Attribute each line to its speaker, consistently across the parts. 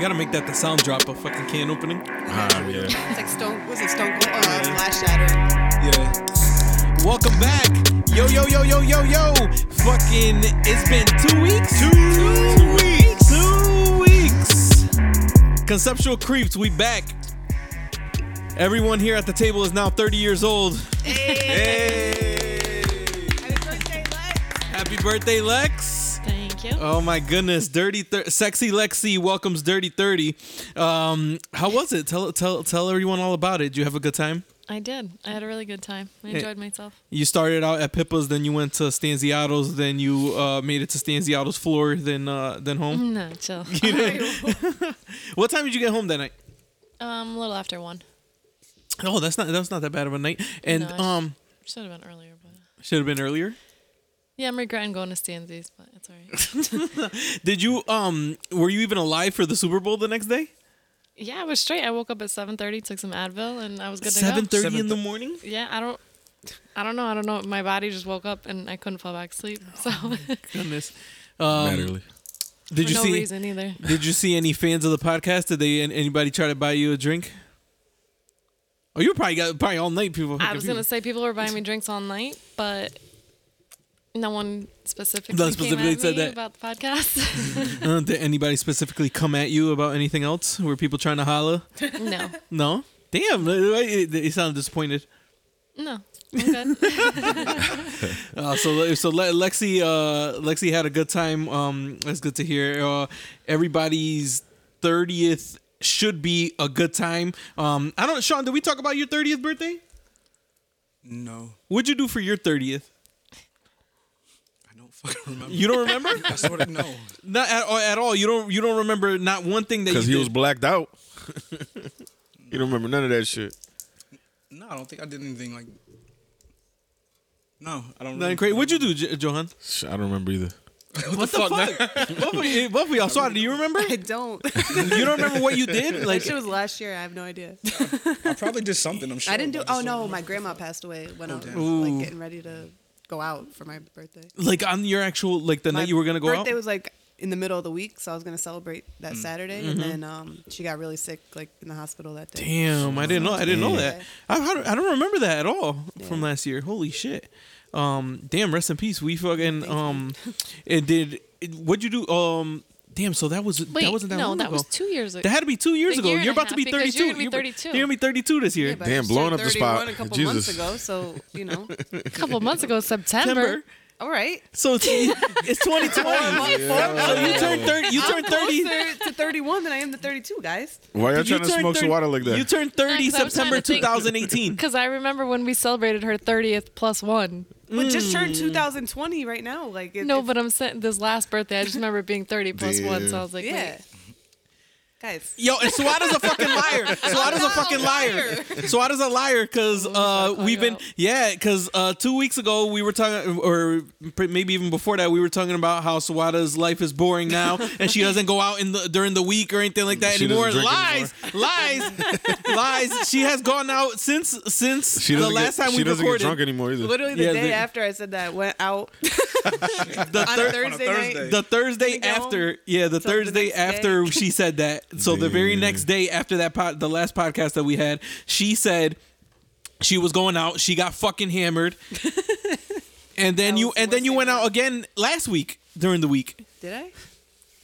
Speaker 1: gotta make that the sound drop of fucking can opening.
Speaker 2: Ah, yeah.
Speaker 3: It's like Stone, was it Stone Cold? Uh, Glass Shatter.
Speaker 1: Yeah. Welcome back. Yo, yo, yo, yo, yo, yo. Fucking, it's been two weeks. Two, weeks. Two weeks. Conceptual Creeps, we back. Everyone here at the table is now 30 years old. Hey. Happy birthday, Lex.
Speaker 4: Thank you.
Speaker 1: Oh my goodness, Dirty Thir- Sexy Lexi welcomes Dirty 30. Um, how was it? Tell tell tell everyone all about it. Did you have a good time?
Speaker 4: I did. I had a really good time. I
Speaker 1: eh,
Speaker 4: enjoyed myself.
Speaker 1: You started out at Pippa's, then you went to Stanziato's, then you uh, made it to Stanziato's floor, then uh, then home.
Speaker 4: No, chill. Mm-hmm.
Speaker 1: What time did you get home that night?
Speaker 4: Um, a little after one.
Speaker 1: Oh, that's not that's not that bad of a night. And
Speaker 4: No, I-
Speaker 1: um,
Speaker 4: Should have been earlier, but
Speaker 1: should have been earlier.
Speaker 4: yeah, I'm regretting going to Stanzi's, but it's alright.
Speaker 1: Did you um were you even alive for the Super Bowl the next day?
Speaker 4: yeah, I was straight. I woke up at 7:30, took some Advil, and I was good to
Speaker 1: Seven
Speaker 4: go.
Speaker 1: thirty in the morning.
Speaker 4: Yeah, I don't. I don't know. I don't know. My body just woke up and I couldn't fall back asleep.
Speaker 1: Oh
Speaker 4: So
Speaker 1: Goodness.
Speaker 2: Not
Speaker 1: Um,
Speaker 2: early.
Speaker 1: did
Speaker 4: for
Speaker 1: you
Speaker 4: no
Speaker 1: see? Oh
Speaker 4: reason either.
Speaker 1: Did you see any fans of the podcast? Did they an- anybody try to buy you a drink? Oh, you probably got probably all night people.
Speaker 4: I was gonna say people were buying me drinks all night, but no one specifically,
Speaker 1: No
Speaker 4: came
Speaker 1: specifically
Speaker 4: at
Speaker 1: said
Speaker 4: me
Speaker 1: that.
Speaker 4: about the podcast.
Speaker 1: Uh, did anybody specifically come at you about anything else? Were people trying to holla?
Speaker 4: no,
Speaker 1: No. Damn, it, it sounded disappointed.
Speaker 4: no. I'm good.
Speaker 1: Uh, so so Le- Lexi uh, Lexi had a good time. Um, that's good to hear. Uh, everybody's thirtieth should be a good time. Um, I don't. Sean, did we talk about your thirtieth birthday?
Speaker 2: No,
Speaker 1: What'd you do for your thirtieth?
Speaker 2: I don't fucking remember.
Speaker 1: You don't remember?
Speaker 2: I swear to no.
Speaker 1: not at, all- at all. You don't. You don't remember not one thing that you
Speaker 5: Because he
Speaker 1: did.
Speaker 5: was blacked out. you don't remember none of that shit.
Speaker 2: No, I don't think I did anything like. No, I don't.
Speaker 1: Nothing crazy. What'd you do, J- Johan?
Speaker 5: Shh, I don't remember either.
Speaker 1: What, the fuck? what, we, what we all saw? Do you remember?
Speaker 3: I don't.
Speaker 1: You don't remember what you did?
Speaker 3: That
Speaker 1: Like
Speaker 3: shit was last year. I have no idea.
Speaker 2: I probably did something. I'm sure.
Speaker 3: I didn't do.
Speaker 2: but I
Speaker 3: Oh
Speaker 2: just don't
Speaker 3: no,
Speaker 2: remember.
Speaker 3: my grandma passed away when
Speaker 5: Oh,
Speaker 3: I was
Speaker 1: Ooh.
Speaker 3: like getting ready to go out for my birthday.
Speaker 1: like on your actual like the
Speaker 3: My
Speaker 1: night you were gonna go
Speaker 3: birthday
Speaker 1: out. Mm.
Speaker 3: was like in the middle of the week, so I was gonna celebrate that Saturday, and then um, she got really sick, like in the hospital that day.
Speaker 1: Mm-hmm. Damn, I didn't know. I didn't know
Speaker 3: Yeah.
Speaker 1: that. I, I don't- I don't remember that at all from last year. Holy shit. Um, damn. Rest in peace. We fucking um, it did. It, what'd you do? Um, damn. So that was
Speaker 4: Wait,
Speaker 1: that wasn't that
Speaker 4: no,
Speaker 1: long
Speaker 4: that
Speaker 1: ago.
Speaker 4: was two years ago.
Speaker 1: That had to be two years
Speaker 4: A
Speaker 1: ago.
Speaker 4: year and
Speaker 1: you're
Speaker 4: a
Speaker 1: about to be
Speaker 4: half because
Speaker 1: 32.
Speaker 4: you're gonna be
Speaker 1: You're-
Speaker 4: 32.
Speaker 1: You're gonna be 32 this year.
Speaker 3: but
Speaker 5: Damn,
Speaker 3: I just
Speaker 5: blowing
Speaker 3: turned
Speaker 5: up the
Speaker 3: 31
Speaker 5: spot.
Speaker 3: A couple months
Speaker 5: Jesus.
Speaker 3: ago, so you know,
Speaker 4: a couple months ago, September.
Speaker 1: September.
Speaker 3: all right.
Speaker 1: So it's, it's
Speaker 4: Oh,
Speaker 1: 2020. So you turned 30. You turned 30.
Speaker 3: Closer to 31 than I am to 32, guys.
Speaker 5: Why y'all
Speaker 1: You
Speaker 5: trying to
Speaker 1: turned
Speaker 5: smoke some
Speaker 1: 30
Speaker 5: water like that?
Speaker 1: You turned 30
Speaker 4: Yeah, 'cause I was
Speaker 1: September
Speaker 4: trying to think.
Speaker 1: 2018.
Speaker 4: Because I remember when we celebrated her 30th plus one.
Speaker 3: But just
Speaker 1: Mm.
Speaker 3: turned 2020 right now. Like it,
Speaker 4: No,
Speaker 3: it's-
Speaker 4: but I'm saying this last birthday, I just remember it being 30 plus one. So I was like,
Speaker 3: yeah,
Speaker 4: yeah.
Speaker 3: guys.
Speaker 1: Yo, and Suada's a fucking liar. Suada's a fucking liar. Suada's a liar because uh,
Speaker 4: call
Speaker 1: we've
Speaker 4: you
Speaker 1: been,
Speaker 4: out.
Speaker 1: yeah, because uh, two weeks ago we were talking, or pr- maybe even before that, we were talking about how Suada's life is boring now and she doesn't go out in the during the week or anything like that
Speaker 5: She doesn't
Speaker 1: anymore.
Speaker 5: drink
Speaker 1: Lies, lies, lies. She has gone out since since
Speaker 5: she
Speaker 1: the
Speaker 5: doesn't
Speaker 1: last
Speaker 5: get,
Speaker 1: time
Speaker 5: she
Speaker 1: we
Speaker 5: doesn't
Speaker 1: recorded.
Speaker 5: get drunk anymore either.
Speaker 3: Literally the
Speaker 1: Yeah,
Speaker 3: day
Speaker 1: the-
Speaker 3: after I said that, went out
Speaker 1: the
Speaker 3: on
Speaker 1: thir-
Speaker 3: a Thursday,
Speaker 2: Thursday.
Speaker 3: night.
Speaker 1: the Thursday
Speaker 3: go
Speaker 1: after, yeah, the
Speaker 3: till the
Speaker 1: Thursday
Speaker 3: next day.
Speaker 1: after she said that. So the very next day after that, pod, the last podcast that we had, she said she was going out. She got fucking hammered, and then
Speaker 3: That
Speaker 1: you
Speaker 3: was the
Speaker 1: and then
Speaker 3: worst
Speaker 1: you
Speaker 3: thing
Speaker 1: went out
Speaker 3: ever.
Speaker 1: again last week during the week.
Speaker 3: Did I?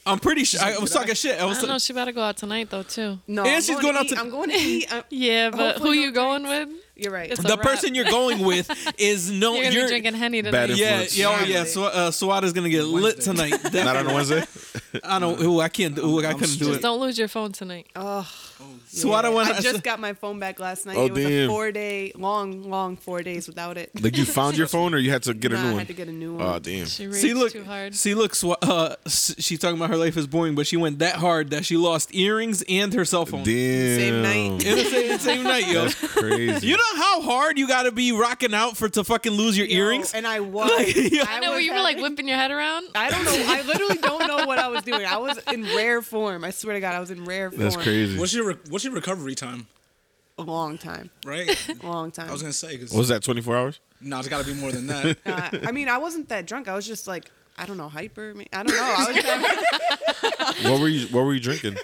Speaker 1: I'm pretty sure I was talking shit. I
Speaker 4: I
Speaker 1: was.
Speaker 4: don't know. She about to go out tonight, though, too.
Speaker 3: No.
Speaker 1: And
Speaker 3: I'm
Speaker 1: she's going out
Speaker 3: eat.
Speaker 1: to-
Speaker 3: I'm going to eat. I'm-
Speaker 4: Yeah, but who
Speaker 3: Hopefully no
Speaker 4: you going with?
Speaker 3: You're right.
Speaker 4: It's
Speaker 1: the
Speaker 4: a wrap.
Speaker 1: person you're going with is no.
Speaker 4: You're
Speaker 1: You're,
Speaker 4: going to be drinking Henny
Speaker 5: Bad
Speaker 4: tonight.
Speaker 5: influence.
Speaker 1: yeah, yeah, oh, yeah.
Speaker 3: Friday.
Speaker 1: Swa- uh, Swada's gonna get lit
Speaker 2: Wednesday.
Speaker 1: tonight.
Speaker 5: Not on a
Speaker 1: Definitely.
Speaker 5: Wednesday.
Speaker 1: I don't. Ooh, I can't. Ooh, I couldn't do
Speaker 4: Just
Speaker 1: it.
Speaker 4: don't lose your phone tonight.
Speaker 3: Oh,
Speaker 1: Swada went.
Speaker 3: I just got my phone back last night.
Speaker 5: Oh,
Speaker 3: it was a
Speaker 5: damn.
Speaker 3: four day, long, long four days without it.
Speaker 5: Like you found your phone or you had to get
Speaker 3: Nah,
Speaker 5: a new
Speaker 3: I
Speaker 5: one.
Speaker 3: had to get a new one.
Speaker 5: Oh damn.
Speaker 4: She reached
Speaker 1: See, look,
Speaker 4: too hard.
Speaker 1: see, look. Sw- uh, s- she's talking about her life is boring, but she went that hard that she lost earrings and her cell phone
Speaker 5: Damn.
Speaker 3: night.
Speaker 1: in the same, the same night, yo.
Speaker 5: That's crazy.
Speaker 1: You know how hard you got to be rocking out for to fucking lose your
Speaker 3: Yo,
Speaker 1: earrings.
Speaker 3: And I was.
Speaker 1: Like, yo.
Speaker 4: I know
Speaker 3: was
Speaker 4: you were like
Speaker 3: having-
Speaker 4: whipping your head around.
Speaker 3: I don't know. I literally don't know what I was doing. I was in rare form. I swear to God, I was in rare form.
Speaker 5: That's crazy.
Speaker 2: What's your re- what's your recovery time?
Speaker 3: A long time.
Speaker 2: Right.
Speaker 3: Long time.
Speaker 2: I was gonna say because
Speaker 5: What was that? Twenty four hours?
Speaker 2: no, it's got to be more than that.
Speaker 3: Uh, I mean, I wasn't that drunk. I was just like, I don't know, hyper. ma- I don't know. I was having,
Speaker 5: What were you What were you drinking?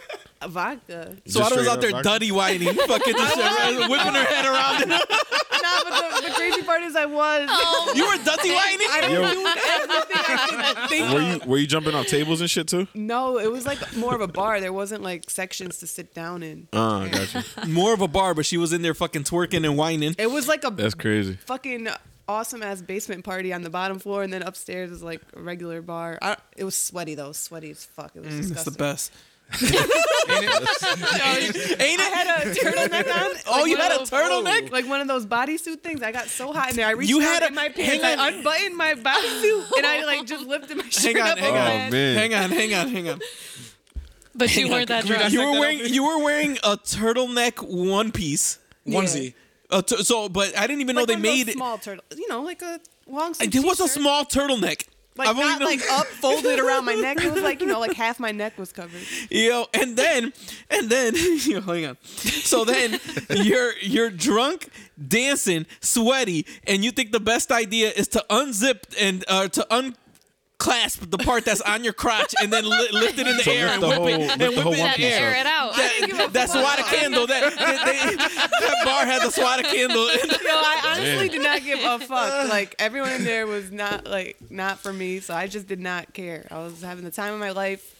Speaker 3: vodka.
Speaker 1: So I was out there duddy whining, fucking this shit, right? whipping her head around. it.
Speaker 3: no, but the, the crazy part is I was.
Speaker 1: You were duddy whining.
Speaker 3: I
Speaker 5: Yo.
Speaker 3: don't do everything I can think
Speaker 5: Were
Speaker 3: of.
Speaker 5: you were you jumping off tables and shit too?
Speaker 3: No, it was like more of a bar. There wasn't like sections to sit down in.
Speaker 5: Ah, I got you.
Speaker 1: More of a bar, but she was in there fucking twerking and whining.
Speaker 3: It was like a
Speaker 5: That's crazy.
Speaker 3: fucking awesome ass basement party on the bottom floor, and then upstairs is like a regular bar. I, it was sweaty though, sweaty as fuck. It was
Speaker 1: That's Mm, the
Speaker 3: disgusting.
Speaker 1: best.
Speaker 3: Ain't it had a turtleneck on?
Speaker 1: Oh, you had a turtleneck?
Speaker 3: Like one of those bodysuit things. I got so hot in there. I reached
Speaker 1: You
Speaker 3: you
Speaker 1: had
Speaker 3: had
Speaker 1: a-
Speaker 3: in my
Speaker 1: hang
Speaker 3: pants. I unbuttoned my bodysuit and I like just lifted my shirt
Speaker 1: on,
Speaker 3: up.
Speaker 1: hang
Speaker 5: Oh
Speaker 3: over my head.
Speaker 5: man.
Speaker 1: Hang on, hang on, hang on.
Speaker 4: But you wore that
Speaker 2: Can we
Speaker 4: dress.
Speaker 2: dissect
Speaker 1: You were
Speaker 2: that
Speaker 1: wearing
Speaker 2: outfit?
Speaker 1: you were wearing a turtleneck one piece.
Speaker 2: onesie.
Speaker 1: A tu- so, but I didn't even know
Speaker 3: Like
Speaker 1: they
Speaker 3: one of those
Speaker 1: made it.
Speaker 3: small turtle. You know, like a long.
Speaker 1: It was a
Speaker 3: t-shirt.
Speaker 1: small turtleneck.
Speaker 3: Like
Speaker 1: I've only
Speaker 3: not
Speaker 1: known-
Speaker 3: like up folded around my neck. It was like you know, like half my neck was covered.
Speaker 1: Yo, and then, and then, yo, hang on. So then, you're you're drunk, dancing, sweaty, and you think the best idea is to unzip and uh, to unclasp the part that's on your crotch and then li- lift it in the
Speaker 5: So
Speaker 1: air and
Speaker 5: lift the
Speaker 1: whip
Speaker 5: whole-
Speaker 1: it
Speaker 5: lift
Speaker 1: and
Speaker 5: the
Speaker 1: whip
Speaker 5: whole
Speaker 1: it
Speaker 5: one
Speaker 1: in the
Speaker 5: piece
Speaker 1: air.
Speaker 4: Air it out. I didn't give a
Speaker 1: That's
Speaker 4: fuck.
Speaker 1: why the candle. That, that, they- that bar had the swat candle.
Speaker 3: Yo, I honestly did not give a fuck. Like everyone in there was not like not for me, so I just did not care. I was having the time of my life,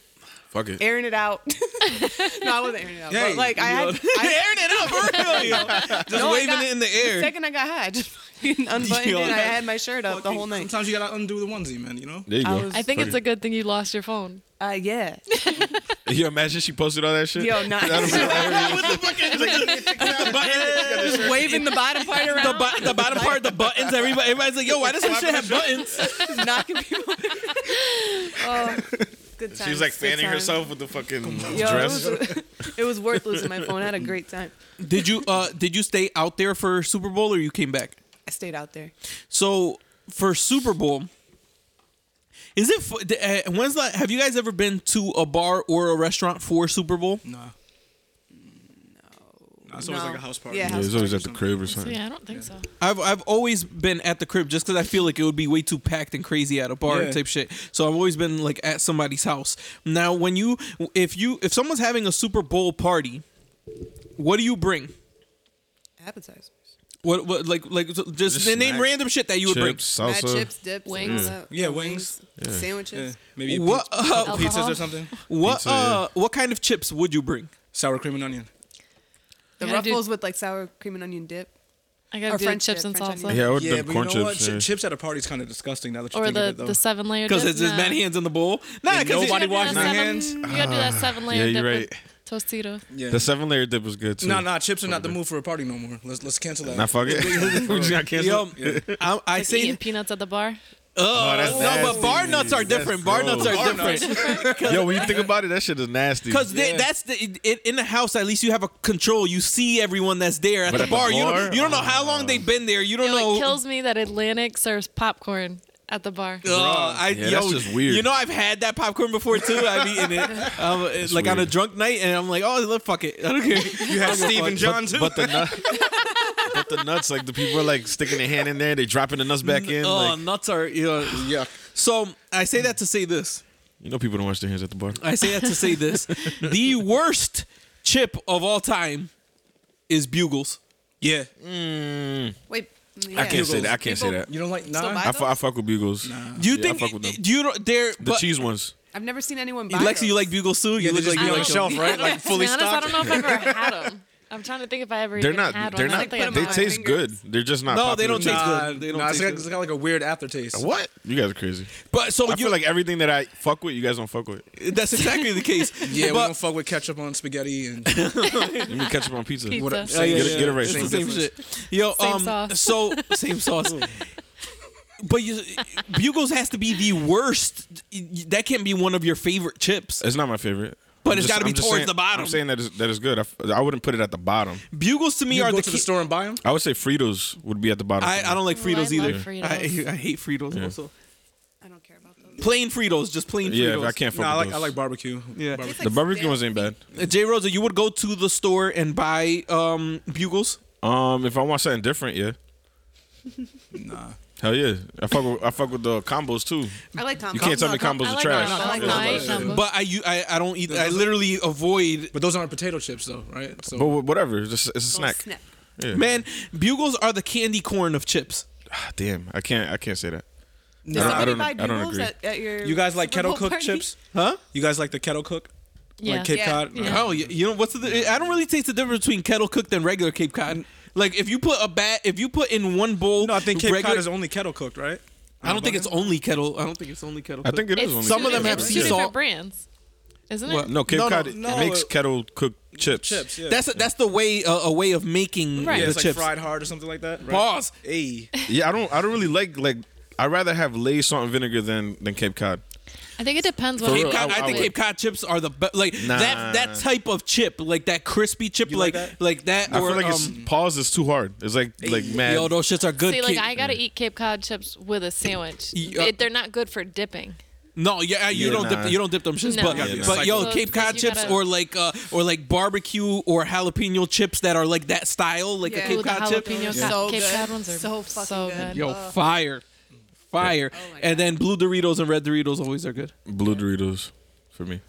Speaker 5: Fuck it.
Speaker 3: airing it out. no, I wasn't airing it out. but,
Speaker 2: Hey,
Speaker 3: like I had,
Speaker 1: Airing
Speaker 3: I,
Speaker 1: it up, for real, yo. Just
Speaker 3: No, I
Speaker 1: waving
Speaker 3: got-
Speaker 1: it in the
Speaker 3: the
Speaker 1: air.
Speaker 3: second I got high, I just fucking unbuttoned
Speaker 1: Yo,
Speaker 3: it. I
Speaker 1: that's
Speaker 3: had my shirt up the whole night.
Speaker 2: Sometimes you gotta undo the onesie, man. You know.
Speaker 5: There you
Speaker 3: I
Speaker 5: go.
Speaker 3: was-
Speaker 4: I think it's a good thing you lost your phone.
Speaker 3: Uh, yeah.
Speaker 5: You imagine she posted all that shit?
Speaker 3: Yo, not
Speaker 1: Button-
Speaker 3: waving the bottom part around,
Speaker 1: the, bu- the bottom part, the buttons. Everybody, everybody's like, "Yo, why does this shit have buttons?"
Speaker 3: just knocking people. oh, good times.
Speaker 5: She was like
Speaker 3: good
Speaker 5: fanning
Speaker 3: times.
Speaker 5: herself with the fucking
Speaker 3: Yo,
Speaker 5: dress.
Speaker 3: It, was, it was worth losing my phone. I had a great time.
Speaker 1: Did you uh did you stay out there for Super Bowl or you came back?
Speaker 3: I stayed out there.
Speaker 1: So for Super Bowl, is it for, uh, when's the have you guys ever been to a bar or a restaurant for Super Bowl?
Speaker 2: Nah. Nah, it's always
Speaker 3: No.
Speaker 2: like a house party.
Speaker 3: Yeah,
Speaker 5: Yeah,
Speaker 3: house
Speaker 5: it's always at the crib or something.
Speaker 4: Yeah, I don't think so.
Speaker 1: I've I've always been at the crib just because I feel like it would be way too packed and crazy at a bar
Speaker 2: Yeah.
Speaker 1: type shit. So I've always been like at somebody's house. Now when you if you if someone's having a Super Bowl party, what do you bring?
Speaker 3: Appetizers.
Speaker 1: What, what like like just, name
Speaker 5: snacks.
Speaker 1: random shit that you would bring.
Speaker 5: Chips,
Speaker 3: Mad
Speaker 5: salsa.
Speaker 3: chips, dips,
Speaker 4: Wings.
Speaker 3: all that.
Speaker 2: Yeah, wings. Yeah,
Speaker 3: sandwiches.
Speaker 2: maybe
Speaker 1: What,
Speaker 2: what
Speaker 1: uh,
Speaker 2: pizzas
Speaker 4: Alcohol.
Speaker 2: or something.
Speaker 1: What
Speaker 5: Pizza,
Speaker 1: uh what kind of chips would you bring?
Speaker 2: Sour cream and onion.
Speaker 3: The
Speaker 4: Yeah, I do-
Speaker 3: ruffles with like sour cream and onion dip.
Speaker 4: I gotta do
Speaker 3: Or
Speaker 4: the
Speaker 3: French
Speaker 4: chips
Speaker 3: dip,
Speaker 4: and
Speaker 3: French
Speaker 4: salsa.
Speaker 3: onion.
Speaker 5: Yeah, I would
Speaker 2: Yeah,
Speaker 5: bring
Speaker 2: but you
Speaker 5: corn
Speaker 2: know what?
Speaker 5: chips.
Speaker 2: Chi-
Speaker 5: yeah.
Speaker 2: Chips at a party is kind of disgusting. Now that you
Speaker 4: Or
Speaker 2: think
Speaker 4: the,
Speaker 2: of it, though.
Speaker 4: the seven layer dip.
Speaker 1: Because it's just
Speaker 4: Nah.
Speaker 1: bad hands on the bowl. Nah,
Speaker 2: And
Speaker 1: 'cause it's-
Speaker 2: nobody
Speaker 4: You gotta do
Speaker 2: washes their
Speaker 4: that seven-
Speaker 2: hands.
Speaker 4: You gotta do that seven layer
Speaker 5: yeah,
Speaker 4: dip
Speaker 5: you're
Speaker 4: with Tostito.
Speaker 2: yeah.
Speaker 5: The seven layer dip was good too.
Speaker 2: Nah, nah, chips are not the move for a party no more. Let's let's cancel that.
Speaker 5: Nah, fuck it. we just got
Speaker 1: Yo,
Speaker 5: canceled.
Speaker 1: I, I
Speaker 4: Like E
Speaker 1: seen.
Speaker 4: eating peanuts at the bar.
Speaker 1: Oh,
Speaker 5: that's
Speaker 1: no, but
Speaker 5: nasty.
Speaker 1: bar nuts are
Speaker 5: That's
Speaker 1: different. Bar nuts are
Speaker 5: gross.
Speaker 1: different.
Speaker 5: Yo, when you think about it, that shit is nasty.
Speaker 1: Because
Speaker 2: Yeah.
Speaker 1: that's the it, in the house. At least you have a control. You see everyone that's there at,
Speaker 5: But
Speaker 1: the,
Speaker 5: at the
Speaker 1: bar, You
Speaker 5: bar?
Speaker 1: don't. You don't know how long they've been there. You don't
Speaker 4: It
Speaker 1: know.
Speaker 4: like kills me that Atlantic serves popcorn at the bar.
Speaker 1: Ugh, Uh, I,
Speaker 5: Yeah,
Speaker 1: yo,
Speaker 5: that's just weird.
Speaker 1: You know, I've had that popcorn before too. I've eaten it, um, like on a
Speaker 5: weird.
Speaker 1: drunk night, and I'm like, oh, look, fuck it. I don't care.
Speaker 2: You had Steve and John too.
Speaker 5: But the nuts, but the nuts, like the people are like sticking their hand in there, they dropping the nuts back in.
Speaker 1: Oh,
Speaker 5: Like,
Speaker 1: nuts are. You know.
Speaker 2: Yuck.
Speaker 1: So I say that to say this.
Speaker 5: you know, people don't wash their hands at the bar.
Speaker 1: I say that to say this. the worst chip of all time is Bugles.
Speaker 2: Yeah.
Speaker 3: Wait. mm,
Speaker 5: I can't say that. I can't say
Speaker 3: People-
Speaker 5: that.
Speaker 2: You don't like
Speaker 3: So
Speaker 2: nah.
Speaker 3: my-
Speaker 5: I, fu- I fuck with bugles.
Speaker 1: Do you
Speaker 5: Yeah, I
Speaker 1: think
Speaker 5: fuck with them.
Speaker 1: do you don't they're
Speaker 5: The
Speaker 1: but,
Speaker 5: cheese ones.
Speaker 3: I've never seen anyone buy
Speaker 1: Lexi, you
Speaker 3: those.
Speaker 1: like Bugles too? You
Speaker 2: they
Speaker 1: look
Speaker 2: just
Speaker 1: like
Speaker 2: be
Speaker 1: you
Speaker 2: on
Speaker 1: like
Speaker 2: the
Speaker 1: them.
Speaker 2: shelf, right? Like fully
Speaker 4: to be honest, I don't
Speaker 2: stocked.
Speaker 4: know if I've ever had them. I'm trying to think if I ever
Speaker 5: They're
Speaker 4: even
Speaker 5: not.
Speaker 4: had
Speaker 5: They're
Speaker 4: one. I don't
Speaker 5: not.
Speaker 4: think I've
Speaker 5: They
Speaker 4: ever-
Speaker 5: taste
Speaker 3: fingers.
Speaker 5: good. They're just not.
Speaker 1: No, they
Speaker 5: popular.
Speaker 1: don't taste
Speaker 2: Nah,
Speaker 1: good. They don't
Speaker 2: nah, it's
Speaker 1: taste
Speaker 2: got,
Speaker 1: good.
Speaker 2: it's got like a weird aftertaste.
Speaker 5: What? You guys are crazy.
Speaker 1: But so
Speaker 5: I
Speaker 1: you
Speaker 5: feel like everything that I fuck with, you guys don't fuck with.
Speaker 1: that's exactly the case.
Speaker 2: Yeah, we
Speaker 1: but,
Speaker 2: don't fuck with ketchup on spaghetti and
Speaker 5: You mean ketchup on pizza?
Speaker 4: Pizza.
Speaker 5: What?
Speaker 2: what.
Speaker 4: Yeah,
Speaker 1: Yeah,
Speaker 2: same-
Speaker 1: yeah,
Speaker 5: Get it-
Speaker 1: yeah.
Speaker 5: get it right,
Speaker 1: It's the
Speaker 5: Snoop.
Speaker 1: same shit. Yo,
Speaker 4: Same
Speaker 1: um,
Speaker 4: sauce.
Speaker 1: so same sauce. But you, Bugles has to be the worst. That can't be one of your favorite chips.
Speaker 5: It's not my favorite.
Speaker 1: But
Speaker 5: I'm
Speaker 1: it's gotta be
Speaker 5: I'm
Speaker 1: towards
Speaker 5: saying-
Speaker 1: the bottom.
Speaker 5: I'm saying that is, that is good. I, f- I wouldn't put it at the bottom.
Speaker 1: Bugles to me
Speaker 2: You
Speaker 1: are
Speaker 2: go
Speaker 1: the,
Speaker 2: to
Speaker 1: ki-
Speaker 2: the store and buy them.
Speaker 5: I would say Fritos would be at the bottom.
Speaker 1: I, I don't like
Speaker 4: Ooh, I
Speaker 1: Fritos
Speaker 4: love
Speaker 1: either.
Speaker 4: Fritos.
Speaker 1: I, I hate Fritos also.
Speaker 3: I don't care about those.
Speaker 1: Plain Fritos, just plain
Speaker 5: Yeah,
Speaker 1: Fritos.
Speaker 5: I can't fuck
Speaker 2: Nah, I
Speaker 5: with
Speaker 2: like I
Speaker 5: those.
Speaker 2: like barbecue.
Speaker 1: Yeah.
Speaker 2: Barbecue.
Speaker 3: It's
Speaker 5: the
Speaker 3: like
Speaker 5: barbecue
Speaker 3: stale
Speaker 5: ones ain't bad.
Speaker 1: Uh, Jay Rosa, you would go to the store and buy um bugles.
Speaker 5: Um, if I want something different, yeah.
Speaker 2: nah.
Speaker 5: Hell yeah, I fuck with I fuck with the combos too.
Speaker 3: I like combo.
Speaker 5: You can't tell me combos
Speaker 4: I
Speaker 5: are
Speaker 4: like
Speaker 5: trash.
Speaker 4: combos. I like combos.
Speaker 5: Yeah, that's about it.
Speaker 4: Combos.
Speaker 1: But I, you, I, I don't eat. I literally avoid.
Speaker 2: But those aren't potato chips though, right? So
Speaker 5: But wh- whatever, it's, just, it's a snack. Yeah.
Speaker 1: Man, bugles are the candy corn of chips.
Speaker 5: Ah, damn, I can't I can't say that.
Speaker 3: Did
Speaker 5: I don't- I
Speaker 3: somebody
Speaker 5: don't-
Speaker 3: buy
Speaker 5: I don't
Speaker 3: Doodles
Speaker 5: agree.
Speaker 3: At, at your
Speaker 2: you guys like
Speaker 3: Super
Speaker 2: kettle
Speaker 3: Bowl
Speaker 2: cooked
Speaker 3: party?
Speaker 2: chips?
Speaker 1: Huh?
Speaker 2: You guys like the kettle cook?
Speaker 4: Yeah.
Speaker 2: Like Kit
Speaker 3: Yeah.
Speaker 2: Kat?
Speaker 4: Yeah.
Speaker 1: Oh, you, you know what's the? I don't really taste the difference between kettle cooked and regular Cape Cod. Like if you put a bat, if you put in one bowl.
Speaker 2: No, I think Cape
Speaker 1: regular-
Speaker 2: Cod is only kettle cooked, right?
Speaker 1: I don't think it's only kettle. I don't think it's only kettle.
Speaker 5: I
Speaker 1: Cooked.
Speaker 5: think it is.
Speaker 4: It's
Speaker 5: only
Speaker 4: two
Speaker 1: Some of them
Speaker 4: different-
Speaker 1: have
Speaker 4: it's
Speaker 1: sea
Speaker 4: two
Speaker 1: salt.
Speaker 4: different brands, isn't it?
Speaker 1: What?
Speaker 5: No, Cape
Speaker 2: No, no,
Speaker 5: Cod
Speaker 2: no,
Speaker 5: makes
Speaker 1: uh,
Speaker 2: it-
Speaker 5: kettle cooked chips.
Speaker 2: Chips, yeah.
Speaker 1: That's a, that's the way uh, a way of making
Speaker 4: Right.
Speaker 1: the
Speaker 2: yeah, it's like
Speaker 1: chips.
Speaker 2: fried hard or something like that. Right?
Speaker 1: Pause.
Speaker 2: Hey.
Speaker 5: Yeah, I don't I don't really like like I would rather have Lay's salt and vinegar than than Cape Cod.
Speaker 4: I think it depends what
Speaker 1: Cape
Speaker 5: real,
Speaker 1: Cod,
Speaker 5: I-
Speaker 1: I,
Speaker 5: I
Speaker 1: think
Speaker 5: would-
Speaker 1: Cape Cod chips are the best. Like
Speaker 5: Nah.
Speaker 1: that that type of chip, like that crispy chip,
Speaker 2: You
Speaker 1: like
Speaker 2: like
Speaker 1: that?
Speaker 2: that?
Speaker 1: like that.
Speaker 5: I
Speaker 1: or,
Speaker 5: feel like it's
Speaker 1: um,
Speaker 5: pause is too hard. It's like like mad.
Speaker 1: yo, those shits are good.
Speaker 4: See, like
Speaker 1: kid.
Speaker 4: I gotta eat Cape Cod chips with a sandwich.
Speaker 1: Yeah.
Speaker 5: uh,
Speaker 4: It- they're not good for dipping.
Speaker 1: No, yeah, you
Speaker 5: Yeah,
Speaker 1: don't
Speaker 5: nah.
Speaker 1: dip, you don't dip them shits,
Speaker 4: No.
Speaker 1: but
Speaker 4: Yeah,
Speaker 5: nah.
Speaker 1: but yo,
Speaker 4: So
Speaker 1: Cape Cod
Speaker 4: you
Speaker 1: chips
Speaker 4: gotta-
Speaker 1: or like uh or like barbecue or jalapeno chips that are like that style, like
Speaker 3: Yeah.
Speaker 1: a Cape
Speaker 4: Ooh, the
Speaker 1: Cod chip.
Speaker 4: jalapeno uh,
Speaker 3: Yeah.
Speaker 4: Cod-
Speaker 3: So
Speaker 4: Cape
Speaker 3: good.
Speaker 4: Cod ones are
Speaker 3: So fucking
Speaker 4: so
Speaker 3: good.
Speaker 4: good.
Speaker 1: Yo, fire, fire,
Speaker 4: Oh
Speaker 3: my
Speaker 1: and then blue Doritos and red Doritos always are good.
Speaker 5: Blue Doritos for me.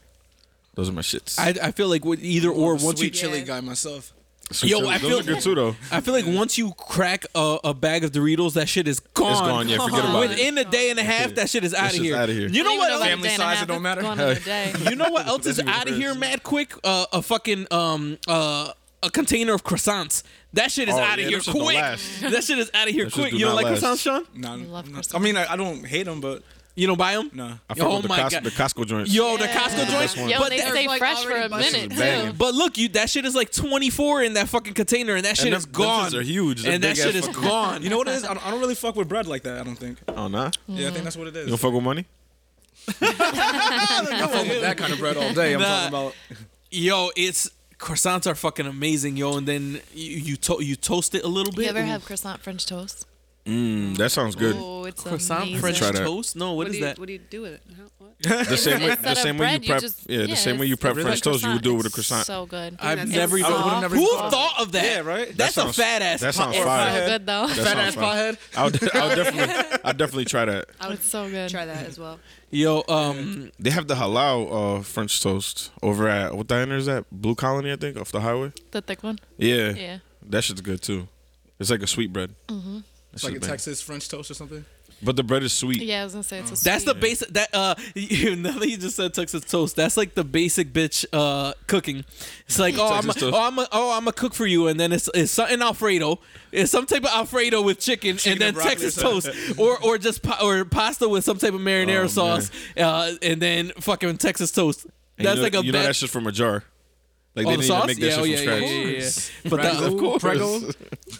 Speaker 5: Those are my shits.
Speaker 1: I, I feel like with either or once you
Speaker 2: Sweet chili
Speaker 3: Yeah.
Speaker 2: guy myself.
Speaker 5: Sweet
Speaker 1: yo,
Speaker 5: chili-
Speaker 1: I
Speaker 5: those
Speaker 1: feel-
Speaker 5: are good too though.
Speaker 1: I feel like once you crack a, a bag of Doritos, that shit is gone.
Speaker 5: gone, yeah, forget about it.
Speaker 1: Within a day and a half, that shit is out of
Speaker 5: shit's
Speaker 1: here.
Speaker 5: outta here.
Speaker 1: You know
Speaker 4: Not
Speaker 1: what?
Speaker 4: even
Speaker 1: else-
Speaker 4: about a
Speaker 2: Family
Speaker 4: day and a
Speaker 2: size,
Speaker 4: half,
Speaker 2: it don't
Speaker 4: it's
Speaker 2: matter.
Speaker 4: Gone in a day.
Speaker 1: You know what else is out of here, mad quick? Uh, a fucking um uh a container of croissants. That shit is
Speaker 5: Oh,
Speaker 1: out of
Speaker 5: yeah,
Speaker 1: here
Speaker 5: them shits don't
Speaker 1: quick.
Speaker 5: last.
Speaker 1: That shit is out of here
Speaker 5: Them shits
Speaker 1: quick.
Speaker 5: do
Speaker 1: You don't
Speaker 5: not
Speaker 1: like
Speaker 5: last.
Speaker 1: croissants, Sean?
Speaker 2: Nah,
Speaker 4: love
Speaker 2: nah.
Speaker 4: croissants.
Speaker 2: I mean, I, I don't hate them, but
Speaker 1: You don't buy them?
Speaker 2: nah.
Speaker 5: I fuck
Speaker 1: Oh
Speaker 5: with the,
Speaker 1: my
Speaker 5: Cos-
Speaker 1: God.
Speaker 5: the Costco joints.
Speaker 1: Yo, the Costco
Speaker 5: the
Speaker 1: joints,
Speaker 5: best one.
Speaker 4: Yo,
Speaker 1: but
Speaker 4: they
Speaker 1: that-
Speaker 4: stay
Speaker 3: like,
Speaker 4: fresh for a
Speaker 3: already busted.
Speaker 4: minute
Speaker 5: This is
Speaker 4: too.
Speaker 5: banging.
Speaker 1: but look, you that shit is like 24 in that fucking container, and that shit
Speaker 5: them-
Speaker 1: is
Speaker 5: them
Speaker 1: gone.
Speaker 5: shits are huge. They're
Speaker 1: and that
Speaker 5: big ass
Speaker 1: shit is
Speaker 5: fucking-
Speaker 1: gone.
Speaker 2: You know what it is? I don't, I don't really fuck with bread like that. I don't think.
Speaker 5: Oh nah.
Speaker 2: Yeah, I
Speaker 4: Mm.
Speaker 2: think that's what it is.
Speaker 5: You don't fuck with money?
Speaker 2: I fuck with that kind of bread all day. I'm
Speaker 1: Nah.
Speaker 2: talking about.
Speaker 1: yo, it's croissants are fucking amazing, yo. And then you you, to- you toast it a little bit.
Speaker 4: You ever
Speaker 1: and-
Speaker 4: have croissant French toast?
Speaker 5: Mm, that sounds good.
Speaker 4: Oh, it's
Speaker 1: croissant
Speaker 4: amazing.
Speaker 1: French
Speaker 5: Try that.
Speaker 1: toast? No,
Speaker 3: What
Speaker 1: what
Speaker 3: do
Speaker 1: is
Speaker 3: you,
Speaker 1: that?
Speaker 3: What do you do with it? How, what?
Speaker 5: The same way,
Speaker 4: Instead
Speaker 5: the
Speaker 4: of
Speaker 5: same way
Speaker 4: bread,
Speaker 5: you prep,
Speaker 4: just-
Speaker 5: yeah, the same way you
Speaker 4: it's-
Speaker 5: prep
Speaker 4: it's
Speaker 5: French toast, you would do it with a
Speaker 4: it's
Speaker 5: croissant.
Speaker 4: So good.
Speaker 1: I've
Speaker 3: That's
Speaker 1: never
Speaker 3: so
Speaker 1: even.
Speaker 3: soft.
Speaker 2: never
Speaker 1: Who
Speaker 2: even thought of
Speaker 1: thought of that?
Speaker 2: Yeah, right? That
Speaker 1: That's a
Speaker 5: sounds-
Speaker 1: fat ass.
Speaker 5: that sounds
Speaker 4: it's
Speaker 5: fire.
Speaker 4: so good though.
Speaker 5: That sounds fire.
Speaker 1: pothead.
Speaker 5: I'll, de- I'll definitely, I'll definitely try that.
Speaker 3: I would
Speaker 4: It's so good.
Speaker 3: try that as well.
Speaker 1: Yo, um,
Speaker 5: They have the halal uh, French toast over at what diner is that? Blue Colony, I think, off the highway.
Speaker 4: The thick one.
Speaker 5: Yeah,
Speaker 4: Yeah.
Speaker 5: that shit's good too. It's like a sweet bread. Mm-hmm.
Speaker 2: It's like a Texas French toast or something.
Speaker 5: but the bread is sweet.
Speaker 4: Yeah, I was gonna say it's a.
Speaker 1: that's the
Speaker 4: sweet.
Speaker 1: basic. That uh, you, now that you just said Texas toast, that's like the basic bitch uh cooking. It's like oh, I'm a,
Speaker 5: Texas toast.
Speaker 1: oh, I'm a, oh, I'm a cook for you, and then it's it's something Alfredo, it's some type of Alfredo with chicken,
Speaker 2: Chicken
Speaker 1: and then
Speaker 2: and broccoli
Speaker 1: Texas
Speaker 2: or
Speaker 1: toast, or or just pa- or pasta with some type of marinara
Speaker 5: Oh,
Speaker 1: sauce, uh, and then fucking Texas toast.
Speaker 5: And
Speaker 1: That's
Speaker 5: you know,
Speaker 1: like a
Speaker 5: you know
Speaker 1: bad.
Speaker 5: that's just from a jar. Like
Speaker 1: Oh,
Speaker 5: they
Speaker 1: the
Speaker 5: didn't
Speaker 1: sauce?
Speaker 5: even make that
Speaker 1: Yeah,
Speaker 5: shit
Speaker 1: oh,
Speaker 5: from
Speaker 1: yeah,
Speaker 5: scratch.
Speaker 1: yeah, yeah, yeah. But the,
Speaker 5: Of course.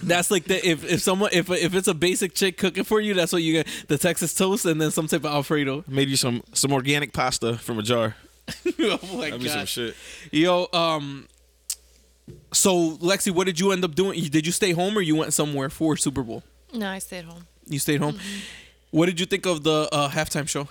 Speaker 1: That's like the if, if someone if if it's a basic chick cooking for you, that's what you get the Texas toast and then some type of Alfredo.
Speaker 5: Made you some some organic pasta from a jar.
Speaker 1: oh my
Speaker 5: That'd be some
Speaker 1: god,
Speaker 5: shit.
Speaker 1: yo, um, so Lexi, what did you end up doing? You- Did you stay home or you went somewhere for Super Bowl?
Speaker 4: No, I stayed home.
Speaker 1: You stayed home.
Speaker 4: Mm-hmm.
Speaker 1: What did you think of the uh, halftime show?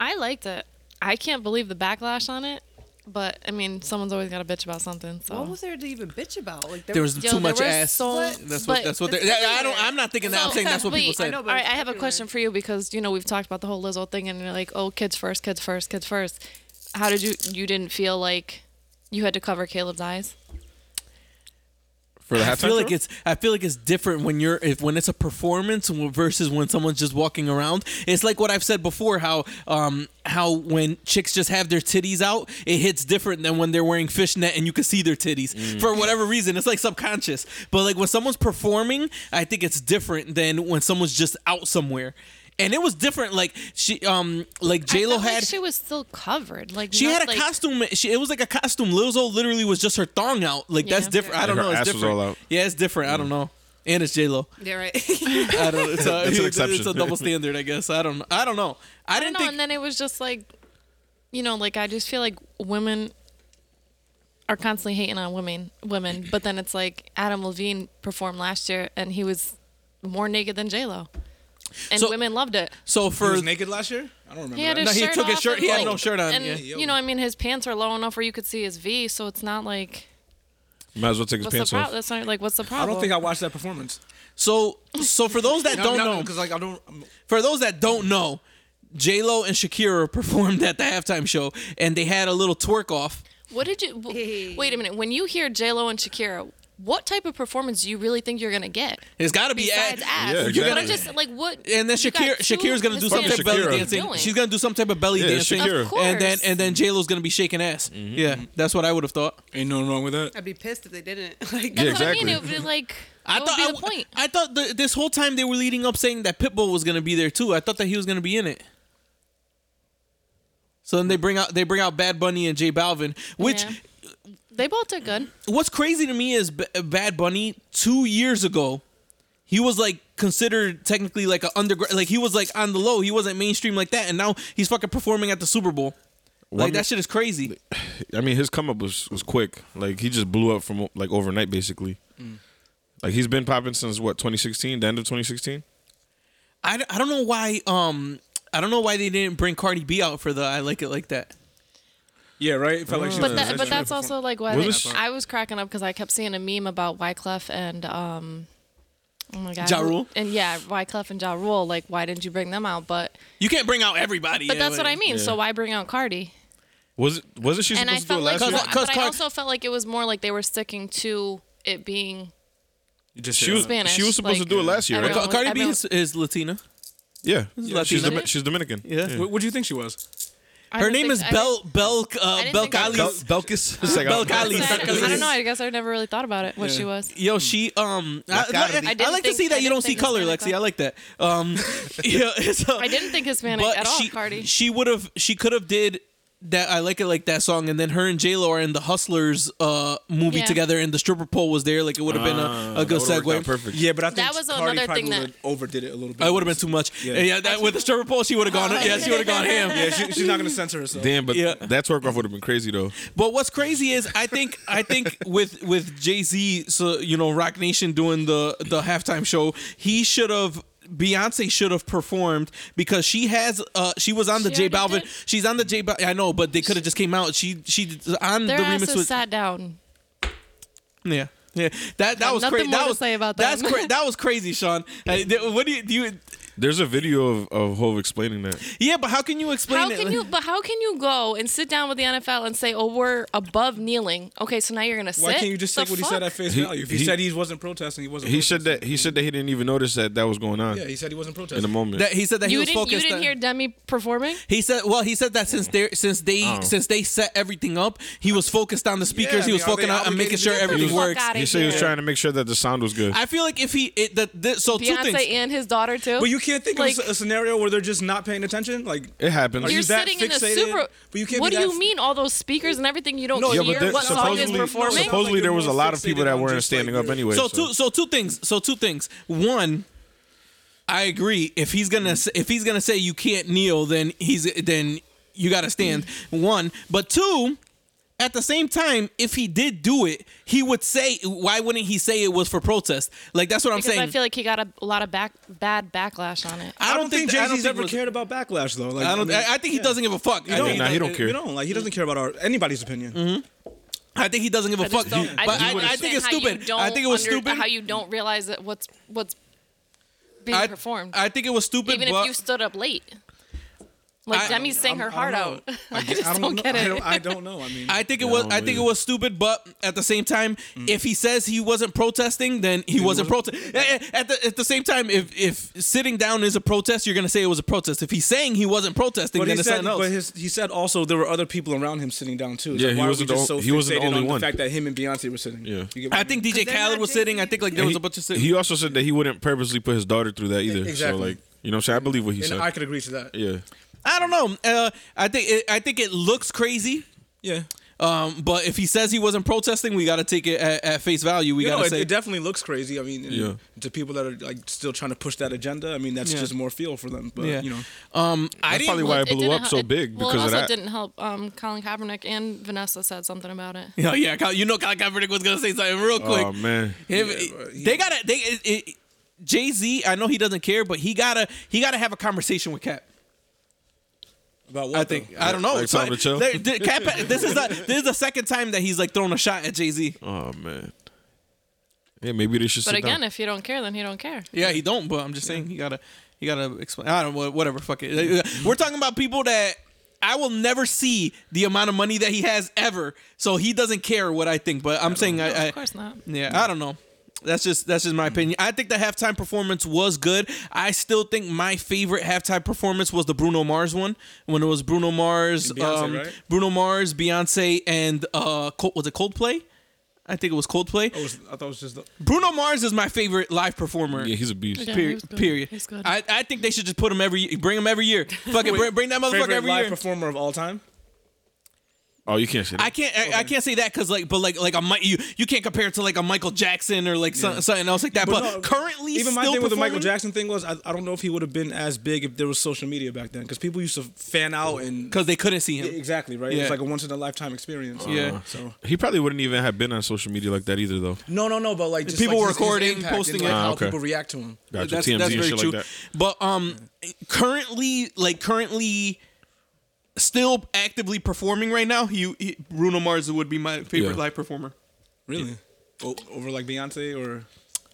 Speaker 4: I liked it. I can't believe the backlash on it, but I mean, someone's always got a bitch about something. So
Speaker 3: What was there to even bitch about? Like
Speaker 1: There was
Speaker 4: Yo,
Speaker 1: too
Speaker 4: there
Speaker 1: much
Speaker 4: were
Speaker 1: ass.
Speaker 4: so-
Speaker 1: that's what.
Speaker 4: but-
Speaker 1: That's what. They're,
Speaker 3: It's
Speaker 1: I don't.
Speaker 3: everywhere.
Speaker 1: I'm not thinking that. I'm
Speaker 4: So,
Speaker 1: saying that's what people
Speaker 4: wait,
Speaker 1: said.
Speaker 3: I know, but
Speaker 4: All right,
Speaker 3: it's
Speaker 4: I have a
Speaker 3: everywhere.
Speaker 4: question for you because you know we've talked about the whole Lizzo thing and you're like, oh, kids first, kids first, kids first. How did you you didn't feel like you had to cover Caleb's eyes?
Speaker 5: For the halftime
Speaker 1: I feel like
Speaker 5: show?
Speaker 1: it's I feel like it's different when you're if when it's a performance w- versus when someone's just walking around. It's like what I've said before how um how when chicks just have their titties out, it hits different than when they're wearing fishnet and you can see their titties for whatever reason. It's like subconscious. But like when someone's performing, I think it's different than when someone's just out somewhere. And it was different. Like she um like
Speaker 4: I
Speaker 1: J Lo
Speaker 4: felt like
Speaker 1: had
Speaker 4: she was still covered. Like
Speaker 1: she
Speaker 4: not-
Speaker 1: had a
Speaker 4: like,
Speaker 1: costume. She, it was like a costume. Lizzo literally was just her thong out. Like that's
Speaker 4: Yeah.
Speaker 1: different. I don't
Speaker 5: Her
Speaker 1: know. It's
Speaker 5: ass was
Speaker 1: different.
Speaker 5: all out. Mm.
Speaker 1: Yeah, it's different. I don't know. And it's J Lo.
Speaker 3: yeah, right.
Speaker 1: I don't. It's, a,
Speaker 5: That's an
Speaker 1: it's, it's a
Speaker 5: exception.
Speaker 1: double standard, I guess. I don't. I don't know. I,
Speaker 4: I don't
Speaker 1: didn't
Speaker 4: know.
Speaker 1: think.
Speaker 4: and then it was just like, you know, like I just feel like women are constantly hating on women, women. But then it's like Adam Levine performed last year and he was more naked than J Lo, and
Speaker 1: So-
Speaker 4: women loved it.
Speaker 1: so
Speaker 2: He
Speaker 1: for
Speaker 2: was naked last year. I don't remember.
Speaker 4: He had
Speaker 2: that.
Speaker 4: his
Speaker 1: No, he
Speaker 4: shirt
Speaker 1: took
Speaker 4: off
Speaker 1: his shirt-
Speaker 4: and,
Speaker 1: he had
Speaker 4: like-
Speaker 1: no shirt on,
Speaker 4: And
Speaker 1: yeah.
Speaker 4: you know, I mean, his pants are low enough where you could see his V, so it's not like
Speaker 5: might as well take his
Speaker 4: what's the
Speaker 5: pants
Speaker 4: problem?
Speaker 5: off.
Speaker 4: That's not like what's the
Speaker 2: I
Speaker 4: problem?
Speaker 2: don't think I watched that performance.
Speaker 1: So so for those that don't know,
Speaker 2: because like I don't. I'm,
Speaker 1: for those that don't know, J Lo and Shakira performed at the halftime show, and they had a little twerk off.
Speaker 4: What did you? W- Wait a minute. When you hear J Lo and Shakira, what type of performance do you really think you're gonna get?
Speaker 1: It's got to be
Speaker 4: Besides
Speaker 1: at,
Speaker 4: ass,
Speaker 5: Yeah,
Speaker 4: you're gonna
Speaker 5: exactly.
Speaker 4: just like what?
Speaker 1: and then
Speaker 4: you got
Speaker 1: Shakira
Speaker 4: two
Speaker 1: Shakira's gonna do some
Speaker 4: Hispanic
Speaker 1: type of belly
Speaker 5: Shakira.
Speaker 4: people
Speaker 1: dancing.
Speaker 4: doing.
Speaker 1: She's gonna do some type of belly
Speaker 5: Yeah,
Speaker 1: dancing,
Speaker 5: Shakira.
Speaker 4: Of course.
Speaker 1: and then and then J Lo's gonna be shaking ass. Yeah, that's what I would have thought.
Speaker 2: ain't nothing wrong with that.
Speaker 3: I'd be pissed if they didn't. Like,
Speaker 5: Yeah,
Speaker 4: That's what I mean.
Speaker 5: exactly.
Speaker 4: It would be like.
Speaker 1: I
Speaker 4: what
Speaker 1: thought
Speaker 4: would
Speaker 1: I,
Speaker 4: be the point.
Speaker 1: I thought the, this whole time they were leading up saying that Pitbull was gonna be there too. I thought that he was gonna be in it. So then they bring out they bring out Bad Bunny and J Balvin, which
Speaker 4: Yeah. They both did good.
Speaker 1: what's crazy to me is B- Bad Bunny two years ago, he was like considered technically like an underground, like he was like on the low. He wasn't mainstream like that, and now he's fucking performing at the Super Bowl. Like
Speaker 5: One-
Speaker 1: that shit is crazy.
Speaker 5: I mean, his come up was was quick. Like he just blew up from like overnight, basically.
Speaker 1: Mm.
Speaker 5: Like he's been popping since what 2016, the end of 2016.
Speaker 1: I, I don't know why um I don't know why they didn't bring Cardi B out for the I like it like that.
Speaker 2: Yeah, right. It felt like she
Speaker 4: But
Speaker 2: was
Speaker 4: that, but
Speaker 2: essentially
Speaker 4: that's
Speaker 2: perform-
Speaker 4: also like why
Speaker 5: What
Speaker 4: they,
Speaker 5: was-
Speaker 4: I was cracking up because I kept seeing a meme about Wyclef and um, oh my god,
Speaker 1: Ja Rule?
Speaker 4: and yeah, Wyclef and Ja Rule. Like, why didn't you bring them out? But
Speaker 1: You can't bring out everybody.
Speaker 4: but
Speaker 1: yeah,
Speaker 4: that's what I mean.
Speaker 5: yeah.
Speaker 4: So why bring out Cardi?
Speaker 5: Was it? Wasn't she
Speaker 4: And I
Speaker 5: supposed to do it
Speaker 4: felt like,
Speaker 5: last
Speaker 1: year?
Speaker 4: well,
Speaker 1: 'Cause- 'cause
Speaker 4: but I
Speaker 1: Cardi-
Speaker 4: also felt like it was more like they were sticking to it being
Speaker 2: You just
Speaker 5: She was
Speaker 2: said,
Speaker 4: Spanish,
Speaker 5: she was supposed
Speaker 4: like,
Speaker 5: to do it last year, right?
Speaker 4: everyone-
Speaker 1: Ca- Cardi B
Speaker 4: everyone-
Speaker 1: is, is Latina.
Speaker 5: Yeah, yeah she's
Speaker 1: Latina.
Speaker 5: Dom- she's Dominican.
Speaker 1: Yeah.
Speaker 2: What would you think she was?
Speaker 4: I
Speaker 1: Her
Speaker 4: didn't
Speaker 1: name
Speaker 4: think-
Speaker 1: is
Speaker 4: I
Speaker 1: Bel Bel uh,
Speaker 4: didn't
Speaker 1: Bel
Speaker 4: think I-
Speaker 1: Belcalis.
Speaker 5: Belkis. It's like, I-
Speaker 1: Belcalis.
Speaker 4: didn't- I
Speaker 1: Belcalis.
Speaker 4: don't, I don't know. I guess I never really thought about it. What she was.
Speaker 1: Yo, she um. I,
Speaker 2: Cardi B.
Speaker 1: I,
Speaker 4: I didn't
Speaker 1: like to
Speaker 4: think-
Speaker 1: see that
Speaker 4: I
Speaker 1: you
Speaker 4: didn't
Speaker 1: don't see
Speaker 4: think
Speaker 1: color,
Speaker 4: Hispanic.
Speaker 1: Lexi. I like that. Um, yeah, so,
Speaker 4: I didn't think Hispanic
Speaker 1: but
Speaker 4: at all,
Speaker 1: she,
Speaker 4: Cardi.
Speaker 1: She would have. She could have did that. I like it like that song, and then her and J Lo are in the Hustlers uh movie
Speaker 4: Yeah.
Speaker 1: together, and the stripper pole was there. Like it would have been a, a good
Speaker 5: Ah, would've worked out
Speaker 1: segue.
Speaker 5: perfect.
Speaker 2: Yeah, but I think
Speaker 4: That was
Speaker 2: Cardi
Speaker 4: another
Speaker 2: probably
Speaker 4: thing that-
Speaker 2: would've overdid it a little bit.
Speaker 1: It would have been too much. Yeah,
Speaker 2: Yeah.
Speaker 1: that, with the stripper pole, she would have gone. Yeah, she would have gone ham.
Speaker 2: Yeah, she, she's not gonna censor herself.
Speaker 5: Damn, but
Speaker 1: Yeah.
Speaker 5: that twerk off would have been crazy though.
Speaker 1: But what's crazy is I think I think with with Jay Z, so you know Rock Nation doing the the halftime show, he should have. Beyonce should have performed because she has uh she was on the
Speaker 4: She
Speaker 1: J Balvin
Speaker 4: already did.
Speaker 1: she's on the J Balvin I know but they could have just came out she she on
Speaker 4: Their
Speaker 1: the
Speaker 4: asses
Speaker 1: remix with
Speaker 4: sat down.
Speaker 1: yeah yeah that that was
Speaker 4: nothing
Speaker 1: crazy
Speaker 4: more
Speaker 1: that
Speaker 4: to
Speaker 1: was
Speaker 4: say about
Speaker 1: that's
Speaker 4: them.
Speaker 1: cra- that was crazy Sean Uh, th- what do you do you
Speaker 5: There's a video of of Hove explaining that.
Speaker 1: yeah but how can you explain
Speaker 4: How
Speaker 1: it
Speaker 4: can
Speaker 1: Like-
Speaker 4: you? But how can you go and sit down with the NFL and say, "Oh, we're above kneeling"? Okay, so now you're gonna sit.
Speaker 2: Why can't you just
Speaker 4: The
Speaker 2: take what he said at
Speaker 4: fuck?
Speaker 2: face
Speaker 5: He-
Speaker 2: value? If he,
Speaker 5: he-
Speaker 2: said he wasn't protesting, he wasn't.
Speaker 5: He said
Speaker 2: protesting.
Speaker 5: that he said that he didn't even notice that that was going on
Speaker 2: Yeah, he said he wasn't protesting.
Speaker 5: in the moment.
Speaker 1: that he said that he
Speaker 4: You
Speaker 1: was
Speaker 4: didn't.
Speaker 1: focused
Speaker 4: You didn't
Speaker 1: on-
Speaker 4: hear Demi performing.
Speaker 1: He said, "Well, he said that since they since they
Speaker 5: Oh.
Speaker 1: since they set everything up, he was focused on the
Speaker 2: Yeah,
Speaker 1: speakers.
Speaker 2: I
Speaker 1: he was
Speaker 2: mean, are they
Speaker 1: focused on on making
Speaker 2: obligated to
Speaker 1: sure
Speaker 2: do that?
Speaker 1: everything
Speaker 4: Get the fuck
Speaker 1: works."
Speaker 4: outta
Speaker 5: he said he was
Speaker 4: here.
Speaker 5: trying to make sure that the sound was good.
Speaker 1: I feel like if he it, the, the, so two
Speaker 4: Beyonce
Speaker 1: things.
Speaker 4: and his daughter too.
Speaker 2: But you can't think
Speaker 4: like,
Speaker 2: of a s- a scenario where they're just not paying attention. Like
Speaker 5: it happens.
Speaker 2: Are
Speaker 4: You're
Speaker 2: you that
Speaker 4: sitting in a
Speaker 2: fixated?
Speaker 4: super.
Speaker 2: But you can't
Speaker 4: what
Speaker 2: be
Speaker 4: do
Speaker 2: that
Speaker 4: you
Speaker 2: f-
Speaker 4: mean? All those speakers and everything you don't
Speaker 2: No,
Speaker 5: yeah,
Speaker 4: hear
Speaker 5: but there-
Speaker 4: what song is
Speaker 5: supposedly,
Speaker 4: performing.
Speaker 5: supposedly there was a lot of
Speaker 2: Supposedly
Speaker 5: people
Speaker 2: they
Speaker 5: that
Speaker 2: were
Speaker 5: weren't
Speaker 2: just,
Speaker 5: standing
Speaker 2: like,
Speaker 5: up anyway.
Speaker 1: so two so two things. So two things. One, I agree. If he's gonna s- if he's gonna say you can't kneel, then he's then you gotta stand. One, but two. At the same time, if he did do it, he would say, "Why wouldn't he say it was for protest?" Like that's what I'm
Speaker 4: because
Speaker 1: saying.
Speaker 4: I feel like he got a, a lot of back bad backlash on it.
Speaker 2: I don't think
Speaker 1: that- I
Speaker 2: Jay Z's
Speaker 1: think
Speaker 2: ever
Speaker 1: was-
Speaker 2: cared about backlash though. Like
Speaker 1: I don't.
Speaker 2: mean,
Speaker 1: I, I think he
Speaker 2: yeah.
Speaker 1: doesn't give a fuck. I
Speaker 5: don't.
Speaker 1: think
Speaker 5: Nah,
Speaker 1: that-
Speaker 5: he don't care.
Speaker 2: You don't like he doesn't care about our anybody's opinion.
Speaker 1: I think he doesn't give a
Speaker 4: I
Speaker 1: fuck.
Speaker 4: just don't. I,
Speaker 1: but
Speaker 4: just
Speaker 1: I,
Speaker 4: don't
Speaker 1: I think it's
Speaker 4: understand how you
Speaker 1: stupid.
Speaker 4: don't
Speaker 1: I think it was
Speaker 4: under-
Speaker 1: stupid.
Speaker 4: How you don't realize that what's what's being
Speaker 1: I,
Speaker 4: performed,
Speaker 1: I think it was stupid.
Speaker 4: even
Speaker 1: but
Speaker 4: if you stood up late. Like
Speaker 1: I-
Speaker 4: Demi sang her heart out. I, just
Speaker 2: I
Speaker 4: don't,
Speaker 2: don't know.
Speaker 4: get
Speaker 2: I
Speaker 4: it.
Speaker 2: don't, I don't know. I mean,
Speaker 1: I think it was.
Speaker 5: No,
Speaker 1: I think it
Speaker 5: either.
Speaker 1: was stupid. But at the same time,
Speaker 2: Mm.
Speaker 1: if he says he wasn't protesting, then he wasn't protesting. At the at the same time, if if sitting down is a protest, you're gonna say it was a protest. If he's saying he wasn't protesting,
Speaker 2: but
Speaker 1: then
Speaker 2: he
Speaker 1: it's
Speaker 2: said,
Speaker 1: something else.
Speaker 2: but his, he said also there were other people around him sitting down too. It's
Speaker 5: Yeah,
Speaker 2: like,
Speaker 5: he
Speaker 2: why are
Speaker 5: wasn't
Speaker 2: we
Speaker 5: the
Speaker 2: just
Speaker 5: o-
Speaker 2: so
Speaker 5: he wasn't the
Speaker 2: fixated
Speaker 5: only
Speaker 2: on
Speaker 5: one.
Speaker 2: The fact that him and Beyonce were sitting.
Speaker 5: Yeah.
Speaker 2: You get what
Speaker 1: I think DJ
Speaker 3: they're
Speaker 1: Khaled
Speaker 3: not
Speaker 1: was sitting. I think like there was
Speaker 5: he,
Speaker 1: a bunch of. sit-
Speaker 5: he also said that he wouldn't purposely put his daughter through that either.
Speaker 2: Exactly.
Speaker 5: So like, you know, what I'm saying I believe what he
Speaker 2: And
Speaker 5: said.
Speaker 2: I could agree to that.
Speaker 5: yeah,
Speaker 1: I don't know. Uh, I think it, I think it looks crazy.
Speaker 2: Yeah.
Speaker 1: Um, but if he says he wasn't protesting, we gotta take it at, at face value. We
Speaker 2: You
Speaker 1: gotta
Speaker 2: know, it,
Speaker 1: say
Speaker 2: it definitely looks crazy. I mean, and
Speaker 5: Yeah.
Speaker 2: to people that are like still trying to push that agenda, I mean, that's
Speaker 1: Yeah.
Speaker 2: just more fuel for them. But
Speaker 1: Yeah.
Speaker 2: you know,
Speaker 1: Um, I
Speaker 5: That's
Speaker 1: didn't.
Speaker 5: probably
Speaker 1: Probably
Speaker 5: why
Speaker 4: Well,
Speaker 5: it blew
Speaker 4: didn't
Speaker 5: up so big
Speaker 4: well,
Speaker 5: because
Speaker 4: it
Speaker 5: of
Speaker 4: also
Speaker 5: that.
Speaker 4: didn't help. Um, Colin Kaepernick and Vanessa said something about it.
Speaker 1: yeah, yeah, Kyle- you know, Colin Kaepernick was gonna say something real quick.
Speaker 5: oh man,
Speaker 1: Him-
Speaker 2: Yeah, but he-
Speaker 1: they gotta. They it, it, Jay Z. I know he doesn't care, but he gotta. He gotta have a conversation with Cap.
Speaker 2: about what
Speaker 1: I think.
Speaker 2: though?
Speaker 1: I don't know.
Speaker 5: Like, time to chill?
Speaker 1: they- they- Cap, this is the, this is the second time that he's like thrown a shot at Jay Z.
Speaker 5: oh man, Oh, Yeah, maybe they should.
Speaker 4: But
Speaker 5: sit
Speaker 4: again,
Speaker 5: down.
Speaker 4: if you don't care, then you don't care.
Speaker 1: Yeah, he don't. But I'm just saying he gotta he gotta explain. I don't know. Whatever. Fuck it. We're talking about people that I will never see the amount of money that he has ever. So he doesn't care what I think. But I'm saying I, I
Speaker 4: Of course not.
Speaker 1: yeah I don't know. That's just that's just my opinion. I think the halftime performance was good. I still think my favorite halftime performance was the Bruno Mars one when it was Bruno Mars,
Speaker 2: And Beyonce,
Speaker 1: um,
Speaker 2: right?
Speaker 1: Bruno Mars, Beyonce, and uh, Col- was it Coldplay? I think it was Coldplay.
Speaker 2: I, was, I thought it was just the.
Speaker 1: Bruno Mars is my favorite live performer.
Speaker 5: yeah, he's a beast.
Speaker 4: Yeah, he was
Speaker 1: Period.
Speaker 4: good.
Speaker 1: period.
Speaker 4: He's good.
Speaker 1: I, I think they should just put him every bring him every year. Fucking bring, bring that motherfucker
Speaker 2: Favorite
Speaker 1: every
Speaker 2: live
Speaker 1: year.
Speaker 2: performer of all time?
Speaker 5: Oh, you can't say that.
Speaker 1: I can't I, I can't say that because like but like like a Mi- you you can't compare it to like a Michael Jackson or like some, something else like that. But,
Speaker 2: no,
Speaker 1: currently,
Speaker 2: even
Speaker 1: still
Speaker 2: my thing with the Michael
Speaker 1: performing-
Speaker 2: Jackson thing was, I, I don't know if he would have been as big if there was social media back then, because people used to fan out and
Speaker 1: because they couldn't see him.
Speaker 2: exactly right.
Speaker 1: Yeah.
Speaker 2: It's like a once in a lifetime experience.
Speaker 1: Yeah.
Speaker 2: So
Speaker 5: He probably wouldn't even have been on social media like that either, though.
Speaker 2: no, no, no, but like just
Speaker 1: People
Speaker 2: like
Speaker 1: were
Speaker 2: his- his
Speaker 1: recording,
Speaker 2: impact and,
Speaker 1: posting
Speaker 2: like,
Speaker 1: it.
Speaker 5: Ah,
Speaker 2: how
Speaker 5: okay.
Speaker 2: people react to him.
Speaker 5: Gotcha.
Speaker 1: That's,
Speaker 5: TMZ
Speaker 1: that's
Speaker 5: and
Speaker 1: very
Speaker 5: shit
Speaker 1: true.
Speaker 5: like that.
Speaker 1: But um, currently, like currently, still actively performing right now. He, he Bruno Mars would be my favorite
Speaker 5: Yeah.
Speaker 1: live performer.
Speaker 2: Really? O- over like Beyonce or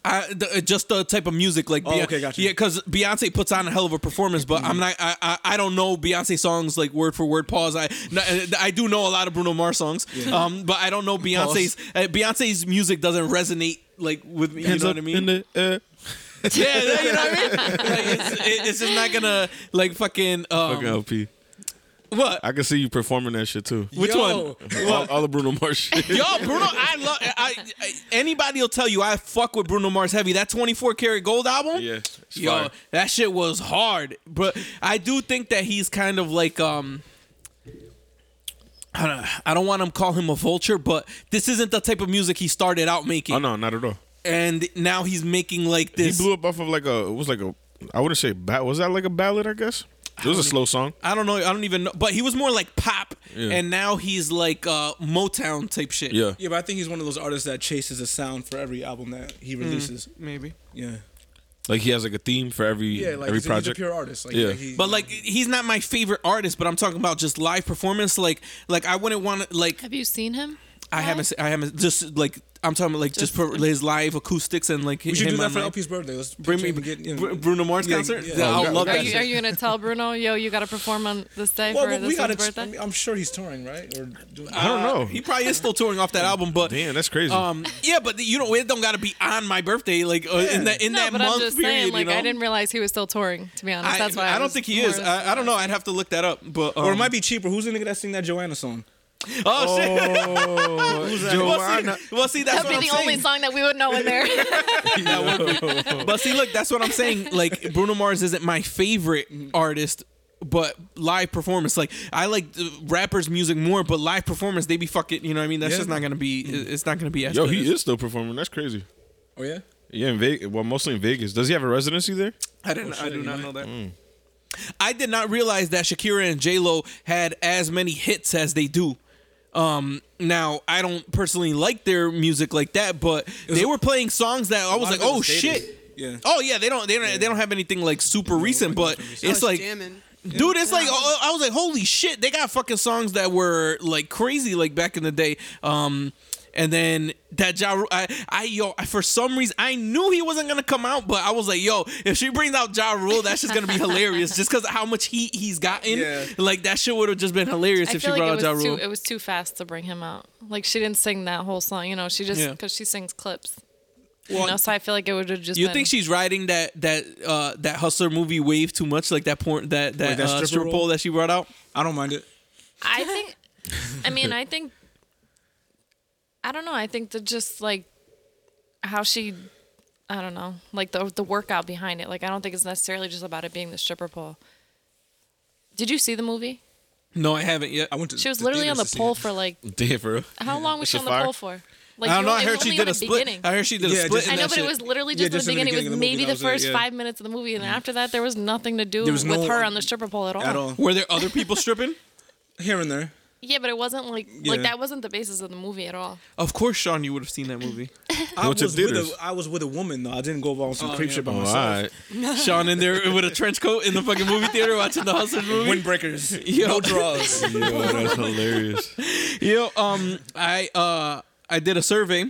Speaker 1: I, the, uh, just the type of music, like
Speaker 2: Oh, okay, gotcha.
Speaker 1: yeah, because Beyonce puts on a hell of a performance, but I'm not, I, I, I don't know Beyonce songs like word for word. Pause. I, no, uh, I do know a lot of Bruno Mars songs, um, but I don't know Beyonce's. Uh, Beyonce's music doesn't resonate like with me. You know what I mean?
Speaker 5: In the air.
Speaker 1: yeah, yeah, you know what I mean. Like, it's, it, it's just not gonna like fucking. Um,
Speaker 5: Fucking LP.
Speaker 1: What?
Speaker 5: I can see you performing that shit too.
Speaker 1: Which
Speaker 2: Yo.
Speaker 1: one?
Speaker 5: All, all the Bruno Mars shit.
Speaker 1: Yo, Bruno, I love. I, I anybody will tell you I fuck with Bruno Mars heavy. That 24 karat gold album.
Speaker 5: Yeah, it's
Speaker 1: Yo,
Speaker 5: fire.
Speaker 1: that shit was hard. But I do think that he's kind of like um. I don't, I don't want to call him a vulture, but this isn't the type of music he started out making,
Speaker 5: Oh no, not at all.
Speaker 1: and now he's making like this.
Speaker 5: He blew up off of like a. It was like a. I wouldn't say bad. Was that like a ballad? I guess it was a slow song.
Speaker 1: I don't know. I don't even know. But he was more like pop,
Speaker 5: Yeah.
Speaker 1: and now he's like uh, Motown type shit.
Speaker 5: Yeah.
Speaker 2: yeah, but I think he's one of those artists that chases a sound for every album that he releases.
Speaker 1: maybe.
Speaker 2: Mm. Yeah,
Speaker 5: Like he has like a theme for every
Speaker 2: yeah, like
Speaker 5: every
Speaker 2: he's, a- he's a
Speaker 5: project.
Speaker 2: pure artist. Like,
Speaker 5: Yeah.
Speaker 2: like, he,
Speaker 1: But like he's not my favorite artist, but I'm talking about just live performance. Like like I wouldn't want to like
Speaker 4: Have you seen him?
Speaker 1: I haven't se- I haven't just like I'm talking about like just,
Speaker 4: Just-
Speaker 1: for his live acoustics and like
Speaker 2: we should
Speaker 1: him
Speaker 2: do that
Speaker 1: on
Speaker 2: for
Speaker 1: live.
Speaker 2: LP's birthday. Let's
Speaker 1: Bring me
Speaker 2: him and you know,
Speaker 1: Br- Bruno Mars
Speaker 2: Yeah,
Speaker 1: concert.
Speaker 2: yeah.
Speaker 1: Yeah,
Speaker 5: Oh,
Speaker 1: I
Speaker 5: we
Speaker 1: would
Speaker 5: got-
Speaker 1: love
Speaker 4: Are
Speaker 1: that.
Speaker 4: you,
Speaker 1: shit.
Speaker 4: are you gonna tell Bruno, yo, you gotta perform on this day
Speaker 2: Well,
Speaker 4: for
Speaker 2: but
Speaker 4: this
Speaker 2: we got
Speaker 4: son's
Speaker 2: to.
Speaker 4: birthday?
Speaker 2: I'm sure he's touring, right? Or doing,
Speaker 5: I don't know.
Speaker 1: He probably is still touring off that album, but
Speaker 5: Damn, that's crazy.
Speaker 1: um yeah, but you know it don't got to be on my birthday like uh, in that in
Speaker 4: no,
Speaker 1: that
Speaker 4: but
Speaker 1: month
Speaker 4: I'm just
Speaker 1: period.
Speaker 4: saying, like,
Speaker 1: you know?
Speaker 4: I didn't realize he was still touring. To be honest,
Speaker 1: I,
Speaker 4: that's why
Speaker 1: I don't
Speaker 4: was
Speaker 1: think he
Speaker 4: more
Speaker 1: is.
Speaker 4: or
Speaker 1: I, I don't know. I'd have to look that up, but um,
Speaker 2: or it might be cheaper. Who's the nigga that sing that Joanna song?
Speaker 1: Oh, shit! well,
Speaker 5: Joanna.
Speaker 1: see, well, see, that's
Speaker 4: That'd
Speaker 1: what
Speaker 4: be
Speaker 1: I'm
Speaker 4: the only
Speaker 1: saying.
Speaker 4: song that we would know in there.
Speaker 1: But see, look, that's what I'm saying. Like Bruno Mars isn't my favorite artist, but live performance, like I like the rappers' music more, but live performance, they be fucking. You know what I mean? That's
Speaker 2: Yeah.
Speaker 1: just not gonna be. it- It's not gonna be. As
Speaker 5: Yo,
Speaker 1: good
Speaker 5: he
Speaker 1: as-
Speaker 5: is still performing. That's crazy.
Speaker 2: Oh yeah,
Speaker 5: Yeah, in Vegas. Well, mostly in Vegas. Does he have a residency there?
Speaker 1: I didn't. I
Speaker 2: shit,
Speaker 1: do
Speaker 2: he
Speaker 1: not
Speaker 2: might.
Speaker 1: know that. I did not realize that Shakira and J Lo had as many hits as they do. Um, now I don't personally like their music like that, but they were playing songs that I was
Speaker 2: lot
Speaker 1: like,
Speaker 2: of it
Speaker 1: "Oh
Speaker 2: was dated.
Speaker 1: shit."
Speaker 2: Yeah.
Speaker 1: Oh yeah, they don't they don't they don't have anything like super recent, but it's
Speaker 3: was
Speaker 1: like
Speaker 3: jamming.
Speaker 1: Dude, it's like oh, I was like, holy shit, they got fucking songs that were like crazy, like back in the day. Um, and then that Ja Ru- I, I yo, I, for some reason I knew he wasn't gonna come out, but I was like, yo, if she brings out Ja Rule, that's just gonna be hilarious, just because how much heat he's gotten.
Speaker 2: Yeah.
Speaker 1: Like that shit would have just been hilarious
Speaker 4: I
Speaker 1: if she
Speaker 4: feel
Speaker 1: brought
Speaker 4: like it
Speaker 1: out Ja
Speaker 4: was
Speaker 1: Rule.
Speaker 4: too. It was too fast to bring him out. Like she didn't sing that whole song. You know, she just
Speaker 1: Yeah.
Speaker 4: because she sings clips.
Speaker 1: Well,
Speaker 4: you know, so I feel like it would have just.
Speaker 1: you
Speaker 4: been,
Speaker 1: think she's riding that that uh that hustler movie wave too much, like that porn that that,
Speaker 2: Like that
Speaker 1: uh,
Speaker 2: stripper
Speaker 1: strip
Speaker 2: role?
Speaker 1: pole that she brought out?
Speaker 2: I don't mind it.
Speaker 4: I think. I mean, I think. I don't know. I think that just like how she, I don't know, like the the workout behind it. Like I don't think it's necessarily just about it being the stripper pole. Did you see the movie?
Speaker 1: No, I haven't yet.
Speaker 2: I went to.
Speaker 4: She was literally on
Speaker 2: theaters
Speaker 4: the
Speaker 2: to see
Speaker 4: pole
Speaker 2: it.
Speaker 4: for like
Speaker 5: Damn, for real.
Speaker 4: how long was she
Speaker 5: It's
Speaker 4: on
Speaker 5: a
Speaker 4: the
Speaker 5: fire.
Speaker 4: pole for? Like
Speaker 1: I don't
Speaker 4: you
Speaker 1: know. I
Speaker 4: only- it
Speaker 1: heard
Speaker 4: was
Speaker 1: she
Speaker 4: only
Speaker 1: did
Speaker 4: in
Speaker 1: a
Speaker 4: the
Speaker 1: split.
Speaker 4: beginning.
Speaker 1: I heard she did a
Speaker 2: Yeah,
Speaker 1: split.
Speaker 2: just
Speaker 1: in
Speaker 4: I know,
Speaker 1: that
Speaker 4: but
Speaker 1: shit.
Speaker 4: it was literally
Speaker 2: Yeah,
Speaker 4: just in
Speaker 2: just
Speaker 4: the
Speaker 2: in the
Speaker 4: beginning. It was
Speaker 2: beginning
Speaker 4: maybe
Speaker 2: of
Speaker 4: the
Speaker 2: the movie, that was
Speaker 4: first
Speaker 2: it, yeah. Mm-hmm.
Speaker 4: five minutes of the movie, and then after that, there was nothing to do
Speaker 2: There was
Speaker 4: with
Speaker 2: no-
Speaker 4: her on the stripper pole at all.
Speaker 2: at all.
Speaker 1: Were there other people stripping?
Speaker 2: Here and there.
Speaker 4: Yeah, but it wasn't like
Speaker 2: Yeah.
Speaker 4: like that wasn't the basis of the movie at all.
Speaker 1: Of course, Sean, you would have seen that movie.
Speaker 2: I
Speaker 5: went
Speaker 2: was
Speaker 5: to
Speaker 2: with
Speaker 5: theaters.
Speaker 2: a, I was with a woman though. I didn't go on some creep shit by
Speaker 5: Oh, all
Speaker 2: myself.
Speaker 5: right.
Speaker 1: Sean in there with a trench coat in the fucking movie theater watching the Hustlers movie.
Speaker 2: Windbreakers.
Speaker 1: Yo.
Speaker 2: No draws.
Speaker 5: Yo, Oh, that's hilarious.
Speaker 1: Yo, um, I uh, I did a survey,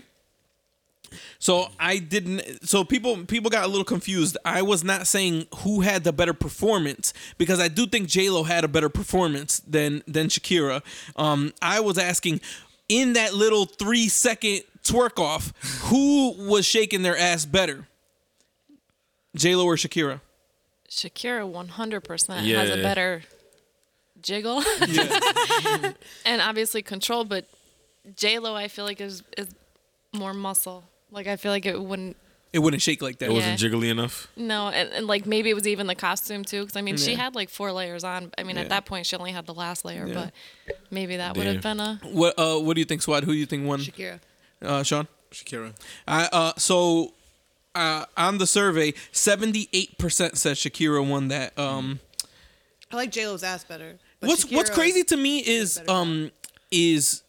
Speaker 1: So I didn't. So people people got a little confused. I was not saying who had the better performance because I do think J Lo had a better performance than than Shakira. Um, I was asking in that little three second twerk off, who was shaking their ass better, J Lo or Shakira?
Speaker 4: Shakira 100% has
Speaker 5: Yeah.
Speaker 4: a better jiggle and obviously control, but J Lo I feel like is is more muscle. Like I feel like it wouldn't.
Speaker 1: It wouldn't shake like that.
Speaker 5: It wasn't
Speaker 4: Yeah.
Speaker 5: jiggly enough.
Speaker 4: No, and, and like maybe it was even the costume too, because I mean she had like four layers on. I mean
Speaker 1: Yeah.
Speaker 4: at that point she only had the last layer,
Speaker 1: Yeah.
Speaker 4: but maybe that would have
Speaker 5: Damn.
Speaker 4: been a.
Speaker 1: What uh, what do you think, Swad? Who do you think won?
Speaker 3: Shakira.
Speaker 1: Uh, Sean.
Speaker 2: Shakira.
Speaker 1: I uh so uh on the survey, seventy eight percent said Shakira won that. Um
Speaker 3: I like J Lo's ass better. but
Speaker 1: what's what's
Speaker 3: Shakira's-
Speaker 1: crazy to me is
Speaker 3: better
Speaker 1: um is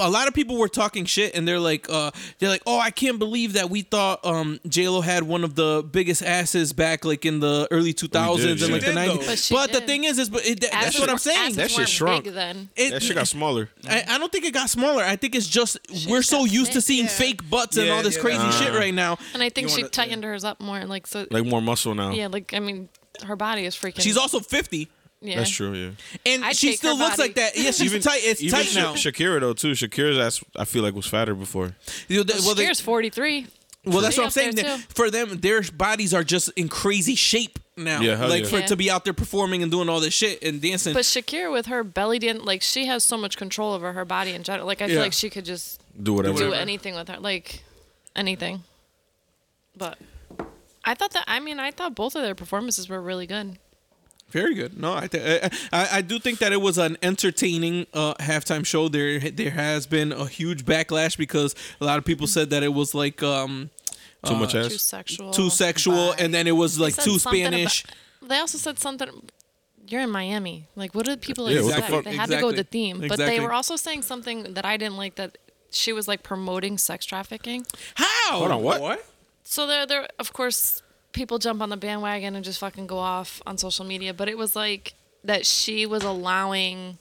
Speaker 1: a lot of people were talking shit and they're like uh they're like oh I can't believe that we thought um Lo had one of the biggest asses back like in the early two thousands and
Speaker 5: yeah.
Speaker 1: like the
Speaker 2: She did, though.
Speaker 1: nineties.
Speaker 4: But she
Speaker 1: But, the
Speaker 4: did.
Speaker 1: thing is is but it, that- that's
Speaker 4: asses
Speaker 1: what I'm
Speaker 4: weren't-
Speaker 1: saying.
Speaker 4: asses
Speaker 5: That shit
Speaker 4: weren't
Speaker 5: shrunk.
Speaker 4: Big then.
Speaker 1: It-
Speaker 5: That shit got smaller.
Speaker 1: I, I don't think it got smaller. I think it's just we're so
Speaker 4: got
Speaker 1: used to
Speaker 4: thick.
Speaker 1: seeing
Speaker 3: Yeah.
Speaker 1: fake butts and
Speaker 2: Yeah,
Speaker 1: all this
Speaker 2: yeah.
Speaker 1: crazy
Speaker 5: Uh-huh.
Speaker 1: shit right now.
Speaker 4: And I think
Speaker 2: You
Speaker 4: she
Speaker 2: wanna-
Speaker 4: tightened hers up more, like so.
Speaker 5: Like more muscle now.
Speaker 4: yeah, like I mean, her body is freaking.
Speaker 1: oh. She's also fifty.
Speaker 4: Yeah.
Speaker 5: That's true. Yeah.
Speaker 1: And
Speaker 4: I'd
Speaker 1: she
Speaker 4: take
Speaker 1: still
Speaker 4: her
Speaker 1: looks
Speaker 4: body.
Speaker 1: like that. Yeah, she's tight. It's
Speaker 5: even
Speaker 1: tight
Speaker 5: Sha-
Speaker 1: now.
Speaker 5: Shakira though too. Shakira's ass I feel like was fatter before.
Speaker 1: You know, th- well, they-
Speaker 4: Shakira's 43.
Speaker 1: well, that's
Speaker 4: She
Speaker 1: what I'm
Speaker 4: up there,
Speaker 1: saying. that
Speaker 4: too.
Speaker 1: For them, their bodies are just in crazy shape now.
Speaker 5: Yeah, hell
Speaker 1: like
Speaker 5: yeah.
Speaker 1: for
Speaker 4: Yeah.
Speaker 1: to be out there performing and doing all this shit and dancing.
Speaker 4: But Shakira with her belly dance, like she has so much control over her body in general. Like I
Speaker 1: Yeah.
Speaker 4: feel like she could just
Speaker 5: Do whatever.
Speaker 4: do anything with her, like anything. But I thought that I mean I thought both of their performances were really good.
Speaker 1: Very good. No, I, th- I I I do think that it was an entertaining uh, halftime show. There there has been a huge backlash because a lot of people said that it was like um
Speaker 5: Too much
Speaker 4: Too
Speaker 5: ass.
Speaker 4: sexual.
Speaker 1: too sexual, and then it was like
Speaker 4: They Oh, said
Speaker 1: too
Speaker 4: something about-
Speaker 1: Spanish.
Speaker 4: they also said something. You're in Miami. Like, what did people
Speaker 5: Yeah, what the
Speaker 4: expect?
Speaker 5: fuck-
Speaker 4: They had to go with the
Speaker 1: Exactly.
Speaker 4: theme, but they
Speaker 1: Exactly.
Speaker 4: were also saying something that I didn't like. That she was like promoting sex trafficking.
Speaker 1: How?
Speaker 5: Hold on, what?
Speaker 4: So there, there. Of course, people jump on the bandwagon and just fucking go off on social media. But it was like that she was allowing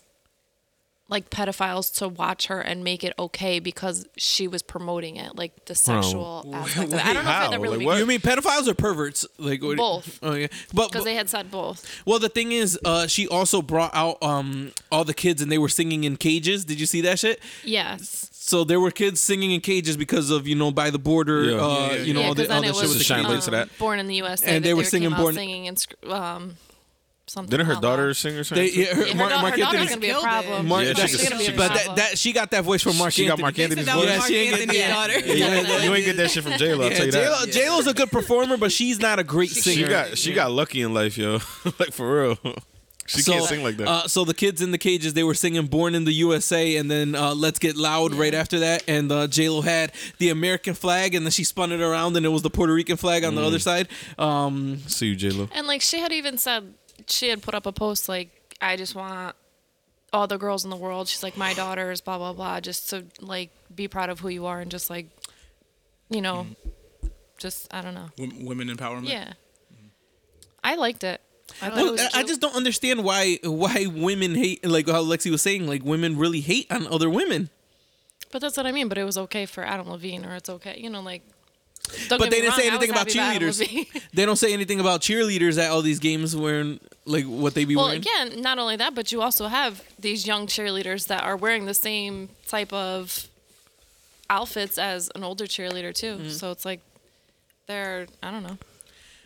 Speaker 4: like pedophiles to watch her and make it okay because she was promoting it, like the sexual aspect. of it. I don't know
Speaker 5: How?
Speaker 4: if that really
Speaker 5: Like, what?
Speaker 1: You mean pedophiles or perverts? Like what-
Speaker 4: Both.
Speaker 1: Oh yeah, but
Speaker 4: because they had said both.
Speaker 1: Well, the thing is, uh, she also brought out um, all the kids and they were singing in cages. Did you see that shit?
Speaker 4: Yes.
Speaker 1: So there were kids singing in cages because of you know by the border,
Speaker 5: Yeah.
Speaker 1: uh,
Speaker 5: Yeah, yeah,
Speaker 1: you know all,
Speaker 4: 'cause
Speaker 1: the, all the shit
Speaker 5: was
Speaker 1: with the
Speaker 5: Shine
Speaker 1: kids.
Speaker 5: lights to that.
Speaker 4: um, Born in the U.S.
Speaker 1: And they were singing
Speaker 4: came out
Speaker 1: Born-
Speaker 4: singing and sc- um, something.
Speaker 5: Didn't her
Speaker 4: out
Speaker 5: daughter
Speaker 4: loud.
Speaker 5: sing
Speaker 1: They,
Speaker 5: or something?
Speaker 1: yeah, her,
Speaker 4: Yeah, her,
Speaker 1: Mark,
Speaker 4: da-
Speaker 1: Mark
Speaker 4: her daughter's
Speaker 1: Anthony's.
Speaker 4: gonna be a
Speaker 3: killed it.
Speaker 4: problem.
Speaker 1: Mark,
Speaker 5: Yeah,
Speaker 1: that,
Speaker 5: she
Speaker 4: she's gonna be a
Speaker 1: but
Speaker 4: problem.
Speaker 1: that, that she got that voice from Mark.
Speaker 5: She got
Speaker 1: Anthony.
Speaker 5: Mark
Speaker 3: They said
Speaker 5: Anthony's
Speaker 3: that
Speaker 5: voice.
Speaker 3: was
Speaker 1: Yeah,
Speaker 3: Mark
Speaker 1: she ain't
Speaker 3: Anthony's
Speaker 4: getting-
Speaker 3: daughter.
Speaker 4: Yeah. Yeah.
Speaker 5: You ain't- you ain't get that shit from J Lo. I'll
Speaker 1: Yeah,
Speaker 5: tell you
Speaker 1: J-Lo,
Speaker 5: that.
Speaker 1: J-Lo's a good performer, but she's not a great
Speaker 5: She
Speaker 1: singer.
Speaker 5: got she got lucky in life, yo. like for real. She
Speaker 1: So,
Speaker 5: can't sing like that.
Speaker 1: Uh, so the kids in the cages, they were singing "Born in the USA" and then uh, "Let's Get Loud" right after that. And uh, J Lo had the American flag, and then she spun it around, and it was the Puerto Rican flag on the
Speaker 5: Mm.
Speaker 1: other side. Um,
Speaker 5: See you, J Lo.
Speaker 4: And like she had even said she had put up a post like I just want all the girls in the world. She's like my daughters, blah blah blah, just to like be proud of who you are and just like you know, just I don't know.
Speaker 2: Wom- women empowerment.
Speaker 4: Yeah, I liked it. I, thought it
Speaker 1: well,
Speaker 4: was
Speaker 1: I- I
Speaker 4: cute.
Speaker 1: just don't understand why why women hate like how Lexi was saying like women really hate on other women.
Speaker 4: but that's what I mean. But it was okay for Adam Levine, or it's okay, you know, like.
Speaker 1: But they didn't say anything about cheerleaders. they don't say anything about cheerleaders at all these games wearing like what they be
Speaker 4: Well,
Speaker 1: wearing.
Speaker 4: again, not only that, but you also have these young cheerleaders that are wearing the same type of outfits as an older cheerleader too.
Speaker 1: Mm-hmm.
Speaker 4: So it's like they're I don't know.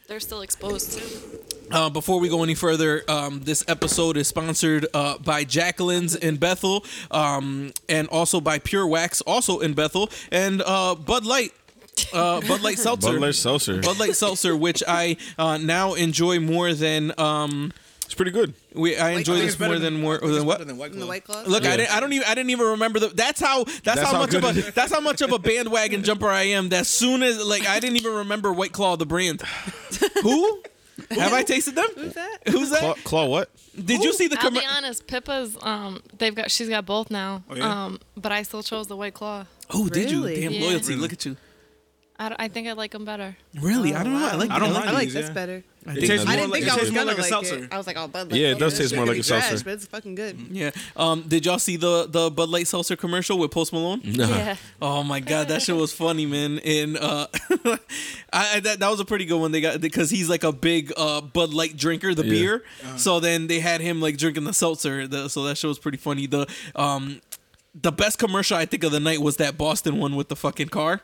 Speaker 4: They're still exposed too.
Speaker 1: Uh, before we go any further, um, this episode is sponsored uh, by Jacqueline's in Bethel um, and also by Pure Wax, also in Bethel, and uh, Bud Light. Uh, Bud Light Seltzer.
Speaker 5: Bud Light Seltzer.
Speaker 1: Bud Light Seltzer, which I uh, now enjoy more than um,
Speaker 5: It's pretty good.
Speaker 1: we, I enjoy
Speaker 2: I think
Speaker 1: this
Speaker 2: it's better
Speaker 1: more than, more
Speaker 2: I think
Speaker 1: than
Speaker 2: it's
Speaker 1: what.
Speaker 2: better White
Speaker 3: In the
Speaker 2: Claw.
Speaker 3: White Claw.
Speaker 1: Look, I
Speaker 5: Yeah.
Speaker 1: didn't. I don't even. I didn't even remember the. That's how. That's, how,
Speaker 5: how
Speaker 1: much of
Speaker 5: good it
Speaker 1: a. That's how much of a bandwagon jumper I am. That soon as like I didn't even remember White Claw the brand. Who? Have I tasted them?
Speaker 3: Who's that?
Speaker 1: Who's that?
Speaker 5: Claw, claw what?
Speaker 1: Did you see the
Speaker 4: I'll be
Speaker 1: commercial?
Speaker 4: honest, Pippa's um they've got she's got both now.
Speaker 2: Oh, yeah?
Speaker 4: Um but I still chose the white claw.
Speaker 1: Oh, did you?
Speaker 3: Really?
Speaker 1: Damn
Speaker 4: Yeah.
Speaker 1: loyalty!
Speaker 2: Really?
Speaker 1: Look at you.
Speaker 4: I, don't- I think I like him better.
Speaker 1: Really? I don't know. I like.
Speaker 2: I don't
Speaker 3: I
Speaker 2: mind
Speaker 3: like
Speaker 2: these,
Speaker 3: this
Speaker 2: yeah.
Speaker 3: better.
Speaker 1: I
Speaker 5: It tastes
Speaker 3: I
Speaker 5: more
Speaker 3: didn't
Speaker 5: like-
Speaker 3: think
Speaker 5: it
Speaker 3: I was
Speaker 5: tastes
Speaker 2: more
Speaker 3: gonna
Speaker 2: like a
Speaker 3: like
Speaker 2: seltzer.
Speaker 3: it. I was like, oh, Bud
Speaker 5: Yeah, it
Speaker 3: Light
Speaker 5: does
Speaker 3: Seltzer,
Speaker 5: taste
Speaker 3: it's
Speaker 5: more
Speaker 3: gonna
Speaker 5: like
Speaker 3: be
Speaker 5: a seltzer.
Speaker 3: trash, But it's fucking good.
Speaker 1: Yeah. Um. Did y'all see the the Bud Light seltzer commercial with Post Malone?
Speaker 5: Nah.
Speaker 4: Yeah.
Speaker 1: Oh my god, that shit was funny, man. And uh, I, I that, that was a pretty good one. They got because he's like a big uh Bud Light drinker, the
Speaker 5: Yeah.
Speaker 1: beer.
Speaker 2: Uh-huh.
Speaker 1: So then they had him like drinking the seltzer. The, so that shit was pretty funny. The um, the best commercial I think of the night was that Boston one with the fucking car,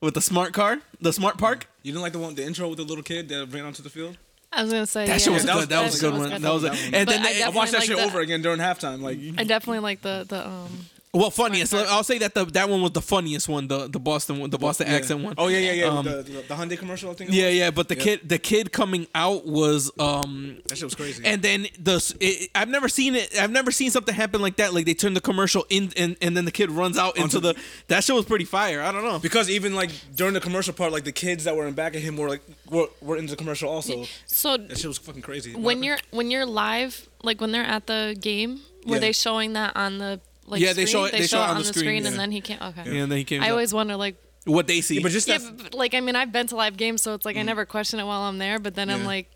Speaker 1: with the smart car, the smart park.
Speaker 2: You didn't like the one the intro with the little kid that ran onto the field?
Speaker 4: I was gonna say
Speaker 1: That
Speaker 4: yeah.
Speaker 1: shit was
Speaker 2: that
Speaker 1: good.
Speaker 2: was-
Speaker 1: that was a good
Speaker 4: shit
Speaker 1: one. That was a, and
Speaker 4: But
Speaker 1: then
Speaker 4: I
Speaker 1: they,
Speaker 2: I watched that
Speaker 4: Definitely
Speaker 2: shit
Speaker 4: like
Speaker 2: over
Speaker 4: that.
Speaker 2: again during halftime. Like
Speaker 4: I definitely like the the um.
Speaker 1: well, funniest.
Speaker 4: Park.
Speaker 1: I'll say that the that one was the funniest one. The the Boston one, the Boston
Speaker 2: yeah.
Speaker 1: accent one.
Speaker 2: Oh yeah, yeah, yeah.
Speaker 1: Um,
Speaker 2: the, the, the Hyundai commercial, I think. it
Speaker 1: Yeah,
Speaker 2: was.
Speaker 1: yeah, but the kid, the kid coming out was, um
Speaker 2: That shit was crazy.
Speaker 1: and then the s- it, I've never seen it. I've never seen something happen like that. Like they turn the commercial in, and and then the kid runs out into
Speaker 2: Onto
Speaker 1: the. That shit was pretty fire. I don't know.
Speaker 2: because even like during the commercial part, like the kids that were in back of him were like were, were in the commercial also.
Speaker 4: So
Speaker 2: That shit was fucking crazy.
Speaker 4: when you're when you're live, like when they're at the game, were
Speaker 2: Yeah.
Speaker 4: they showing that on the like
Speaker 1: Yeah, they
Speaker 4: screen?
Speaker 1: show it- they show it on the screen, yeah.
Speaker 4: and then he can't. Okay.
Speaker 1: Yeah, and then he came
Speaker 4: I
Speaker 1: up.
Speaker 4: always wonder like.
Speaker 1: What they see,
Speaker 2: Yeah, but just
Speaker 4: Yeah,
Speaker 2: that,
Speaker 4: but, but, like I mean, I've been to live games, so it's
Speaker 1: Mm.
Speaker 4: like I never question it while I'm there. But then I'm
Speaker 2: Yeah.
Speaker 4: like,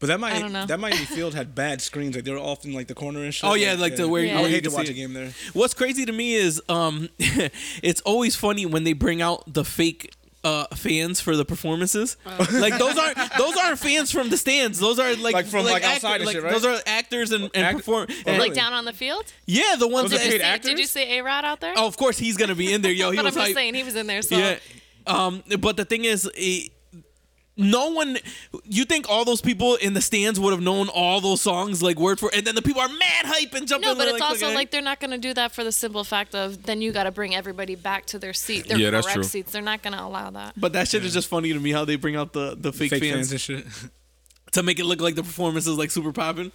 Speaker 2: but that
Speaker 4: I don't know.
Speaker 2: might that Miami field had bad screens. Like they were often like the corner and shit.
Speaker 1: Oh, yeah, like the- where
Speaker 4: you-
Speaker 2: I
Speaker 4: where
Speaker 2: would
Speaker 4: you
Speaker 2: hate to
Speaker 1: could
Speaker 2: watch
Speaker 1: see
Speaker 2: a
Speaker 1: it.
Speaker 2: game there.
Speaker 1: What's crazy to me is um, it's always funny when they bring out the fake uh fans for the performances.
Speaker 4: Oh.
Speaker 1: Like those aren't those aren't fans from the stands. Those are like
Speaker 2: Like, from, like,
Speaker 1: actor-
Speaker 2: outside and shit, right?
Speaker 1: Those are actors and and
Speaker 2: Act-
Speaker 1: perform.
Speaker 2: Oh,
Speaker 1: and-
Speaker 2: really?
Speaker 4: like down on the field.
Speaker 1: Yeah, the ones
Speaker 2: Those are
Speaker 1: that.
Speaker 2: paid
Speaker 4: Did- Did you
Speaker 2: actors?
Speaker 4: see A Rod out there?
Speaker 1: Oh, of course he's gonna be in there, yo. He
Speaker 4: but I'm
Speaker 1: was
Speaker 4: just
Speaker 1: like,
Speaker 4: saying he was in there. So
Speaker 1: yeah. Um, but the thing is, eh, no one. You think all those people in the stands would have known all those songs like word for, and then the people are mad hype and jumping.
Speaker 4: No, but it's also
Speaker 1: fucking-
Speaker 4: like they're not going to do that for the simple fact of then you got to bring everybody back to their seat, their
Speaker 5: Yeah, that's
Speaker 4: correct
Speaker 5: true.
Speaker 4: seats. They're not going to allow that.
Speaker 1: But that shit is just funny to me how they bring out the the fake,
Speaker 2: Fake
Speaker 1: fans,
Speaker 2: fans and shit.
Speaker 1: to make it look like the performance is like super popping.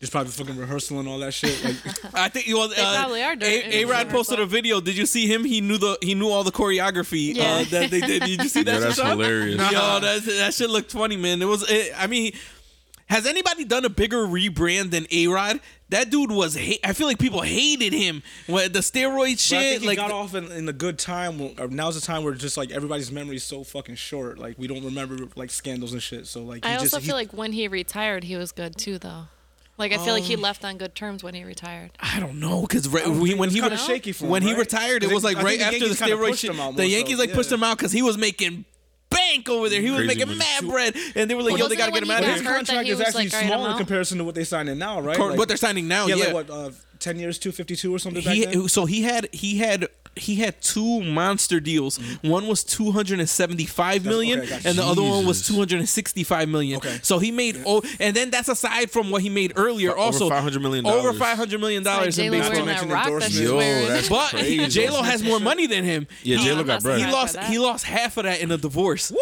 Speaker 2: Just probably fucking rehearsal and all that shit. Like
Speaker 1: I think well,
Speaker 4: Uh-huh. They
Speaker 1: uh,
Speaker 4: probably are doing it in
Speaker 1: A Rod
Speaker 4: reverse,
Speaker 1: posted
Speaker 4: but-
Speaker 1: a video. Did you see him? He knew the he knew all the choreography uh,
Speaker 4: Yeah.
Speaker 1: that they did. Did you see that?
Speaker 5: Yeah,
Speaker 1: shit,
Speaker 5: that's
Speaker 1: Sean?
Speaker 5: hilarious.
Speaker 1: Yo, that that shit looked funny, man. It was. It, I mean, has anybody done a bigger rebrand than A Rod? That dude was. Ha- I feel like people hated him. When the steroid
Speaker 2: But I
Speaker 1: shit,
Speaker 2: think he
Speaker 1: like
Speaker 2: got off in, in the good time. When, or now's the time where just like everybody's memory is so fucking short. Like we don't remember like scandals and shit. So like he
Speaker 4: I
Speaker 2: just,
Speaker 4: also
Speaker 2: he-
Speaker 4: feel like when he retired, he was good too, though. Like I feel like he left on good terms when he retired.
Speaker 1: I don't know because right, we- when
Speaker 2: it's
Speaker 1: he
Speaker 2: Oh, kinda
Speaker 1: was-
Speaker 2: shaky for him,
Speaker 1: when he
Speaker 2: right?
Speaker 1: retired, it
Speaker 2: 'Cause
Speaker 1: was
Speaker 2: they-
Speaker 1: like
Speaker 2: I think
Speaker 1: right
Speaker 2: the
Speaker 1: after the
Speaker 2: Yankees kinda
Speaker 1: steroid
Speaker 2: pushed
Speaker 1: shit.
Speaker 2: him out
Speaker 1: The
Speaker 2: more so,
Speaker 1: Yankees like pushed
Speaker 2: yeah.
Speaker 1: him out because he was making bank over there. He was
Speaker 5: Crazy
Speaker 1: making
Speaker 5: money.
Speaker 1: mad bread, and they were like,
Speaker 4: Well,
Speaker 1: "Yo, they
Speaker 4: wasn't
Speaker 1: gotta
Speaker 4: it
Speaker 1: get him
Speaker 4: when
Speaker 1: out
Speaker 4: he
Speaker 1: of here."
Speaker 4: got heard
Speaker 2: his
Speaker 4: that
Speaker 2: contract
Speaker 4: he
Speaker 2: is
Speaker 4: was,
Speaker 2: actually
Speaker 4: like, all right,
Speaker 2: small
Speaker 4: I'm
Speaker 2: in
Speaker 4: out.
Speaker 2: comparison to what they signing now, right?
Speaker 1: Cor-
Speaker 2: Like-
Speaker 1: what they're signing now,
Speaker 2: yeah,
Speaker 1: yeah.
Speaker 2: like what uh, ten years, two fifty two or something.
Speaker 1: he
Speaker 2: back then?
Speaker 1: so he had he had he had two monster deals. One was 275 million
Speaker 2: Mm-hmm. okay, I got you.
Speaker 1: and the other one was
Speaker 5: Jesus.
Speaker 1: 265 million.
Speaker 2: Okay.
Speaker 1: So he made oh and then that's aside from what he made earlier
Speaker 5: Over
Speaker 1: also
Speaker 5: $500 million.
Speaker 1: Over 500 million
Speaker 4: Like
Speaker 1: dollars in
Speaker 4: J-Lo
Speaker 2: Not to
Speaker 4: wearing
Speaker 1: baseball.
Speaker 4: that
Speaker 2: mention
Speaker 4: rock that she's
Speaker 2: endorsements.
Speaker 5: Yo,
Speaker 4: wearing.
Speaker 5: that's-
Speaker 1: But
Speaker 5: Crazy.
Speaker 1: J Lo has more money than him.
Speaker 5: Yeah,
Speaker 4: Oh,
Speaker 5: J Lo
Speaker 4: I'm
Speaker 5: got
Speaker 4: not
Speaker 5: bread.
Speaker 1: He
Speaker 4: Right.
Speaker 1: lost
Speaker 4: For that.
Speaker 1: he lost half of that in a divorce.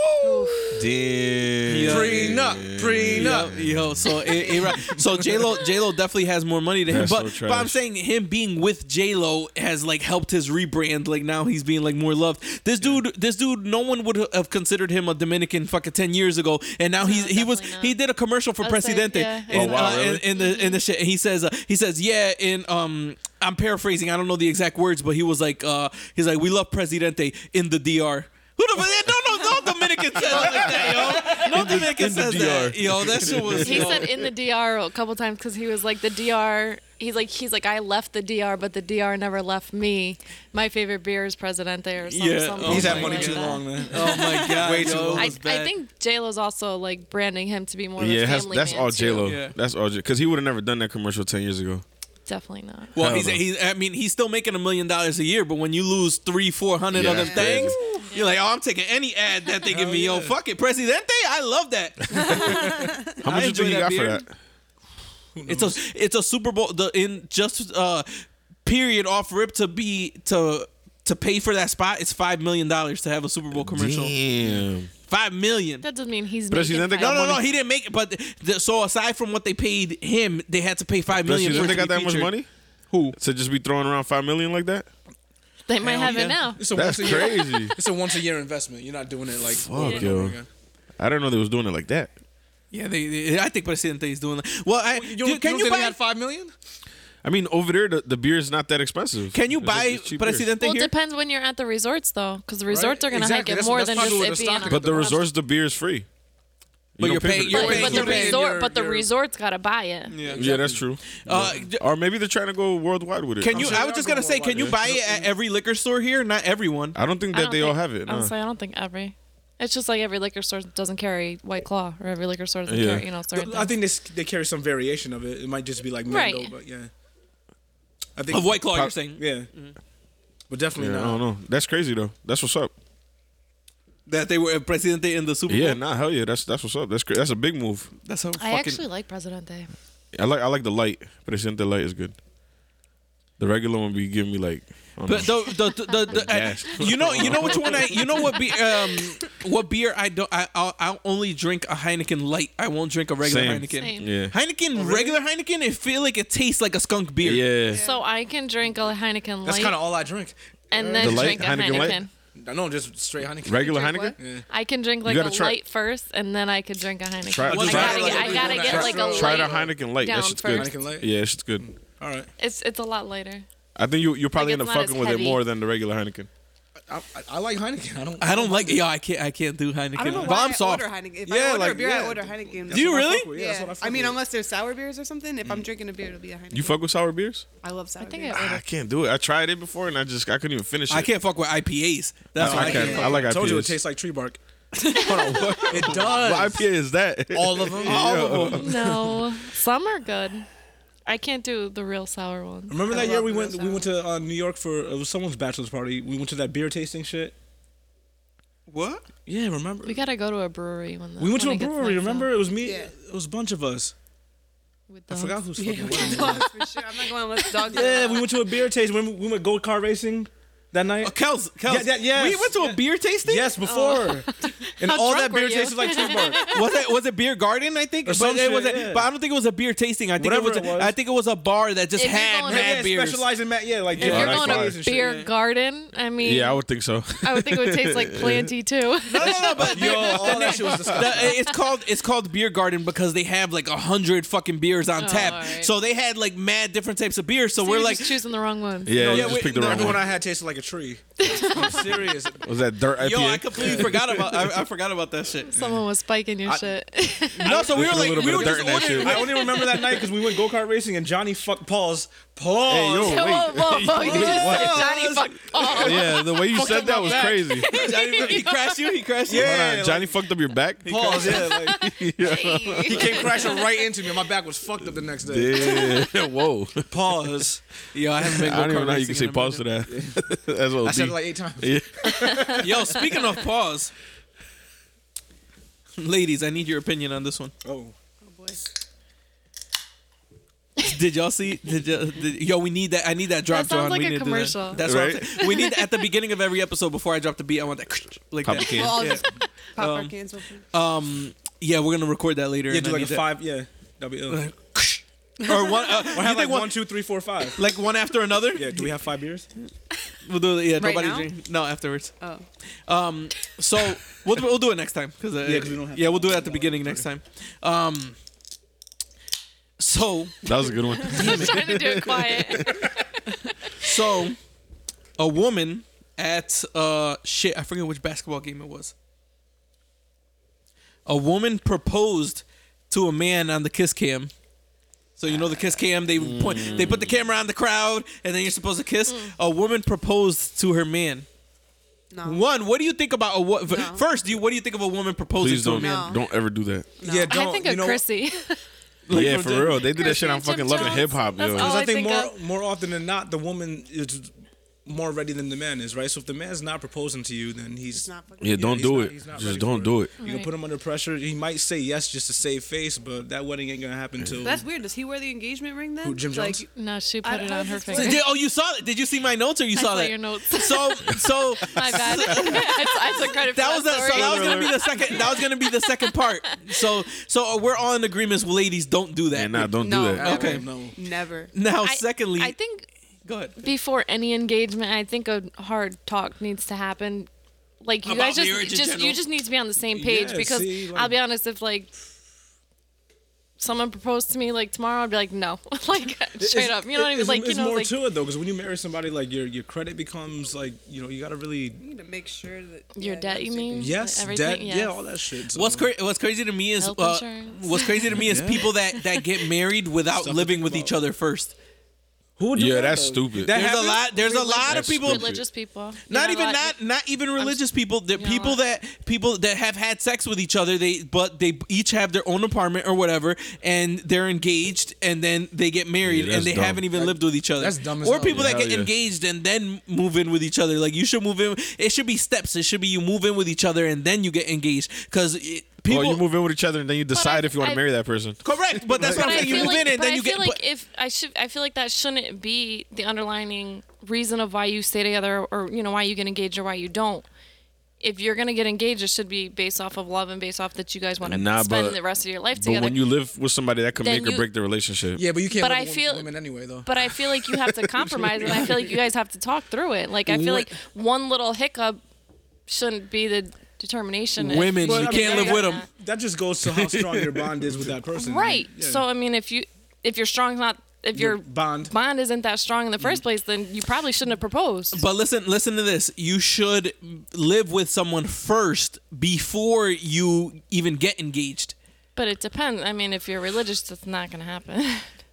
Speaker 5: Damn.
Speaker 1: Prenup, prenup. Yo, so A- A-Rod- so J Lo J Lo definitely has more money than him,
Speaker 5: That's
Speaker 1: but,
Speaker 5: so
Speaker 1: but I'm
Speaker 5: trash.
Speaker 1: saying him being with J Lo has like helped his rebrand. Like now he's being like more loved. This dude, this dude, no one would have considered him a Dominican fucking ten years ago, and now he's he was
Speaker 4: definitely not.
Speaker 1: he did a commercial for
Speaker 4: I was like,
Speaker 1: Presidente
Speaker 4: yeah,
Speaker 1: in,
Speaker 5: Oh, wow,
Speaker 1: uh,
Speaker 5: really?
Speaker 1: in, in the in the shit. And he says uh, he says yeah, and um. I'm paraphrasing. I don't know the exact words, but he was like, uh, he's like, we love Presidente in the DR. Who the fuck? No, no, no Dominican says it like that, yo. No Dominican
Speaker 5: in the
Speaker 1: says
Speaker 5: DR.
Speaker 1: that. Yo, that shit was.
Speaker 4: he
Speaker 1: yo.
Speaker 4: said in the DR a couple times because he was like the DR. He's like he's like I left the DR, but the DR never left me. My favorite beer is Presidente or something.
Speaker 1: Yeah.
Speaker 4: something
Speaker 1: Oh
Speaker 2: he's
Speaker 1: my
Speaker 4: like
Speaker 2: had money
Speaker 1: God.
Speaker 2: too
Speaker 4: that.
Speaker 2: long, man.
Speaker 1: Oh my god.
Speaker 2: Way too
Speaker 1: yo,
Speaker 2: long.
Speaker 1: it
Speaker 4: I,
Speaker 1: was
Speaker 4: I
Speaker 1: bad.
Speaker 4: think J Lo's also like branding him to be more.
Speaker 5: Yeah,
Speaker 4: of a
Speaker 5: that's,
Speaker 4: family
Speaker 5: that's
Speaker 4: man,
Speaker 5: all
Speaker 4: too.
Speaker 5: J Lo.
Speaker 1: Yeah.
Speaker 5: That's all J. Because he would have never done that commercial ten years ago.
Speaker 4: Definitely not.
Speaker 1: Well,
Speaker 5: Hell
Speaker 1: he's,
Speaker 5: no.
Speaker 1: he's. I mean, he's still making a million dollars a year, but when you lose three, four hundred
Speaker 5: Yeah,
Speaker 1: other
Speaker 5: that's crazy.
Speaker 1: things, you're like, oh, I'm taking any ad that they give me. Yo, fuck it, Presidente. I love that.
Speaker 5: How much do you
Speaker 1: enjoy
Speaker 5: think he
Speaker 1: that
Speaker 5: got for
Speaker 1: beer.
Speaker 5: that?
Speaker 1: It's a it's a Super Bowl the in just uh period off rip to be to to pay for that spot it's five million dollars to have a Super Bowl commercial.
Speaker 5: Damn.
Speaker 1: Five million.
Speaker 4: That doesn't mean he's.
Speaker 5: Presidente
Speaker 4: making
Speaker 5: got
Speaker 1: No, no,
Speaker 4: five-
Speaker 1: no. He didn't make it. But the, so aside from what they paid him, they had to pay five
Speaker 5: Plus,
Speaker 1: million.
Speaker 5: you
Speaker 1: for
Speaker 5: think
Speaker 1: it
Speaker 5: they
Speaker 1: to
Speaker 5: got
Speaker 1: be
Speaker 5: that much
Speaker 1: featured.
Speaker 5: money
Speaker 1: Who?
Speaker 5: to just be throwing around five million like that?
Speaker 4: They might have
Speaker 1: yeah.
Speaker 4: it now.
Speaker 2: It's a
Speaker 5: That's
Speaker 2: once a year-
Speaker 5: crazy.
Speaker 2: It's a once a year investment. You're not doing it like
Speaker 5: Fuck,
Speaker 2: over and over
Speaker 5: yo.
Speaker 2: again.
Speaker 5: I didn't know they was doing it like that.
Speaker 1: Yeah, they, they- I think Presidente is doing. That. Well, I
Speaker 2: You,
Speaker 1: dude, can
Speaker 2: you
Speaker 1: you
Speaker 2: think they
Speaker 1: buy?
Speaker 2: had five million?
Speaker 5: I mean, over there the, the beer is not that expensive.
Speaker 1: Can you
Speaker 5: It's like-
Speaker 1: buy
Speaker 5: it's cheap beer.
Speaker 1: Presidente
Speaker 4: Well, it
Speaker 1: here?
Speaker 4: depends when you're at the resorts, though, because the resorts are going to
Speaker 2: Exactly.
Speaker 4: hike
Speaker 2: That's-
Speaker 4: it more
Speaker 2: that's
Speaker 4: than
Speaker 2: probably
Speaker 4: just
Speaker 2: where
Speaker 4: it
Speaker 2: the
Speaker 4: being.
Speaker 2: stock
Speaker 4: on
Speaker 2: is.
Speaker 5: But the
Speaker 4: restaurant.
Speaker 5: resorts, the beer is free.
Speaker 2: But
Speaker 5: don't
Speaker 2: you're
Speaker 5: pay for
Speaker 2: paying-
Speaker 5: the
Speaker 2: you're
Speaker 4: But,
Speaker 5: beer.
Speaker 2: paying-
Speaker 4: but the
Speaker 2: you're paying
Speaker 4: resort,
Speaker 2: your-
Speaker 4: but the
Speaker 2: your-
Speaker 4: resort's got to buy it.
Speaker 5: Yeah, that's true.
Speaker 1: Uh, d-
Speaker 5: Or maybe they're trying to go worldwide with it.
Speaker 1: Can you?
Speaker 2: sure
Speaker 1: I
Speaker 2: y'all
Speaker 1: was just
Speaker 2: go
Speaker 1: gonna say,
Speaker 2: worldwide,
Speaker 1: can you
Speaker 2: yeah.
Speaker 1: buy it at every liquor store here? Not everyone.
Speaker 5: I don't think
Speaker 4: I
Speaker 5: that
Speaker 4: don't
Speaker 5: they
Speaker 4: think-
Speaker 5: all have it. nah.
Speaker 4: Honestly, I don't think every. It's just like every liquor store doesn't carry White Claw, or every liquor store doesn't
Speaker 5: Yeah.
Speaker 4: carry you know certain.
Speaker 2: I
Speaker 4: things.
Speaker 2: think they s- they carry some variation of it. It might just be like
Speaker 4: Right.
Speaker 2: Mendo, but yeah. I think
Speaker 1: Of White Claw, you're
Speaker 5: Pop-
Speaker 1: saying?
Speaker 2: Yeah. But definitely
Speaker 5: Yeah, I
Speaker 2: not.
Speaker 5: don't know. That's crazy though. That's what's up.
Speaker 1: That they were a Presidente in the Super Bowl?
Speaker 5: Yeah, nah, hell yeah. That's that's what's up. That's cra- that's a big move.
Speaker 1: That's how
Speaker 4: I
Speaker 1: fucking...
Speaker 4: actually like Presidente.
Speaker 5: I like I like the light. Presidente light is good. The regular one be giving me like. I don't
Speaker 1: But
Speaker 5: know.
Speaker 1: the the, the, the, the
Speaker 5: Yes.
Speaker 1: you know you know which one I you know what beer um what beer I don't I I'll, I'll only drink a Heineken light I won't drink a regular
Speaker 5: Same.
Speaker 1: Heineken
Speaker 4: Same.
Speaker 5: yeah.
Speaker 3: Oh,
Speaker 1: Heineken regular Heineken it feel like it tastes like a skunk beer
Speaker 5: Yeah.
Speaker 4: So I can drink a Heineken
Speaker 2: That's
Speaker 4: light
Speaker 2: kind of all I drink.
Speaker 4: and then
Speaker 5: The light?
Speaker 4: drink a
Speaker 5: Heineken
Speaker 4: Heineken.
Speaker 5: light?
Speaker 2: I know, just straight Heineken.
Speaker 5: Regular
Speaker 4: Drink
Speaker 5: Heineken.
Speaker 4: what? I can drink like
Speaker 5: You
Speaker 4: a
Speaker 5: gotta try-
Speaker 4: light first, and then I could drink a Heineken.
Speaker 5: Try-
Speaker 4: I
Speaker 5: Well,
Speaker 4: gotta,
Speaker 2: try-
Speaker 4: get, I gotta get
Speaker 2: try-
Speaker 4: like a
Speaker 5: Try the
Speaker 4: light.
Speaker 5: Heineken light.
Speaker 4: down
Speaker 5: That shit's
Speaker 4: first.
Speaker 5: good.
Speaker 2: Heineken Light?
Speaker 5: Yeah, that shit's good.
Speaker 2: All right.
Speaker 4: It's it's a lot lighter.
Speaker 5: I think you you probably
Speaker 4: Like,
Speaker 5: end up
Speaker 4: it's not as
Speaker 5: fucking with it
Speaker 4: heavy.
Speaker 5: more than the regular Heineken.
Speaker 2: I, I, I like Heineken. I don't.
Speaker 1: I don't like yo I can't I can't do Heineken
Speaker 3: I don't know
Speaker 1: but
Speaker 3: why
Speaker 1: I'm
Speaker 3: I
Speaker 1: soft
Speaker 3: order Heineken. If
Speaker 2: Yeah,
Speaker 3: I order
Speaker 2: like,
Speaker 3: a beer,
Speaker 2: yeah.
Speaker 3: I order Heineken.
Speaker 1: Do you
Speaker 2: what I
Speaker 1: really?
Speaker 2: fuck with, yeah, that's
Speaker 3: yeah.
Speaker 2: what I fuck
Speaker 3: I mean,
Speaker 2: with.
Speaker 3: unless there's sour beers or something. If I'm drinking a beer, it'll be a Heineken.
Speaker 5: You fuck with sour beers?
Speaker 3: I love sour
Speaker 4: I think
Speaker 3: beers.
Speaker 4: I
Speaker 5: Ah, I can't do it. I tried it before and I just I couldn't even finish it.
Speaker 1: I can't fuck with IPAs that's
Speaker 5: I
Speaker 1: what I
Speaker 5: can't.
Speaker 1: can't
Speaker 5: I like
Speaker 2: I told you it
Speaker 5: IPAs.
Speaker 2: tastes like tree bark.
Speaker 5: it does. What IPA is that?
Speaker 2: All of them.
Speaker 5: All of them.
Speaker 4: No, some are good. I can't do the real sour ones.
Speaker 2: Remember
Speaker 3: I
Speaker 2: that year
Speaker 3: love
Speaker 2: we
Speaker 3: those
Speaker 2: went we went
Speaker 3: sounds.
Speaker 2: to uh, New York for it was someone's bachelor's party. We went to that beer tasting shit.
Speaker 1: what
Speaker 2: Yeah, remember?
Speaker 4: We gotta go to a brewery when the,
Speaker 2: We went to
Speaker 4: when
Speaker 2: a
Speaker 4: it gets nice
Speaker 2: brewery.
Speaker 4: out.
Speaker 2: Remember, it was me.
Speaker 3: Yeah.
Speaker 2: It was a bunch of us.
Speaker 4: With
Speaker 2: I
Speaker 4: dogs.
Speaker 2: forgot who's fucking. with us.
Speaker 3: Dogs for sure. I'm not going unless dogs.
Speaker 2: Yeah, we went to a beer taste. We went, we went go kart racing that night.
Speaker 1: oh, Kels Kels
Speaker 2: Yeah, yeah, yes.
Speaker 1: we went to a
Speaker 2: Yeah.
Speaker 1: beer tasting
Speaker 2: Yes, before. And
Speaker 4: Oh. How
Speaker 2: all
Speaker 4: drunk
Speaker 2: that beer
Speaker 4: were you?
Speaker 2: tasted like tree bark.
Speaker 1: was it was it beer garden? I think,
Speaker 2: Or
Speaker 1: but,
Speaker 2: some
Speaker 1: it was
Speaker 2: shit,
Speaker 1: a-
Speaker 2: yeah.
Speaker 1: but I don't think it was a beer tasting. I think it
Speaker 2: Whatever
Speaker 1: was, a-
Speaker 2: it was.
Speaker 1: I think it was a bar that just
Speaker 4: If you're
Speaker 1: had
Speaker 4: going to-
Speaker 1: mad
Speaker 2: Yeah,
Speaker 1: beers.
Speaker 2: specialize in that. Yeah, like
Speaker 4: If
Speaker 5: Yeah,
Speaker 4: you're
Speaker 5: that's
Speaker 4: going
Speaker 5: fine.
Speaker 4: to a beer garden, I mean,
Speaker 5: Yeah, I would think so.
Speaker 4: I would think it would taste like Planty too.
Speaker 1: No, no, no, but
Speaker 2: Yo, all that shit was disgusting.
Speaker 1: the, it's called it's called beer garden because they have like a hundred fucking beers on
Speaker 4: Oh,
Speaker 1: tap.
Speaker 4: alright.
Speaker 1: So they had like mad different types of beers. So,
Speaker 4: So
Speaker 1: we're
Speaker 4: you're
Speaker 1: like,
Speaker 4: just choosing the wrong ones.
Speaker 5: Yeah, you
Speaker 2: Yeah,
Speaker 5: just
Speaker 2: wait,
Speaker 5: picked the
Speaker 2: no,
Speaker 5: wrong
Speaker 2: the one
Speaker 5: one.
Speaker 2: I had tasted like a tree. I'm serious.
Speaker 5: Was that dirt IPA?
Speaker 1: yo, I completely forgot about I, I forgot about that shit.
Speaker 4: Someone was spiking your shit.
Speaker 1: No, so we were
Speaker 5: Put a
Speaker 1: like
Speaker 5: little
Speaker 1: we
Speaker 5: bit
Speaker 1: were
Speaker 5: of dirt
Speaker 1: just
Speaker 5: in that shit.
Speaker 1: ordering.
Speaker 2: I only remember that night because we went go kart racing and Johnny fucked Paul's Paul.
Speaker 5: Hey, yo,
Speaker 4: whoa,
Speaker 5: wait.
Speaker 4: whoa, whoa! You just
Speaker 1: What?
Speaker 4: said Johnny fucked Paul.
Speaker 5: Yeah, the way you said that was crazy.
Speaker 1: Johnny- he crashed you. He crashed you.
Speaker 5: Hold on,
Speaker 2: Yeah,
Speaker 5: Johnny fucked up your back.
Speaker 2: Paul's, yeah. Like, he
Speaker 4: Hey.
Speaker 2: came crashing right into me. and My back was fucked up the next day.
Speaker 5: Yeah. Whoa.
Speaker 1: Pause. Yo, I haven't been.
Speaker 5: I don't even know how
Speaker 1: go-kart
Speaker 5: you can
Speaker 1: racing
Speaker 5: say
Speaker 1: in a
Speaker 5: pause to that. That's what
Speaker 2: I said it like eight times.
Speaker 1: minute. Yo, speaking of pause, ladies, I need your opinion on this one.
Speaker 2: Oh.
Speaker 1: Did y'all see? Did, y'all, did yo? We need that. I need that drop.
Speaker 4: That sounds
Speaker 1: John.
Speaker 4: like
Speaker 1: we
Speaker 4: a
Speaker 1: need to do that.
Speaker 4: commercial.
Speaker 1: That's what
Speaker 5: Right?
Speaker 1: I'm saying. We need at the beginning of every episode before I drop the beat. I want that like
Speaker 5: Pop the
Speaker 1: that.
Speaker 3: Well, I'll
Speaker 1: Yeah.
Speaker 3: just pop our
Speaker 1: Um,
Speaker 3: cans open.
Speaker 1: Um, yeah, we're gonna record that later.
Speaker 2: Yeah,
Speaker 1: and
Speaker 2: do
Speaker 1: I
Speaker 2: like a
Speaker 1: need that.
Speaker 2: five. Yeah, that'd be ill. Or
Speaker 1: or one. Uh, you
Speaker 2: have
Speaker 1: think
Speaker 2: like
Speaker 1: one,
Speaker 2: one, two, three, four, five.
Speaker 1: like one after another.
Speaker 2: Yeah, do we have five beers?
Speaker 1: we'll do. Yeah,
Speaker 3: Right
Speaker 1: nobody.
Speaker 3: now?
Speaker 1: drink- No, afterwards.
Speaker 3: Oh,
Speaker 1: Um, so we'll we'll do it next time because uh,
Speaker 2: Yeah, 'cause we don't have-
Speaker 1: yeah, we'll do it at the beginning next time. Um, so
Speaker 5: That was a good one.
Speaker 4: I was trying to do it quiet.
Speaker 1: So, a woman at uh shit, I forget which basketball game it was. A woman proposed to a man on the kiss cam. So you know the kiss cam, they point they put the camera on the crowd and then you're supposed to kiss.
Speaker 3: Mm.
Speaker 1: A woman proposed to her man.
Speaker 3: no.
Speaker 1: One, what do you think about a wo-
Speaker 3: No.
Speaker 1: first, do you, what do you think of a woman proposing
Speaker 5: Please
Speaker 1: to a
Speaker 5: don't.
Speaker 1: man?
Speaker 3: No.
Speaker 5: Don't ever do that.
Speaker 2: Yeah,
Speaker 4: I think of
Speaker 2: you know,
Speaker 4: Chrissy.
Speaker 5: yeah, for real. They did that shit on
Speaker 4: Chrissy and Jim
Speaker 5: fucking Love and
Speaker 4: Jones.
Speaker 5: Hip Hop,
Speaker 4: That's all
Speaker 5: yo.
Speaker 2: Because I
Speaker 4: I
Speaker 2: think
Speaker 4: think
Speaker 2: more
Speaker 4: of-
Speaker 2: more often than not, the woman is more ready than the man is, right? So if the man's not proposing to you, then he's
Speaker 3: It's not fucking.
Speaker 5: Yeah, don't
Speaker 2: he's
Speaker 5: do
Speaker 2: not-
Speaker 5: it.
Speaker 2: he's not
Speaker 5: Just
Speaker 2: ready
Speaker 5: don't
Speaker 2: for
Speaker 5: do it.
Speaker 2: You can put him under pressure. He might say yes just to save face, but that wedding ain't gonna happen till
Speaker 3: That's weird. Does he wear the engagement ring then?
Speaker 2: Who, Jim
Speaker 3: Like,
Speaker 2: Jones?
Speaker 4: No, she
Speaker 3: I-
Speaker 4: put it
Speaker 3: I
Speaker 4: on her
Speaker 3: just-
Speaker 4: finger.
Speaker 1: Did- oh, you saw it. Did you see my notes or you
Speaker 4: I
Speaker 1: saw
Speaker 4: saw
Speaker 1: that?
Speaker 4: your notes.
Speaker 1: So so
Speaker 4: My bad. I, I took credit for
Speaker 1: That was the, so
Speaker 4: story.
Speaker 1: that was gonna be the second. That was gonna be the second part. So so uh, we're all in agreement, well, ladies. Don't do that.
Speaker 5: And nah, don't
Speaker 3: No.
Speaker 5: do that.
Speaker 1: Okay.
Speaker 2: no.
Speaker 3: never.
Speaker 1: Now,
Speaker 4: I-
Speaker 1: secondly,
Speaker 4: I think
Speaker 1: go ahead.
Speaker 4: before any engagement, I think a hard talk needs to happen. Like you
Speaker 1: About
Speaker 4: guys just,
Speaker 1: marriage in
Speaker 4: just
Speaker 1: general.
Speaker 4: you just need to be on the same page
Speaker 2: Yeah,
Speaker 4: because
Speaker 2: see, like-
Speaker 4: I'll be honest, if like someone proposed to me like tomorrow, I'd be like, no, like straight up. You know what I mean?
Speaker 2: It's,
Speaker 4: Like you
Speaker 2: it's
Speaker 4: know,
Speaker 2: more
Speaker 4: like
Speaker 2: to it though, because when you marry somebody, like your your credit becomes like you know you gotta really
Speaker 3: You need to make sure that
Speaker 4: your
Speaker 3: yeah,
Speaker 4: debt.
Speaker 3: you're
Speaker 4: You
Speaker 3: safe.
Speaker 4: mean?
Speaker 2: yes,
Speaker 4: Mm, Everything,
Speaker 2: debt,
Speaker 4: yes.
Speaker 2: yeah, all that shit. So.
Speaker 1: What's cra- what's crazy to me is
Speaker 4: Health
Speaker 1: uh,
Speaker 4: insurance.
Speaker 1: what's crazy to me is
Speaker 2: Yeah.
Speaker 1: people that that get married without
Speaker 2: Stuff to
Speaker 1: living
Speaker 2: think
Speaker 1: with
Speaker 2: about.
Speaker 1: each other first.
Speaker 2: Who would do
Speaker 5: Yeah,
Speaker 2: that,
Speaker 5: that's
Speaker 2: though?
Speaker 5: stupid.
Speaker 2: That
Speaker 1: There's a
Speaker 2: happens?
Speaker 1: lot. There's a lot of
Speaker 5: That's
Speaker 1: people.
Speaker 5: stupid.
Speaker 4: religious people.
Speaker 1: Not even
Speaker 4: a lot-
Speaker 1: not not even religious people. The
Speaker 4: know
Speaker 1: people
Speaker 4: what?
Speaker 1: that people that have had sex with each other. They but they each have their own apartment or whatever, and they're engaged, and then they get married,
Speaker 5: Yeah,
Speaker 1: and
Speaker 5: that's
Speaker 1: they
Speaker 5: dumb.
Speaker 1: haven't even lived with each other.
Speaker 2: that's dumb as
Speaker 1: Or
Speaker 2: hell.
Speaker 1: people
Speaker 5: Yeah,
Speaker 1: that
Speaker 5: hell
Speaker 1: get
Speaker 5: yeah.
Speaker 1: engaged and then move in with each other. Like you should move in. It should be steps. It should be you move in with each other and then you get engaged because people.
Speaker 5: Or Oh, you move in with each other and then you decide if you want
Speaker 4: I-
Speaker 5: to marry that person.
Speaker 1: Correct, but that's what
Speaker 4: But
Speaker 1: I'm
Speaker 4: I
Speaker 1: saying. You
Speaker 4: feel
Speaker 1: move
Speaker 4: like,
Speaker 1: in and
Speaker 4: but
Speaker 1: then
Speaker 4: I
Speaker 1: you
Speaker 4: feel
Speaker 1: get.
Speaker 4: like
Speaker 1: but-
Speaker 4: if I should, I feel like that shouldn't be the underlining reason of why you stay together or you know why you get engaged or why you don't. If you're gonna get engaged, it should be based off of love and based off that you guys want to
Speaker 5: Nah,
Speaker 4: spend
Speaker 5: but-
Speaker 4: the rest of your life
Speaker 5: But
Speaker 4: together.
Speaker 5: when you live with somebody, that could
Speaker 4: Then
Speaker 5: make or
Speaker 4: you-
Speaker 5: break the relationship.
Speaker 2: Yeah, but you can't.
Speaker 4: But
Speaker 2: live
Speaker 4: I
Speaker 2: with
Speaker 4: feel-
Speaker 2: women anyway though.
Speaker 4: But I feel like you have to compromise, and I feel like you guys have to talk through it. Like I feel like one little hiccup shouldn't be the determination. if-
Speaker 1: Women,
Speaker 2: Well,
Speaker 1: you
Speaker 2: I mean,
Speaker 1: can't
Speaker 2: I
Speaker 1: live with
Speaker 4: got
Speaker 1: them.
Speaker 2: that just goes to how strong your bond is with that person.
Speaker 4: right.
Speaker 2: Yeah.
Speaker 4: So I mean, if you if your strong not if
Speaker 2: Your
Speaker 4: your
Speaker 2: bond. Mm-hmm.
Speaker 4: bond isn't that strong in the first place, then you probably shouldn't have proposed.
Speaker 1: But listen, listen to this. You should live with someone first before you even get engaged.
Speaker 4: But it depends. I mean, if you're religious, that's not going to happen.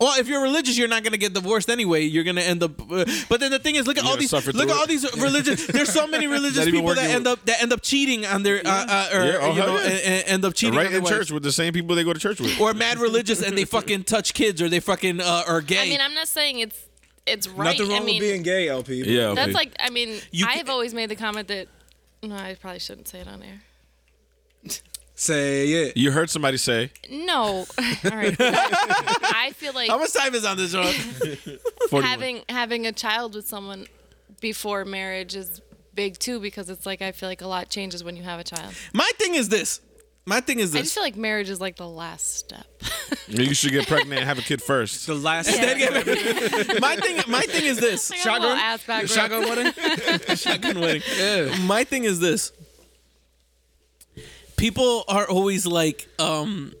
Speaker 1: Well, if you're religious, you're not gonna get divorced anyway. You're gonna end up. Uh, but then the thing is, look at all
Speaker 5: gotta
Speaker 1: these. Look
Speaker 5: suffer
Speaker 1: at
Speaker 5: through
Speaker 1: all
Speaker 5: it.
Speaker 1: these religious. There's so many religious
Speaker 5: Not even
Speaker 1: people that
Speaker 5: working
Speaker 1: end
Speaker 5: with-
Speaker 1: up that end up cheating on their uh, uh, or
Speaker 5: Yeah, oh,
Speaker 1: you
Speaker 5: hell
Speaker 1: know
Speaker 5: yeah.
Speaker 1: and, and end up cheating
Speaker 5: right
Speaker 1: on their
Speaker 5: in
Speaker 1: wives.
Speaker 5: church with the same people they go to church with.
Speaker 1: Or mad religious and they fucking touch kids or they fucking uh, are gay.
Speaker 4: I mean, I'm not saying it's it's right.
Speaker 2: Nothing wrong
Speaker 4: I mean,
Speaker 2: with being gay, LP. but-
Speaker 5: yeah, okay.
Speaker 4: that's like I mean,
Speaker 1: You ca-
Speaker 4: I've always made the comment that no, I probably shouldn't say it on air.
Speaker 2: Say it.
Speaker 5: you heard somebody say
Speaker 4: No, all right. I feel like
Speaker 1: How much time is on this show?
Speaker 5: 41.
Speaker 4: having having a child with someone before marriage is big too because it's like I feel like a lot changes when you have a child.
Speaker 1: My thing is this. My thing is
Speaker 4: I
Speaker 1: this.
Speaker 4: just feel like marriage is like the last step.
Speaker 5: you should get pregnant and have a kid first.
Speaker 2: The last
Speaker 1: my thing. My thing is this.
Speaker 4: I got a little ass back rub.
Speaker 1: wedding. shotgun wedding. My thing is this. People are always like, um,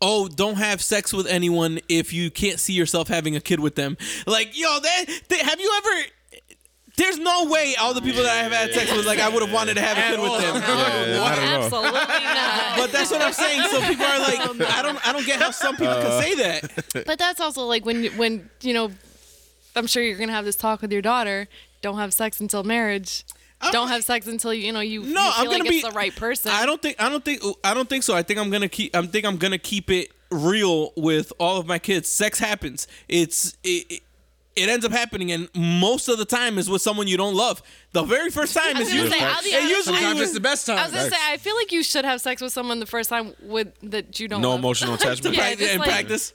Speaker 1: "Oh, don't have sex with anyone if you can't see yourself having a kid with them." Like, yo, that they, have you ever? There's no way all the people that I have had sex with, like, I would have wanted to have a kid with them.
Speaker 5: Yeah, yeah, not at all.
Speaker 4: Absolutely not.
Speaker 1: But that's what I'm saying. So people are like, I don't, I don't get how some people can say that.
Speaker 4: But that's also like when when you know, I'm sure you're gonna have this talk with your daughter. Don't have sex until marriage. don't have sex until you know you.
Speaker 1: No,
Speaker 4: you feel
Speaker 1: I'm gonna
Speaker 4: like
Speaker 1: be
Speaker 4: it's the right person.
Speaker 1: I don't think I don't think I don't think so. I think I'm gonna keep. I think I'm gonna keep it real with all of my kids. Sex happens. It's it. it it ends up happening, and most of the time is with someone you don't love. The very first time
Speaker 4: I was
Speaker 1: is
Speaker 4: gonna
Speaker 1: usually.
Speaker 4: say, I'll be
Speaker 1: it
Speaker 4: honest,
Speaker 1: usually
Speaker 4: I-
Speaker 2: Sometimes it's the best time.
Speaker 4: I was gonna say I feel like you should have sex with someone the first time with that you don't.
Speaker 5: No
Speaker 4: love.
Speaker 5: emotional attachment.
Speaker 4: Yeah.
Speaker 1: Right,
Speaker 4: just
Speaker 1: in
Speaker 4: like-
Speaker 1: practice.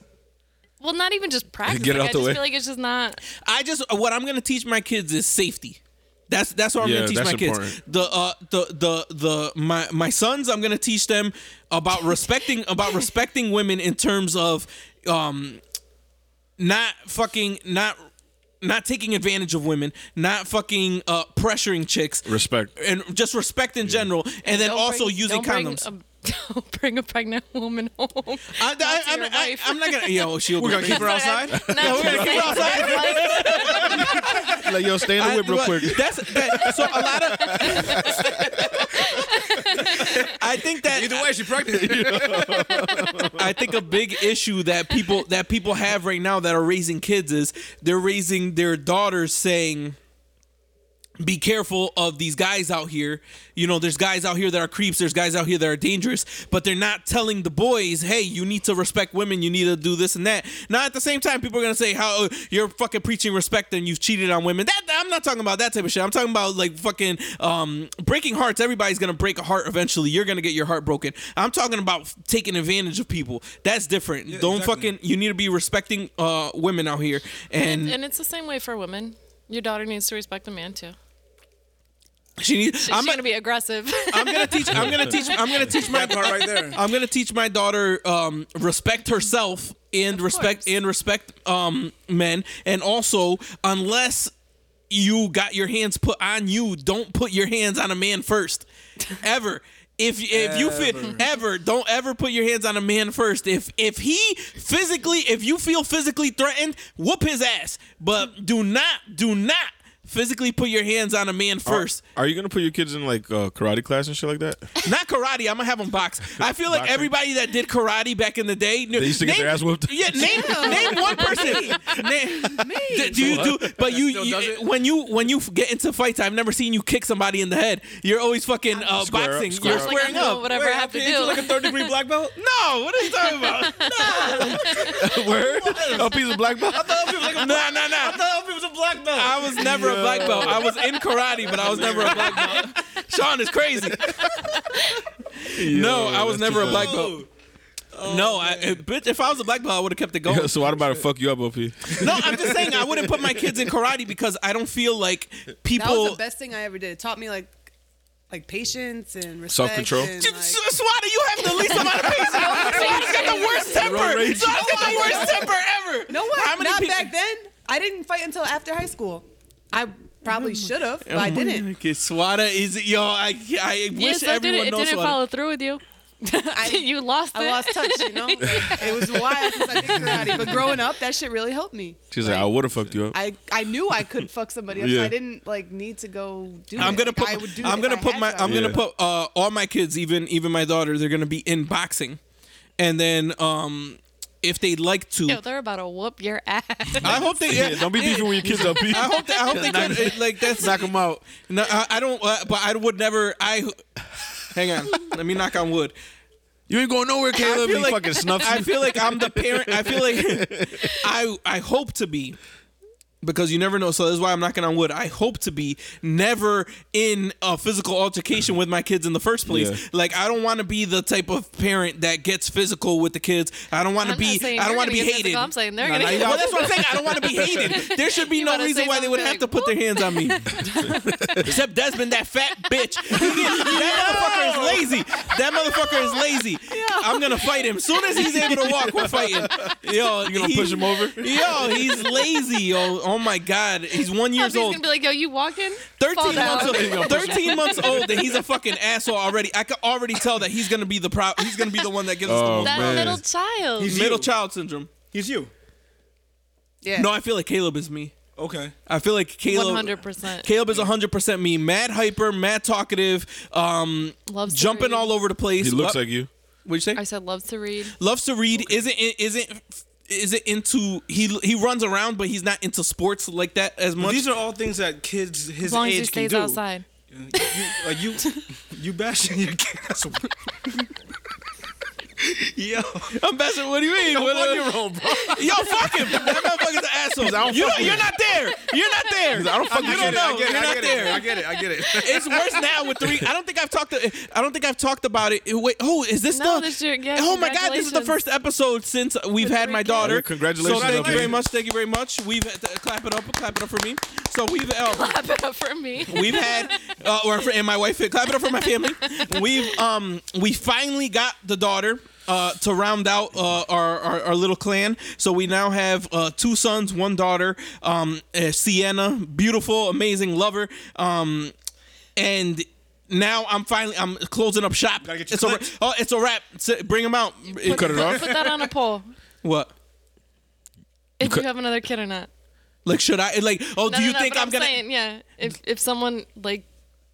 Speaker 4: Well, not even just practice.
Speaker 5: Get it
Speaker 4: like,
Speaker 5: out
Speaker 4: I
Speaker 5: the
Speaker 4: just
Speaker 5: way.
Speaker 4: feel like it's just not.
Speaker 1: I just what I'm gonna teach my kids is safety. That's that's what I'm
Speaker 5: Yeah,
Speaker 1: gonna teach
Speaker 5: that's
Speaker 1: my kids.
Speaker 5: important.
Speaker 1: The uh the the the my my sons I'm gonna teach them about respecting about respecting women in terms of um not fucking not not taking advantage of women, not fucking uh pressuring chicks.
Speaker 5: Respect.
Speaker 1: and just respect in general, and then
Speaker 4: Don't
Speaker 1: also
Speaker 4: bring-
Speaker 1: using
Speaker 4: don't bring
Speaker 1: condoms.
Speaker 4: a- don't bring a pregnant woman home.
Speaker 1: I, I,
Speaker 4: to
Speaker 1: I'm,
Speaker 4: your
Speaker 1: I,
Speaker 4: wife.
Speaker 1: I'm not gonna. Yo, she'll
Speaker 5: We're gonna keep her
Speaker 4: That's what I- not
Speaker 1: Yeah, we're gonna
Speaker 4: just
Speaker 1: keep her
Speaker 4: saying,
Speaker 1: outside.
Speaker 4: but, like,
Speaker 5: Like, yo, stay in the
Speaker 1: I-
Speaker 5: whip real
Speaker 1: well,
Speaker 5: quick.
Speaker 1: That's that, so a lot of. I think that
Speaker 2: Either way, she pregnant.
Speaker 1: I think a big issue that people that people have right now that are raising kids is they're raising their daughters saying be careful of these guys out here. You know, there's guys out here that are creeps, there's guys out here that are dangerous, but they're not telling the boys, "Hey, you need to respect women, you need to do this and that." Now at the same time, people are going to say how uh, you're fucking preaching respect and you've cheated on women. That I'm not talking about that type of shit. I'm talking about like fucking um breaking hearts. Everybody's going to break a heart eventually. You're going to get your heart broken. I'm talking about f- taking advantage of people. That's different. Don't
Speaker 2: exactly.
Speaker 1: fucking you need to be respecting uh women out here and
Speaker 4: and it's the same way for women. Your daughter needs to respect a man too.
Speaker 1: she needs
Speaker 4: She's
Speaker 1: I'm
Speaker 4: gonna be aggressive.
Speaker 1: I'm gonna teach. I'm gonna teach. I'm gonna teach my
Speaker 2: That part right there.
Speaker 1: I'm gonna teach my daughter um, respect herself and respect
Speaker 4: course.
Speaker 1: and respect um, men, and also unless you got your hands put on you, don't put your hands on a man first, ever. If if you feel
Speaker 2: Ever.
Speaker 1: ever, don't ever put your hands on a man first. If if he physically, if you feel physically threatened, whoop his ass. But do not, do not physically put your hands on a man first.
Speaker 5: Are you gonna put your kids in like uh, karate class and shit like that?
Speaker 1: Not karate. I'm gonna have them box. I feel like
Speaker 5: Boxing.
Speaker 1: everybody that did karate back in the day. They
Speaker 5: used to get their ass whooped.
Speaker 1: Yeah, name name one person. Name, D- do you do? But you,
Speaker 2: Still does
Speaker 1: you
Speaker 2: it?
Speaker 1: when you when you f- get into fights, I've never seen you kick somebody in the head. You're always fucking uh,
Speaker 5: Square up,
Speaker 1: boxing.
Speaker 5: square
Speaker 1: You're
Speaker 5: up.
Speaker 4: Like, I'm
Speaker 1: squaring
Speaker 4: doing
Speaker 1: up.
Speaker 4: whatever I have to
Speaker 2: Into
Speaker 4: do.
Speaker 2: like a third degree black belt.
Speaker 1: No, what are you talking about?
Speaker 5: Word? a piece of black belt?
Speaker 1: nah, nah, nah.
Speaker 2: No, it was a black belt.
Speaker 1: I was never a black belt. I was in karate, but I was never a black belt. Sean is crazy. no, I was never a black belt. no, I, bitch, if I was a black belt, I would have kept it going.
Speaker 5: so I'm about to fuck you up, OP.
Speaker 1: No, I'm just saying I wouldn't put my kids in karate because I don't feel like
Speaker 3: That
Speaker 1: people.
Speaker 3: was the best thing I ever did. It taught me like like patience and respect.
Speaker 5: Self-control.
Speaker 3: and,
Speaker 1: Dude,
Speaker 3: like-
Speaker 1: S- Swada, you have the least amount of patience. Swada's got the worst temper. Swada's got the worst temper ever.
Speaker 3: no, what?
Speaker 1: How many
Speaker 3: Not
Speaker 1: peop-
Speaker 3: back then. I didn't fight until after high school. I
Speaker 1: Oh
Speaker 3: probably should have, but I didn't.
Speaker 1: Okay, Swada is yo. I I wish
Speaker 4: yes, I did
Speaker 1: everyone
Speaker 4: it. It
Speaker 1: knows
Speaker 4: didn't
Speaker 1: Swada.
Speaker 4: follow through with you.
Speaker 3: I,
Speaker 4: you lost
Speaker 3: I
Speaker 4: it.
Speaker 3: lost touch, you know? It was a while since I did karate, but growing up, that shit really helped me.
Speaker 5: She's like, I would have fucked you up.
Speaker 3: I, I knew I could fuck somebody up, so
Speaker 5: Yeah.
Speaker 3: I didn't like need to go do it.
Speaker 1: I'm gonna
Speaker 3: Like,
Speaker 1: put.
Speaker 3: I would do it
Speaker 1: I'm
Speaker 3: if
Speaker 1: gonna
Speaker 3: I
Speaker 1: put
Speaker 3: had
Speaker 1: my.
Speaker 3: to.
Speaker 1: I'm gonna
Speaker 5: Yeah.
Speaker 1: put uh, all my kids, even even my daughter, they're gonna be in boxing, and then um, if they like to,
Speaker 4: Yo, they're about to whoop your ass.
Speaker 1: I hope they.
Speaker 5: Yeah, don't be beefing with your kids, OP.
Speaker 1: I hope they, I hope they could uh, like that's knock them out. No, I, I don't. Uh, but I would never. I hang on. Let me knock on wood.
Speaker 5: You ain't going nowhere,
Speaker 1: I
Speaker 5: Caleb.
Speaker 1: feel
Speaker 5: You
Speaker 1: like-
Speaker 5: fucking snuffs.
Speaker 1: I feel like I'm the parent. I feel like I I hope to be because you never know. So that's why I'm knocking on wood. I hope to be never in a physical altercation with my kids in the first place.
Speaker 5: Yeah.
Speaker 1: Like I don't want to be the type of parent that gets physical with the kids. I don't want to
Speaker 4: I'm not
Speaker 1: be.
Speaker 4: saying
Speaker 1: I
Speaker 4: you're
Speaker 1: don't want to
Speaker 4: gonna
Speaker 1: be
Speaker 4: get
Speaker 1: hated.
Speaker 4: physical. I'm saying they're
Speaker 1: No,
Speaker 4: gonna
Speaker 1: no,
Speaker 4: get
Speaker 1: you- well, that's what I'm saying. I don't want to be hated. There should be
Speaker 4: You
Speaker 1: no
Speaker 4: better
Speaker 1: reason
Speaker 4: say
Speaker 1: why they would have
Speaker 4: something
Speaker 1: to put their hands on me. Except Desmond, that fat bitch. that motherfucker is lazy. That motherfucker is lazy. I'm gonna fight him. Soon as he's able to walk, we're fighting. Yo, you
Speaker 5: gonna push him over?
Speaker 1: Yo, he's lazy. Yo, oh my god, he's one years
Speaker 4: He's
Speaker 1: old.
Speaker 4: gonna be like, yo, you walking? Fall
Speaker 1: 13
Speaker 4: down.
Speaker 1: months, old, 13 months old and he's a fucking asshole already. I can already tell that he's gonna be the pro- he's gonna be the one that gives us the
Speaker 5: Oh,
Speaker 1: most
Speaker 4: That
Speaker 5: man.
Speaker 4: little child.
Speaker 2: He's-
Speaker 1: middle
Speaker 2: you.
Speaker 1: child syndrome.
Speaker 2: He's you.
Speaker 3: Yeah.
Speaker 1: No, I feel like Caleb is me.
Speaker 2: Okay.
Speaker 1: I feel like Caleb
Speaker 4: 100%.
Speaker 1: Caleb is 100% me. Mad hyper, mad talkative, um,
Speaker 4: Loves to
Speaker 1: jumping
Speaker 4: read.
Speaker 1: all over the place.
Speaker 5: He looks
Speaker 1: Lo-
Speaker 5: like you.
Speaker 1: What'd you say?
Speaker 4: I said loves to read.
Speaker 1: Loves to read. Isn't isn't isn't into he he runs around, but he's not into sports like that as much.
Speaker 2: These are all things that kids his
Speaker 4: As long as
Speaker 2: age
Speaker 4: he stays
Speaker 2: can do.
Speaker 4: outside.
Speaker 2: You, like you, you bashing your kid. That's weird. Yo,
Speaker 1: I'm bashing. What do you mean?
Speaker 5: uh,
Speaker 1: What-
Speaker 5: old, bro.
Speaker 1: yo, fuck him. That motherfucker's an asshole.
Speaker 5: I don't
Speaker 1: you,
Speaker 5: fuck with
Speaker 1: you're
Speaker 5: him.
Speaker 1: not there. You're not there.
Speaker 5: I don't fucking
Speaker 1: You don't
Speaker 5: get it.
Speaker 1: know.
Speaker 5: I get it.
Speaker 1: You're
Speaker 5: I
Speaker 1: not
Speaker 5: get
Speaker 1: there.
Speaker 5: it. I get it. I get it.
Speaker 1: It's worse now with three. I don't think I've talked. To, I don't think I've talked about it. Wait, oh, is this
Speaker 4: No,
Speaker 1: the?
Speaker 4: this year- yeah,
Speaker 1: oh my God, this is the
Speaker 4: congratulations.
Speaker 1: first episode since we've
Speaker 4: With
Speaker 1: had my
Speaker 4: three kids.
Speaker 1: daughter.
Speaker 5: Well, congratulations,
Speaker 1: So thank you
Speaker 5: LP.
Speaker 1: very much. Thank you very much. We've had to, clap it up. Clap it up for me. So we've. Uh,
Speaker 4: Clap it up for me.
Speaker 1: We've had, uh, or for, and my wife, clap it up for my family. We've, um, we finally got the daughter uh, to round out uh, our, our our little clan. So we now have uh, two sons, one daughter, um, uh, Sienna, beautiful, amazing lover, um, and. Now I'm finally I'm closing up shop.
Speaker 2: Gotta get you
Speaker 1: It's a ra-
Speaker 2: clipped.
Speaker 1: oh, it's a wrap. S- Bring them out.
Speaker 5: Cut it off.
Speaker 4: Put that on a poll.
Speaker 1: What?
Speaker 4: If you have another kid or not.
Speaker 1: Like should I? Like oh,
Speaker 4: No,
Speaker 1: do
Speaker 4: no,
Speaker 1: you
Speaker 4: no,
Speaker 1: think
Speaker 4: but
Speaker 1: I'm, gonna?
Speaker 4: saying, yeah. If if someone like,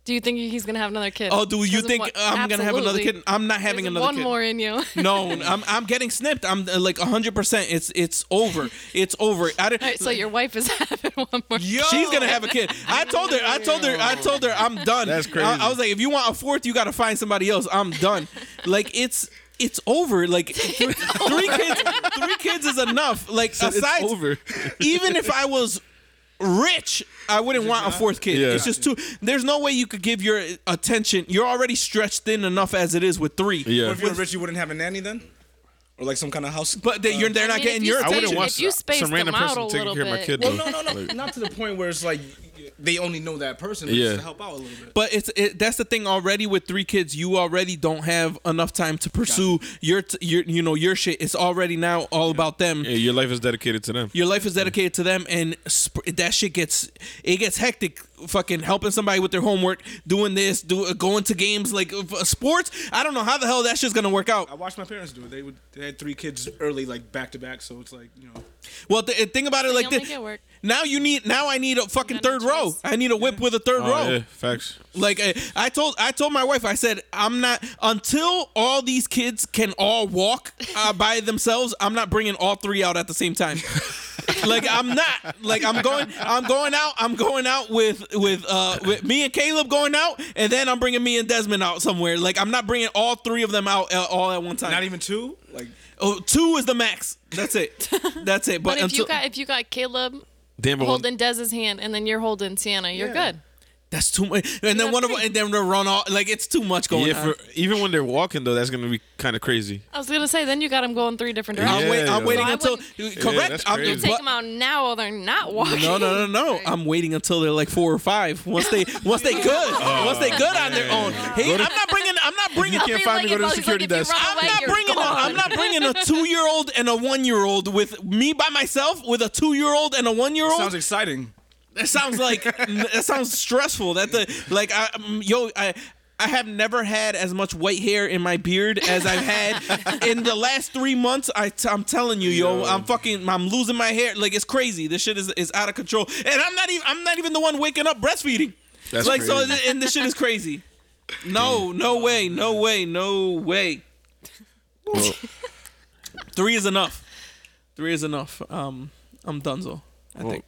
Speaker 4: do you think he's gonna have another kid?
Speaker 1: Oh, do you
Speaker 4: Because of
Speaker 1: think
Speaker 4: what-
Speaker 1: I'm gonna have another
Speaker 4: Absolutely.
Speaker 1: kid? I'm not having
Speaker 4: There's
Speaker 1: another
Speaker 4: one
Speaker 1: kid.
Speaker 4: more in you.
Speaker 1: No, I'm I'm getting snipped. I'm uh, like 100. percent It's it's over. It's over. I didn't.
Speaker 4: All right, so your wife is having one more.
Speaker 1: She's gonna have a kid. I told her. I told her. I told her. I'm done.
Speaker 5: That's crazy.
Speaker 1: I, I was like, if you want a fourth, you gotta find somebody else. I'm done. Like it's it's over. Like three, three kids. Three kids is enough. Like aside,
Speaker 5: It's over.
Speaker 1: even if I was rich, I wouldn't want a fourth kid.
Speaker 5: Yeah.
Speaker 1: It's just too. There's no way you could give your attention. You're already stretched thin enough as it is with three.
Speaker 5: Yeah.
Speaker 2: Well, if you were rich, you wouldn't have a nanny then, or like some kind of house.
Speaker 1: But they, you're, they're
Speaker 4: I
Speaker 1: not
Speaker 4: mean,
Speaker 1: getting
Speaker 4: if you
Speaker 1: your
Speaker 4: stay-
Speaker 5: I
Speaker 1: attention.
Speaker 5: wouldn't
Speaker 4: If
Speaker 5: want
Speaker 4: you
Speaker 5: some
Speaker 4: spaced
Speaker 5: random
Speaker 4: them out
Speaker 5: person
Speaker 4: a
Speaker 5: taking
Speaker 4: little
Speaker 5: care of my
Speaker 4: bit.
Speaker 5: kid.
Speaker 2: well,
Speaker 5: though.
Speaker 2: oh, no, no, no,
Speaker 5: Like,
Speaker 2: not to the point where it's like they only know that person
Speaker 5: Yeah.
Speaker 2: just to help out a little bit.
Speaker 1: But it's it, that's the thing already with three kids. You already don't have enough time to pursue your t- your you know your shit. It's already now all about them.
Speaker 5: Yeah, your life is dedicated to them.
Speaker 1: Your life is dedicated to them, and sp- that shit gets it gets hectic. Fucking helping somebody with their homework, doing this, do going to games like f- uh, sports. I don't know how the hell that shit's gonna work out.
Speaker 2: I watched my parents do it. They would they had three kids early, like back to back. So it's like you know,
Speaker 1: Well, th- think about it like
Speaker 4: You'll
Speaker 1: this.
Speaker 4: make it work.
Speaker 1: Now you need. Now I need a fucking
Speaker 4: got no
Speaker 1: third row.
Speaker 4: choice.
Speaker 1: I need a whip with a third row.
Speaker 5: Oh, yeah, facts.
Speaker 1: Like I, I told, I told my wife, I said, I'm not until all these kids can all walk uh, by themselves. I'm not bringing all three out at the same time. like I'm not. Like I'm going, I'm going out. I'm going out with with uh with me and Caleb going out, and then I'm bringing me and Desmond out somewhere. Like I'm not bringing all three of them out uh, all at one time.
Speaker 2: not even two. Like
Speaker 1: oh, two is the max. That's it. That's it. But,
Speaker 4: But if
Speaker 1: until
Speaker 4: you got if you got Caleb
Speaker 5: Damn, but
Speaker 4: holding Dez's hand and then you're holding Sienna, you're
Speaker 2: Yeah.
Speaker 4: good.
Speaker 1: that's too much, and then
Speaker 4: got
Speaker 1: one of
Speaker 4: three.
Speaker 1: and then the run all like it's too much going
Speaker 5: yeah,
Speaker 1: on.
Speaker 5: for, even when they're walking though, that's gonna be kind of crazy.
Speaker 4: I was gonna say then you got them going three different
Speaker 5: Yeah.
Speaker 4: directions.
Speaker 1: I'm, wait, I'm
Speaker 5: though.
Speaker 1: waiting
Speaker 4: So I
Speaker 1: until correct.
Speaker 5: that's
Speaker 1: I'm,
Speaker 5: crazy.
Speaker 4: You take them out now while they're not walking.
Speaker 1: No, no, no, no. I'm waiting until they're like four or five. Once they, once they good, once they good on their own. Hey, I'm not bringing. I'm not bringing.
Speaker 5: can't
Speaker 4: Be
Speaker 5: find me,
Speaker 4: like
Speaker 5: go to
Speaker 4: if
Speaker 5: the
Speaker 4: I was like,
Speaker 5: security
Speaker 4: if you
Speaker 5: desk.
Speaker 4: run
Speaker 1: I'm
Speaker 4: away,
Speaker 1: not
Speaker 4: you're
Speaker 1: bringing. A,
Speaker 4: gone.
Speaker 1: I'm not bringing a two-year-old and a one-year-old with me by myself with a two-year-old and a one-year-old.
Speaker 2: sounds exciting.
Speaker 1: That sounds like that sounds stressful. That the like I um, yo I. I have never had as much white hair in my beard as I've had in the last three months. I t- I'm telling you, yo, I'm fucking, I'm losing my hair. Like it's crazy. This shit is, is out of control, and I'm not even, I'm not even the one waking up breastfeeding.
Speaker 5: That's
Speaker 1: like so,
Speaker 5: crazy.
Speaker 1: th- and this shit is crazy. No, no way, no way, no way.
Speaker 5: Well,
Speaker 1: Three is enough. Three is enough. Um, I'm donezo. I think.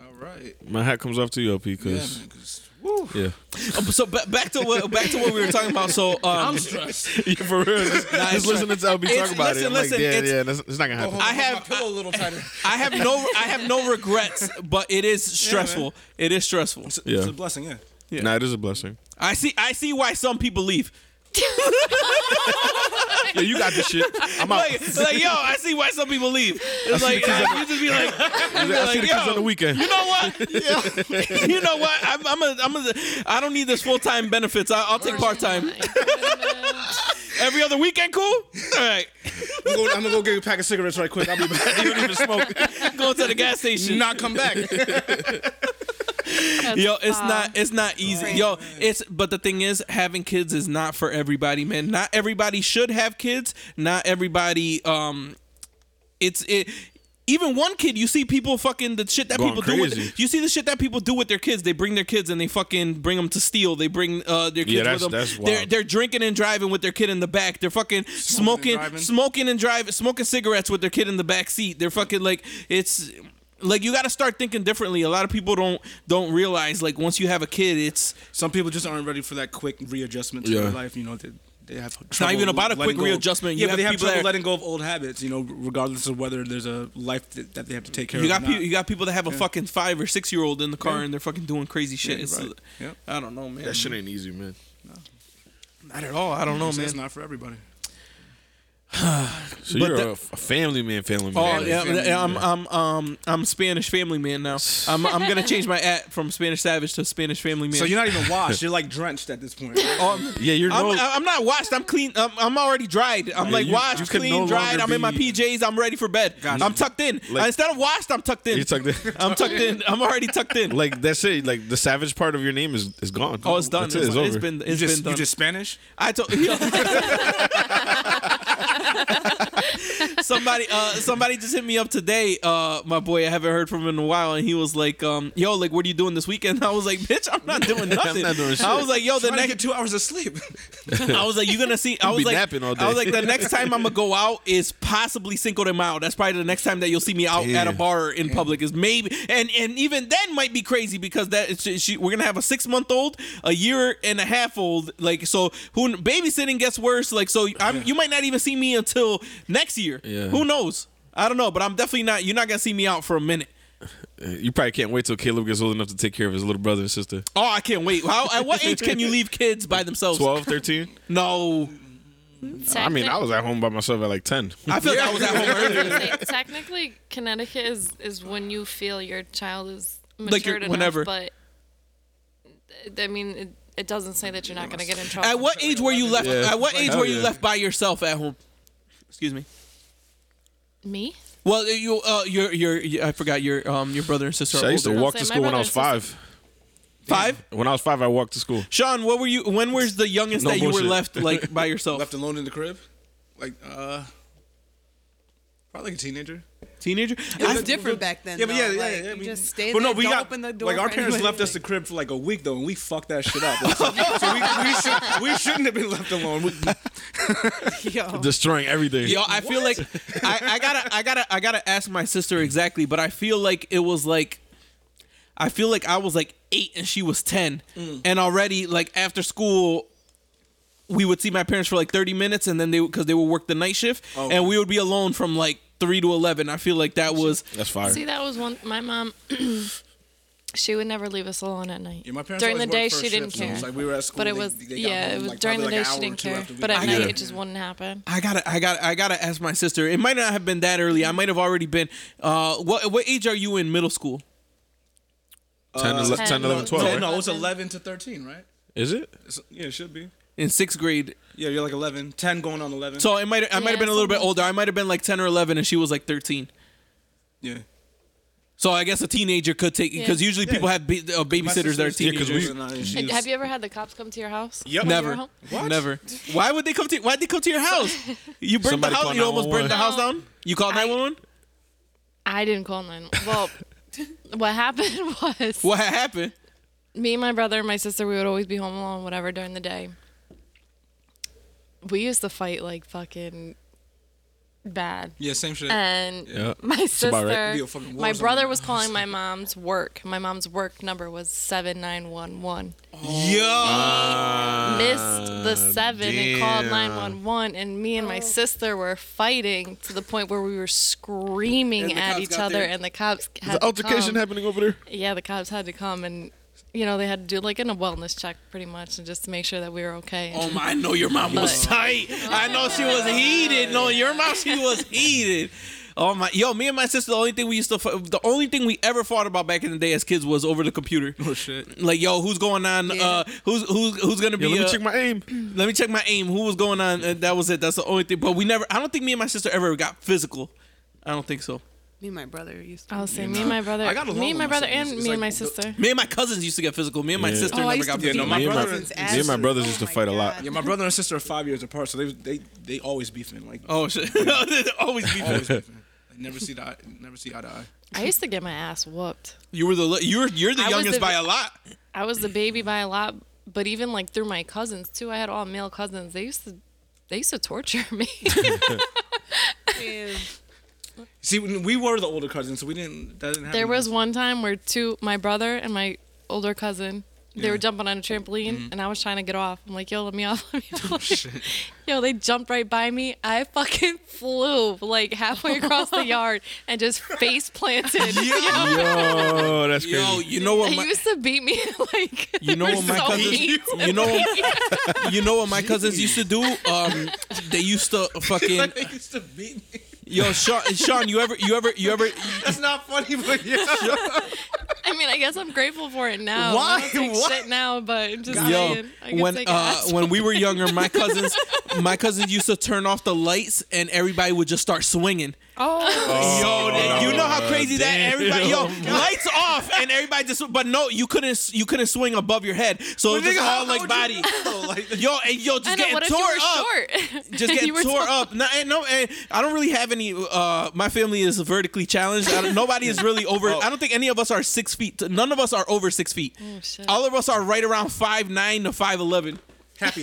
Speaker 2: All right.
Speaker 5: my hat comes off to you, LP,
Speaker 2: Yeah,
Speaker 5: because
Speaker 2: man, 'cause- woo.
Speaker 5: yeah,
Speaker 1: Um, So ba- back to what back to what we were talking about. So um,
Speaker 2: I'm stressed.
Speaker 5: Yeah, for real. Just,
Speaker 1: Nah, it's
Speaker 5: just listening to LP
Speaker 1: it's-
Speaker 5: talk about
Speaker 1: listen,
Speaker 5: it. I'm
Speaker 1: listen,
Speaker 5: like, yeah,
Speaker 1: it's-
Speaker 5: yeah, that's, it's not gonna
Speaker 2: Oh,
Speaker 5: happen.
Speaker 1: I have-
Speaker 2: my pillow a little tighter.
Speaker 1: I have no I have no regrets, but it is stressful. it is stressful.
Speaker 5: Yeah.
Speaker 2: It's a blessing. Yeah.
Speaker 5: Nah, it is a blessing.
Speaker 1: I see I see why some people leave.
Speaker 5: Yeah, you got this shit. I'm out.
Speaker 1: Like, like yo, I see why some people leave. It's like you just be like,
Speaker 5: I
Speaker 1: you
Speaker 5: see the kids on the weekend.
Speaker 1: You know what? you know what? I'm, I'm a, I'm a, I don't need this full time benefits. I, I'll take part time. Every other weekend, cool. All right,
Speaker 2: I'm going, I'm gonna go get a pack of cigarettes right quick. I'll be back.
Speaker 5: You don't even smoke.
Speaker 1: go to the gas station.
Speaker 2: Not come back.
Speaker 1: Yo, it's not it's not easy. Yo, it's but the thing is, having kids is not for everybody, man. Not everybody should have kids. Not everybody. Um, it's it. Even one kid, you see people fucking the shit that
Speaker 5: Going
Speaker 1: people do.
Speaker 5: crazy.
Speaker 1: With, you see the shit that people do with their kids. They bring their kids and they fucking bring them to steal. They bring uh, their kids
Speaker 5: Yeah, that's-
Speaker 1: with them.
Speaker 5: that's
Speaker 1: They're
Speaker 5: wild.
Speaker 1: they're drinking and driving with their kid in the back. They're fucking smoking,
Speaker 2: and driving.
Speaker 1: smoking and driving, smoking cigarettes with their kid in the back seat. They're fucking like it's like you got to start thinking differently. A lot of people don't don't realize like once you have a kid, it's
Speaker 2: Some people just aren't ready for that quick readjustment to
Speaker 5: Yeah.
Speaker 2: their life. You know, they, they have trouble. It's
Speaker 1: even about a quick readjustment. You
Speaker 2: Yeah, but
Speaker 1: have
Speaker 2: they have
Speaker 1: people
Speaker 2: trouble
Speaker 1: that-
Speaker 2: letting go of old habits. You know, regardless of whether there's a life that, that they have to take care
Speaker 1: you got
Speaker 2: of. or
Speaker 1: people
Speaker 2: not.
Speaker 1: you got people that have a fucking five or six year old in the car and they're fucking doing crazy shit.
Speaker 2: Yeah,
Speaker 1: It's-
Speaker 2: right. Yep.
Speaker 1: I don't know, man.
Speaker 5: That shit ain't easy, man.
Speaker 1: not at all. I don't know,
Speaker 2: So It's
Speaker 1: man.
Speaker 2: not for everybody.
Speaker 5: So
Speaker 1: But
Speaker 5: you're
Speaker 1: the-
Speaker 5: a, a family man, family man.
Speaker 1: Oh
Speaker 5: Like,
Speaker 1: yeah,
Speaker 2: family,
Speaker 1: yeah, I'm I'm um I'm Spanish family man now. I'm I'm gonna change my at from Spanish savage to Spanish family man.
Speaker 2: So you're not even washed. You're like drenched at this point.
Speaker 1: Um,
Speaker 5: Yeah, you're
Speaker 1: I'm,
Speaker 5: no.
Speaker 1: I'm not washed. I'm clean. I'm, I'm already dried. I'm like
Speaker 5: you-
Speaker 1: washed,
Speaker 5: you can
Speaker 1: clean,
Speaker 5: no
Speaker 1: dried.
Speaker 5: longer
Speaker 1: I'm in my
Speaker 5: be-
Speaker 1: PJs. I'm ready for bed. I'm tucked in.
Speaker 5: Like-
Speaker 1: Instead of washed, I'm tucked in.
Speaker 5: you're tucked in.
Speaker 1: I'm tucked in. I'm already tucked in.
Speaker 5: like that's it. Like the savage part of your name is is gone.
Speaker 1: oh, it's done.
Speaker 5: That's
Speaker 1: It's,
Speaker 5: it. It's
Speaker 1: done. it's
Speaker 5: over.
Speaker 1: been.
Speaker 2: You
Speaker 1: It's
Speaker 2: just,
Speaker 1: been done.
Speaker 2: You just Spanish?
Speaker 1: I told yo. somebody uh somebody just hit me up today uh my boy I haven't heard from him in a while and he was like um yo like what are you doing this weekend I was like bitch I'm not doing nothing
Speaker 5: not doing shit.
Speaker 1: I was like yo the
Speaker 2: Trying to
Speaker 1: next
Speaker 2: get two hours of sleep.
Speaker 1: I was like, you're gonna see. I was
Speaker 5: be
Speaker 1: like,
Speaker 5: napping all
Speaker 1: I was
Speaker 5: day.
Speaker 1: like, the next time I'm gonna go out is possibly Cinco de Mayo. That's probably the next time that you'll see me out at a
Speaker 5: Damn.
Speaker 1: bar in public. Is maybe and and even then might be crazy because that it's- she, we're gonna have a six month old, a year and a half old. Like so, who babysitting gets worse. Like so, I'm, you might not even see me until next year.
Speaker 5: Yeah.
Speaker 1: Who knows? I don't know, but I'm definitely not. You're not gonna see me out for a minute.
Speaker 5: You probably can't wait till Caleb gets old enough to take care of his little brother and sister.
Speaker 1: Oh, I can't wait. How, at what age can you leave kids by themselves?
Speaker 5: 12, 13?
Speaker 1: No,
Speaker 5: I mean, I was at home by myself at like 10.
Speaker 1: I feel like I was at home earlier.
Speaker 4: Say, technically, Connecticut is is when you feel your child is
Speaker 1: Like
Speaker 4: matured
Speaker 1: you're-
Speaker 4: enough,
Speaker 1: whenever.
Speaker 4: but I mean, it, it doesn't say that you're not going to get in trouble.
Speaker 1: At what age were you left?
Speaker 5: Yeah.
Speaker 1: At what age
Speaker 5: Hell
Speaker 1: were you
Speaker 5: yeah.
Speaker 1: left by yourself at home? Excuse me.
Speaker 4: Me?
Speaker 1: Well, you, uh, your, your, your, I forgot your, um, your brother and sister.
Speaker 5: Shit,
Speaker 1: Are
Speaker 5: I used to
Speaker 1: older.
Speaker 5: walk
Speaker 4: Say,
Speaker 5: to
Speaker 4: my
Speaker 5: school when I
Speaker 4: brother
Speaker 5: was
Speaker 4: and
Speaker 5: five.
Speaker 1: Five.
Speaker 5: When I was five, I walked to school.
Speaker 1: Sean, what were you? When was the youngest
Speaker 5: No
Speaker 1: that you were
Speaker 5: bullshit.
Speaker 1: left like by yourself?
Speaker 2: Left alone in the crib, like uh, probably like a teenager.
Speaker 1: Teenager.
Speaker 3: It was
Speaker 1: I-
Speaker 3: different back then.
Speaker 2: Yeah, but yeah,
Speaker 3: though.
Speaker 2: yeah,
Speaker 3: Like,
Speaker 2: yeah, I
Speaker 3: you
Speaker 2: mean-
Speaker 3: just stay
Speaker 2: but
Speaker 3: there.
Speaker 2: no, we
Speaker 3: don't
Speaker 2: got
Speaker 3: open the door.
Speaker 2: like our
Speaker 3: for
Speaker 2: parents
Speaker 3: anybody.
Speaker 2: left us the crib for like a week though, and we fucked that shit up. Like, so so we, we, should, we shouldn't have been left alone. We,
Speaker 3: Yo.
Speaker 5: Destroying everything.
Speaker 1: Yo, I feel like I, I gotta, I gotta, I gotta ask my sister exactly, but I feel like it was like, I feel like I was like eight and she was ten, and already like after school, we would see my parents for like thirty minutes, and then they because they would work the night shift, and we would be alone from like three to eleven. I feel like that was
Speaker 5: That's fire.
Speaker 4: See, that was one. My mom, she would never leave us alone at night.
Speaker 2: Yeah, my parents
Speaker 4: during the
Speaker 2: always
Speaker 4: day,
Speaker 2: worked
Speaker 4: she
Speaker 2: first
Speaker 4: didn't
Speaker 2: shift, so it
Speaker 4: care.
Speaker 2: was like we were at school,
Speaker 4: but it
Speaker 2: they-
Speaker 4: was
Speaker 2: they got
Speaker 4: yeah,
Speaker 2: home,
Speaker 4: it was
Speaker 2: like,
Speaker 4: during the
Speaker 2: probably
Speaker 4: day
Speaker 2: like an
Speaker 4: she
Speaker 2: hour or
Speaker 4: didn't
Speaker 2: two
Speaker 4: care.
Speaker 2: after we
Speaker 4: But at
Speaker 2: got
Speaker 4: night,
Speaker 2: home.
Speaker 4: it just wouldn't happen.
Speaker 1: I gotta, I gotta, I gotta ask my sister. It might not have been that early. I might have already been. Uh, what what age are you in middle school?
Speaker 5: 10, ele- 10, 11, 12,
Speaker 2: no,
Speaker 5: right?
Speaker 2: no, it was
Speaker 4: 11.
Speaker 2: eleven to thirteen, right?
Speaker 5: Is it?
Speaker 2: It's- yeah, uh, it should be.
Speaker 1: In sixth grade.
Speaker 2: Yeah, you're like 11, 10 going on eleven.
Speaker 1: So I might, I might
Speaker 4: Yeah,
Speaker 1: have been a little bit
Speaker 4: something.
Speaker 1: older. I might have been like ten or eleven, and she was like thirteen.
Speaker 2: yeah,
Speaker 1: So I guess a teenager could take because
Speaker 4: Yeah.
Speaker 1: usually people have ba- uh, babysitters that are
Speaker 5: Yeah, 'cause
Speaker 1: teenagers.
Speaker 5: we-
Speaker 4: And
Speaker 2: we
Speaker 4: have you ever had the cops come to your house?
Speaker 2: Yep.
Speaker 4: when you were
Speaker 1: Never.
Speaker 4: home?
Speaker 2: What?
Speaker 1: Never. Why would they come to? Why'd they come to your house? You burned
Speaker 5: Somebody
Speaker 1: the house.
Speaker 5: called
Speaker 1: You almost burned the
Speaker 5: 911.
Speaker 1: house down. You called
Speaker 4: I-
Speaker 1: nine one one.
Speaker 4: I didn't call nine. Well, what happened was
Speaker 1: What had happened?
Speaker 4: me and my brother and my sister. We would always be home alone, whatever, during the day. We used to fight like fucking bad.
Speaker 2: Yeah, same shit.
Speaker 4: and
Speaker 5: Yeah.
Speaker 4: my
Speaker 5: about right.
Speaker 4: sister,
Speaker 2: Be a fucking war
Speaker 4: my
Speaker 2: zone.
Speaker 4: brother was calling my mom's work. My mom's work number was seven nine one one.
Speaker 2: Yo, Ah,
Speaker 4: Missed the seven and called
Speaker 5: damn.
Speaker 4: nine one one. And me and my sister were fighting to the point where we were
Speaker 2: And
Speaker 4: screaming
Speaker 2: the
Speaker 4: at
Speaker 2: cops
Speaker 4: each
Speaker 2: got
Speaker 4: other,
Speaker 2: there.
Speaker 4: and the cops had
Speaker 5: The
Speaker 4: to
Speaker 5: altercation
Speaker 4: come.
Speaker 5: happening over there.
Speaker 4: Yeah, the cops had to come and. You know, they had to do like in a wellness check pretty much and just to make sure that we were okay.
Speaker 1: Oh my! I know your mom was tight. I know she was heated. No, your mom she was heated. Oh my! Yo, me and my sister. The only thing we used to, fu- the only thing we ever fought about back in the day as kids was over the computer.
Speaker 2: oh shit.
Speaker 1: Like, yo, who's going on? Uh, who's who's who's gonna be?
Speaker 5: Yo, let me
Speaker 1: uh,
Speaker 5: check my aim.
Speaker 1: Let me check my aim. Who was going on? Uh, that was it. That's the only thing. But we never. I don't think me and my sister ever got physical. I don't think so.
Speaker 3: Me and my brother used to.
Speaker 4: I'll say me and my brother,
Speaker 2: I got along
Speaker 4: me and
Speaker 2: with
Speaker 4: my
Speaker 2: my
Speaker 4: brother,
Speaker 2: siblings.
Speaker 4: and me
Speaker 2: It's
Speaker 4: and my
Speaker 2: like the-
Speaker 4: sister.
Speaker 1: Me and my cousins used to get physical. Me and my
Speaker 5: Yeah.
Speaker 1: sister
Speaker 4: Oh, I
Speaker 1: never
Speaker 4: used
Speaker 1: got
Speaker 4: to
Speaker 1: physical.
Speaker 2: beat My
Speaker 5: me and my,
Speaker 2: brother's
Speaker 5: me and my brothers used to
Speaker 3: asses.
Speaker 5: fight a lot.
Speaker 3: Oh my
Speaker 2: Yeah, my brother and sister are five years apart, so they they they always beefing. Like
Speaker 1: Oh shit! They Always be
Speaker 2: always beefing. Like, never see the eye, never see eye to eye.
Speaker 4: I used to get my ass whooped.
Speaker 1: You were the li- you're you're the
Speaker 4: I was
Speaker 1: youngest
Speaker 4: the-
Speaker 1: by a lot.
Speaker 4: I was the baby by a lot, but even like through my cousins too. I had all male cousins. They used to, they used to torture me.
Speaker 3: Damn.
Speaker 2: See, when we were the older cousins, so we didn't. That didn't happen.
Speaker 4: there was one time where two, my brother and my older cousin, they
Speaker 2: Yeah.
Speaker 4: were jumping on a trampoline,
Speaker 1: Mm-hmm.
Speaker 4: and I was trying to get off. I'm like, yo, let me off, let me
Speaker 1: Oh,
Speaker 4: off. yo, they jumped right by me. I fucking flew like halfway across the yard and just face planted.
Speaker 5: Yo, that's crazy.
Speaker 1: Yo, you know what?
Speaker 4: They
Speaker 1: My,
Speaker 4: used to beat me like
Speaker 1: you know what my
Speaker 4: so
Speaker 1: cousins.
Speaker 4: mean.
Speaker 1: You know. What, you know what my cousins used to do? Um, they used to fucking.
Speaker 2: They used to beat me.
Speaker 1: Yo, Sean, Sean, you ever, you ever, you ever?
Speaker 2: That's not funny, but yeah.
Speaker 4: I mean, I guess I'm grateful for it now.
Speaker 1: Why?
Speaker 4: I don't take
Speaker 1: What?
Speaker 4: shit now, but I'm just
Speaker 1: Yo,
Speaker 4: saying. I guess
Speaker 1: when
Speaker 4: I
Speaker 1: uh,
Speaker 4: guess.
Speaker 1: when we were younger, my cousins, my cousins used to turn off the lights, and everybody would just start swinging.
Speaker 4: oh,
Speaker 1: Yo, that- you know how
Speaker 5: uh,
Speaker 1: crazy that
Speaker 5: damn.
Speaker 1: everybody yo lights off and everybody just but no you couldn't you couldn't swing above your head so it was just all like body
Speaker 2: Oh,
Speaker 1: yo and yo
Speaker 4: I
Speaker 1: just
Speaker 4: know.
Speaker 1: getting
Speaker 4: What if you
Speaker 1: tore
Speaker 4: were
Speaker 1: up
Speaker 4: short?
Speaker 1: just
Speaker 4: And you
Speaker 1: getting
Speaker 4: were
Speaker 1: tore
Speaker 4: tall?
Speaker 1: up no and, no and I don't really have any uh my family is vertically challenged I don't, nobody is really over I don't think any of us are six feet none of us are over six feet
Speaker 4: Oh, shit.
Speaker 1: all of us are right around five nine to five eleven
Speaker 2: Happy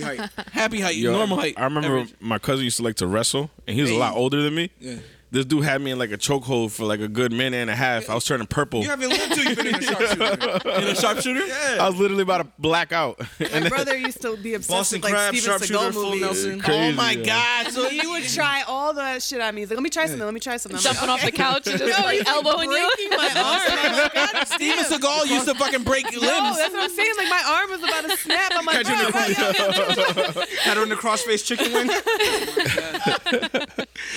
Speaker 2: height.
Speaker 1: happy height
Speaker 5: Yo,
Speaker 1: normal height
Speaker 5: I remember
Speaker 1: average.
Speaker 5: my cousin used to like to wrestle, and he was a lot older than me.
Speaker 2: Yeah.
Speaker 5: This dude had me in like a chokehold for like a good minute and a half. I was turning purple.
Speaker 2: You haven't lived till you've been in a sharpshooter.
Speaker 1: in a sharpshooter
Speaker 5: I was literally about to black out.
Speaker 3: My brother used to be obsessed
Speaker 2: Boston
Speaker 3: with like
Speaker 2: crab,
Speaker 3: Steven
Speaker 2: sharpshooter,
Speaker 3: Seagal
Speaker 2: full
Speaker 3: movies.
Speaker 2: Nelson.
Speaker 1: oh
Speaker 5: Crazy,
Speaker 1: my
Speaker 5: yo.
Speaker 1: god so
Speaker 3: He would try all that shit on me. He's like, let me try something. Let me try something. I'm like,
Speaker 4: Jumping off the couch and
Speaker 1: Oh,
Speaker 4: just like elbowing you.
Speaker 3: breaking my arm. Like, God
Speaker 1: Steven Seagal used to fucking break
Speaker 3: No,
Speaker 1: limbs.
Speaker 3: that's what I'm saying. Like my arm was about to snap. I'm like,
Speaker 2: Catch you in the
Speaker 3: "Bro, how y'all
Speaker 2: Had her in the crossface chicken wing.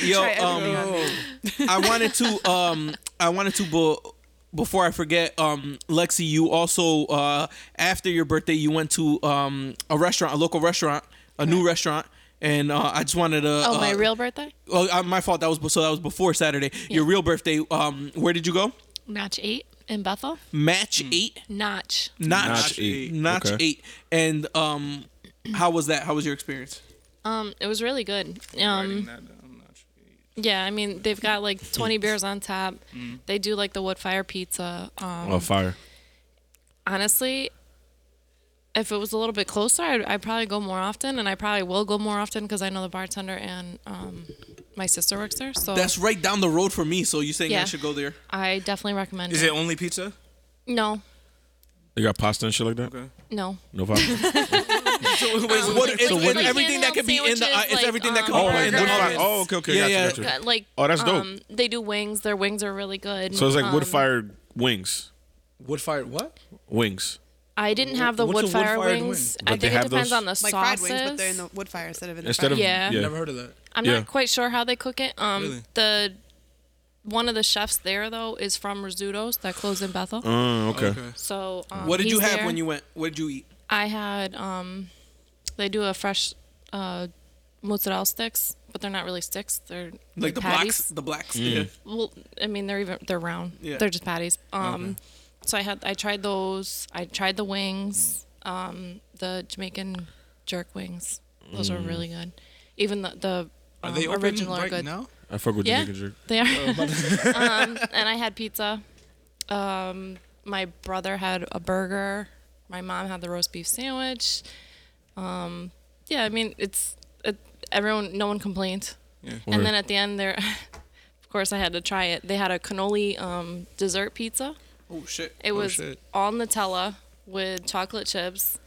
Speaker 1: Yo,
Speaker 3: try everything
Speaker 1: um,
Speaker 3: on me?"
Speaker 1: I wanted to, um, I wanted to, but before I forget, um, Lexi, you also uh, after your birthday, you went to um, a restaurant, a local restaurant, a new restaurant, and uh, I just wanted to.
Speaker 4: Oh,
Speaker 1: uh,
Speaker 4: my real birthday?
Speaker 1: Oh, uh, my fault. That was so. That was before Saturday. Your real birthday. Um, where did you go?
Speaker 4: Match eight in Bethel.
Speaker 1: Match eight,
Speaker 4: Notch.
Speaker 1: notch,
Speaker 5: Notch eight.
Speaker 1: notch
Speaker 5: Okay.
Speaker 1: eight, and um, how was that? How was your experience?
Speaker 4: Um, it was really good. Um, yeah, I mean they've got like 20 beers on tap. They do like the wood fire pizza. Um,
Speaker 5: Oh, fire.
Speaker 4: honestly, if it was a little bit closer, I'd, I'd probably go more often, and I probably will go more often because I know the bartender and um, my sister works there. So
Speaker 1: That's right down the road for me. So you saying I
Speaker 4: Yeah.
Speaker 1: should go there?
Speaker 4: I definitely recommend
Speaker 2: Is
Speaker 4: it.
Speaker 2: it only pizza?
Speaker 4: No,
Speaker 5: They got pasta and shit like that.
Speaker 4: no.
Speaker 5: No pasta.
Speaker 1: So, wait, so what, it's, it's
Speaker 4: like hand-me-down
Speaker 1: everything that could be in the.
Speaker 4: sandwiches,
Speaker 1: it's
Speaker 4: like,
Speaker 1: everything that could
Speaker 4: um,
Speaker 1: be
Speaker 5: oh,
Speaker 1: in
Speaker 5: like
Speaker 1: the
Speaker 5: wood fire.
Speaker 1: oven.
Speaker 5: Oh, okay, okay,
Speaker 1: Yeah,
Speaker 5: gotcha,
Speaker 1: yeah.
Speaker 5: gotcha.
Speaker 4: Uh, Like
Speaker 5: Oh, that's dope.
Speaker 4: Um, they do wings. Their wings are really good.
Speaker 5: So it's like wood
Speaker 4: Um,
Speaker 5: fired wings.
Speaker 2: Wood fire what?
Speaker 5: Wings.
Speaker 4: I didn't have the
Speaker 2: what's a
Speaker 4: wood fire
Speaker 2: wood-fired
Speaker 4: wings.
Speaker 5: wing?
Speaker 4: I
Speaker 5: But they
Speaker 4: think it
Speaker 5: have
Speaker 4: depends
Speaker 5: those-
Speaker 4: on the
Speaker 3: like fried
Speaker 4: sauces.
Speaker 3: wings, but they're in the wood fire instead of in the
Speaker 5: Instead
Speaker 3: fried
Speaker 5: of
Speaker 3: pan.
Speaker 4: Yeah.
Speaker 2: Never heard of that.
Speaker 4: I'm
Speaker 5: Yeah.
Speaker 4: not quite sure how they cook it. Um,
Speaker 2: Really?
Speaker 4: the one of the chefs there though is from Rizzuto's that closed in Bethel.
Speaker 5: Uh, okay.
Speaker 4: so um,
Speaker 1: What did you
Speaker 4: he's
Speaker 1: have
Speaker 4: there.
Speaker 1: when you went? What did you eat?
Speaker 4: I had um, they do a fresh uh, mozzarella sticks, but they're not really sticks. They're
Speaker 1: Like the blacks,
Speaker 4: patties.
Speaker 1: the blacks.
Speaker 5: Mm.
Speaker 1: Yeah.
Speaker 4: Well, I mean they're even they're round.
Speaker 1: Yeah.
Speaker 4: They're just patties. Um, so I had I tried those. I tried the wings. Um, the Jamaican jerk wings. Those
Speaker 5: Mm.
Speaker 4: are really good. Even the the
Speaker 2: Are
Speaker 4: um,
Speaker 2: they open
Speaker 4: original
Speaker 2: right
Speaker 4: are good.
Speaker 2: now? Oh,
Speaker 5: I fuck with
Speaker 4: Yeah,
Speaker 5: Jamaican jerk.
Speaker 4: they are. um, and I had pizza. Um, my brother had a burger. My mom had the roast beef sandwich. Um, yeah, I mean it's it, everyone. No one complained. And
Speaker 5: Word.
Speaker 4: then at the end, there, of course, I had to try it. They had a cannoli um, dessert pizza.
Speaker 1: Oh shit.
Speaker 4: It
Speaker 2: Oh,
Speaker 4: was
Speaker 2: shit.
Speaker 4: all Nutella with chocolate chips,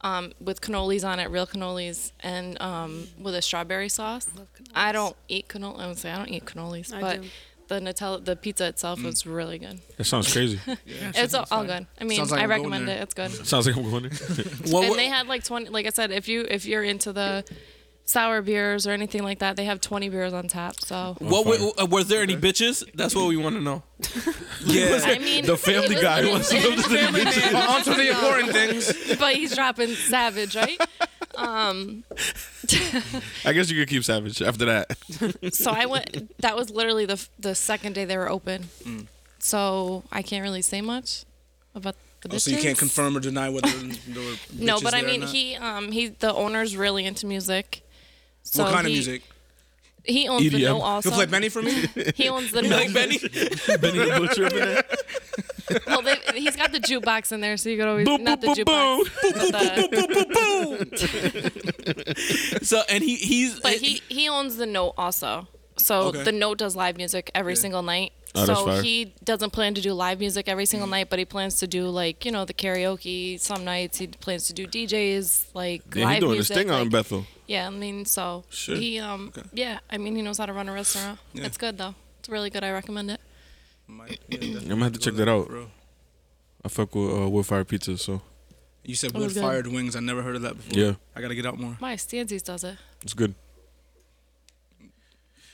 Speaker 4: um, with cannolis on it, real cannolis, and um, with a strawberry sauce. I don't eat cannoli. I would say I don't eat cannolis,
Speaker 3: I
Speaker 4: but
Speaker 3: do.
Speaker 4: the Nutella, the pizza itself
Speaker 2: Mm.
Speaker 4: was really good.
Speaker 5: That sounds crazy.
Speaker 4: it's all, all good. I mean,
Speaker 2: Sounds like
Speaker 4: I
Speaker 2: I'm going
Speaker 4: recommend
Speaker 2: there.
Speaker 4: it. It's good.
Speaker 5: sounds like I'm going there.
Speaker 3: Oh,
Speaker 1: What-
Speaker 4: and
Speaker 1: what-
Speaker 4: they had like twenty. Like I said, if you if you're into the sour beers or anything like that, they have twenty beers on tap. So.
Speaker 1: What
Speaker 5: fire.
Speaker 1: were, uh, were there any bitches? That's what we want to know.
Speaker 4: I mean,
Speaker 5: The Family
Speaker 4: it
Speaker 5: Guy
Speaker 4: was-
Speaker 5: wants to know the
Speaker 4: Family Man.
Speaker 2: On to the important things.
Speaker 4: but he's dropping Savage, right? Um,
Speaker 5: I guess you could keep savage after that.
Speaker 4: So I went. That was literally the the second day they were open.
Speaker 2: Hmm.
Speaker 4: So I can't really say much about the bitches.
Speaker 2: Oh, so you can't confirm or deny whether there were
Speaker 4: No,
Speaker 2: bitches
Speaker 4: but I
Speaker 2: there or
Speaker 4: mean,
Speaker 2: not?
Speaker 4: he um he the owner's really into music. So
Speaker 2: What kind of
Speaker 4: he-
Speaker 2: music? E
Speaker 4: He owns the
Speaker 5: EDM.
Speaker 4: no also.
Speaker 2: You'll play Benny for me?
Speaker 4: He owns the no.
Speaker 1: Benny,
Speaker 5: Benny the Butcher over there.
Speaker 4: Well, they, he's got the jukebox in there, so you could always
Speaker 5: Boop,
Speaker 4: not
Speaker 5: boop,
Speaker 4: the
Speaker 5: boop,
Speaker 4: jukebox. but the-
Speaker 1: so and he he's
Speaker 4: But he he owns the note also. So
Speaker 1: Okay.
Speaker 4: the note does live music every single night.
Speaker 5: Oh, that's
Speaker 4: so
Speaker 5: fire.
Speaker 4: he doesn't plan to do live music every
Speaker 2: Mm-hmm.
Speaker 4: single night, but he plans to do like you know the karaoke some nights. He plans to do DJs like
Speaker 5: Yeah,
Speaker 4: live
Speaker 5: he doing his
Speaker 4: music.
Speaker 5: thing out in
Speaker 4: like-
Speaker 5: Bethel.
Speaker 4: Yeah, I mean so
Speaker 5: Shit.
Speaker 4: he um yeah I mean he knows how to run a restaurant. It's good though. It's really good. I recommend it.
Speaker 2: Might- yeah, definitely
Speaker 5: gonna have to
Speaker 2: go
Speaker 5: check
Speaker 2: there,
Speaker 5: that out.
Speaker 2: bro.
Speaker 5: I fuck with uh, wood fire pizza. So
Speaker 2: You said wood
Speaker 4: was good.
Speaker 2: fired wings. I never heard of that before.
Speaker 5: Yeah.
Speaker 2: I gotta get out more.
Speaker 4: My Stanzi's does it.
Speaker 5: it's good.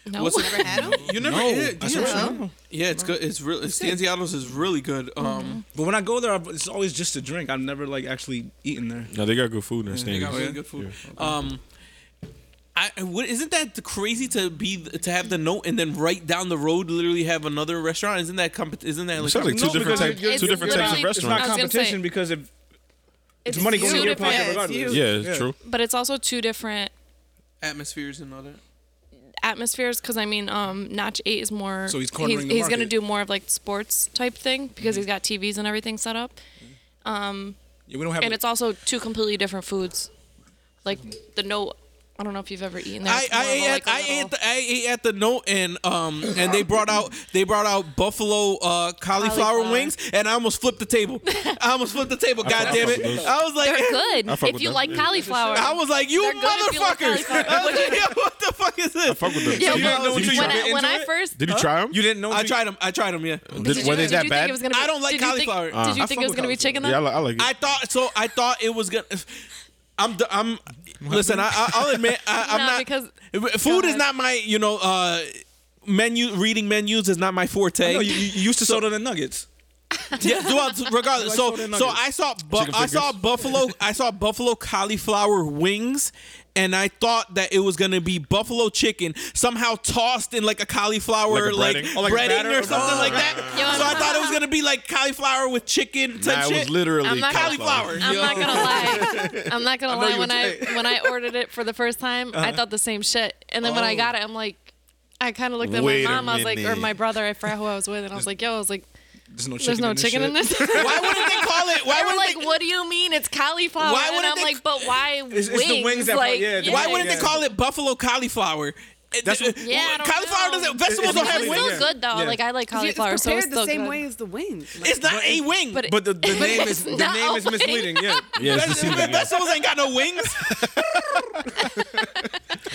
Speaker 4: No,
Speaker 1: What's
Speaker 3: Ever had 'em?
Speaker 1: you never yeah, yeah, yeah, it's good. It's real. It's Stanziato's is really good. Um,
Speaker 2: But when I go there, I- it's always just a drink. I've never like actually eaten there.
Speaker 5: No, they got good food in their
Speaker 1: they
Speaker 5: standards.
Speaker 1: got really good food. Um, I I- what isn't that crazy to be to have the note and then right down the road literally have another restaurant? Isn't that comp- Isn't that like
Speaker 5: Sounds like two
Speaker 2: No,
Speaker 5: different
Speaker 2: because
Speaker 5: types.
Speaker 4: it's
Speaker 5: Two different types of
Speaker 4: literally-
Speaker 2: It's not
Speaker 4: I
Speaker 5: restaurants.
Speaker 4: was gonna
Speaker 2: competition
Speaker 4: say-
Speaker 2: because if it's, money going
Speaker 4: two
Speaker 2: to your
Speaker 4: different-
Speaker 2: pocket
Speaker 3: yeah, it's
Speaker 2: regardless.
Speaker 3: you.
Speaker 5: Yeah, it's true.
Speaker 4: but it's also two different
Speaker 1: atmospheres and all that?
Speaker 4: atmospheres because I mean, um, Notch Eight is more.
Speaker 2: So he's cornering
Speaker 4: he's,
Speaker 2: the
Speaker 4: he's gonna
Speaker 2: market.
Speaker 4: do more of like sports type thing because
Speaker 1: Mm-hmm.
Speaker 4: he's got TVs and everything set up,
Speaker 2: Yeah, we don't have.
Speaker 4: and it's also two completely different foods. Like the no, I don't know if you've ever eaten that.
Speaker 1: I, I, ate at, I ate the, I ate at the note and um and they brought out they brought out buffalo uh cauliflower,
Speaker 4: Cauliflower.
Speaker 1: wings and I almost flipped the table. I almost flipped the table. God damn it! I was like.
Speaker 4: good
Speaker 5: I fuck
Speaker 4: if
Speaker 5: with
Speaker 4: you
Speaker 5: them.
Speaker 4: like cauliflower.
Speaker 1: I was like, you
Speaker 4: They're good if you
Speaker 1: motherfuckers!
Speaker 4: like cauliflower.
Speaker 1: I was like, yeah, what the fuck is this?
Speaker 5: Fuck with them.
Speaker 4: yeah,
Speaker 5: Did you-
Speaker 4: well,
Speaker 1: know what
Speaker 5: did
Speaker 1: you
Speaker 5: you
Speaker 4: when
Speaker 5: try-
Speaker 1: tried
Speaker 4: I,
Speaker 1: into
Speaker 4: when I
Speaker 1: it?
Speaker 4: first
Speaker 5: Did you try them?
Speaker 2: you didn't know.
Speaker 1: I
Speaker 2: you-
Speaker 1: tried them. I tried them. Yeah,
Speaker 4: Did
Speaker 5: Did,
Speaker 4: you-
Speaker 5: were they
Speaker 4: did
Speaker 5: that
Speaker 4: you Think
Speaker 5: bad? Uh-huh.
Speaker 4: it was gonna be,
Speaker 1: I don't like
Speaker 4: did you think-
Speaker 1: cauliflower. Uh-huh.
Speaker 4: did
Speaker 1: I
Speaker 4: you
Speaker 1: fuck
Speaker 4: think it was
Speaker 1: with
Speaker 4: going to be chicken?
Speaker 5: yeah, I, li- I like it.
Speaker 1: I thought so. I thought it was gonna. I'm. d- I'm. Listen, I, I- I'll admit, I, I'm
Speaker 4: No,
Speaker 1: not
Speaker 4: because-
Speaker 1: food is
Speaker 4: ahead.
Speaker 1: not my. You know, uh, menu reading menus is not my forte.
Speaker 2: No, you, you used to soda and nuggets.
Speaker 1: yeah, well, regardless. So,
Speaker 2: Like
Speaker 1: so I saw bu-
Speaker 5: Chicken
Speaker 1: I saw
Speaker 5: fingers.
Speaker 1: buffalo I saw buffalo cauliflower wings, and I thought that it was gonna be buffalo chicken somehow tossed in like a cauliflower like
Speaker 5: Like a
Speaker 1: breading,
Speaker 5: breading? Oh, like
Speaker 2: a
Speaker 1: or,
Speaker 2: batter or
Speaker 1: something
Speaker 2: something.
Speaker 1: like that.
Speaker 4: Yo,
Speaker 1: so I thought it was gonna be like cauliflower with chicken
Speaker 5: Nah,
Speaker 1: type
Speaker 5: it was
Speaker 1: shit.
Speaker 5: literally
Speaker 4: I'm not gonna-
Speaker 5: cauliflower.
Speaker 4: I'm not gonna lie. I'm not gonna lie.
Speaker 2: you
Speaker 4: When
Speaker 2: would
Speaker 4: I
Speaker 2: say.
Speaker 4: when I ordered it for the first time, I thought the same shit. And then when I got it, I'm like, I kind of looked at
Speaker 5: Wait
Speaker 4: my
Speaker 5: a
Speaker 4: mom. I was like, or
Speaker 5: minute.
Speaker 4: my brother. I forgot who I was with, and I was like, Yo, I was like,
Speaker 2: There's no
Speaker 4: There's
Speaker 2: chicken.
Speaker 4: no chicken in this. They
Speaker 1: why wouldn't they call it? Why
Speaker 4: were
Speaker 1: wouldn't
Speaker 4: like,
Speaker 1: they?
Speaker 4: What do you mean? It's cauliflower.
Speaker 1: Why
Speaker 4: and
Speaker 1: wouldn't
Speaker 4: I'm
Speaker 1: they-
Speaker 4: like, But why
Speaker 2: it's
Speaker 4: wings?
Speaker 2: the wings that part-
Speaker 4: like,
Speaker 2: yeah, the-
Speaker 1: Why wouldn't
Speaker 2: Yeah.
Speaker 1: they call it buffalo cauliflower? It-
Speaker 5: That's what-
Speaker 4: Yeah, I don't
Speaker 1: cauliflower
Speaker 4: know.
Speaker 1: doesn't. Vegetables
Speaker 2: It's
Speaker 1: don't have
Speaker 4: It's
Speaker 2: usually-
Speaker 1: wings.
Speaker 4: still
Speaker 2: Yeah.
Speaker 4: good though.
Speaker 2: Yeah.
Speaker 4: Like I like
Speaker 3: It's
Speaker 4: cauliflower,
Speaker 3: prepared
Speaker 4: so it's
Speaker 3: the
Speaker 4: still
Speaker 3: same
Speaker 4: good.
Speaker 3: way as the wings. Like,
Speaker 1: It's not a wing.
Speaker 4: But it-
Speaker 2: But the, the name
Speaker 4: it's
Speaker 2: is the
Speaker 4: not
Speaker 2: name is
Speaker 4: a wing.
Speaker 2: misleading. Yeah.
Speaker 5: Yeah,
Speaker 1: Vegetables-
Speaker 5: it's the same thing.
Speaker 1: Vegetables ain't got no wings.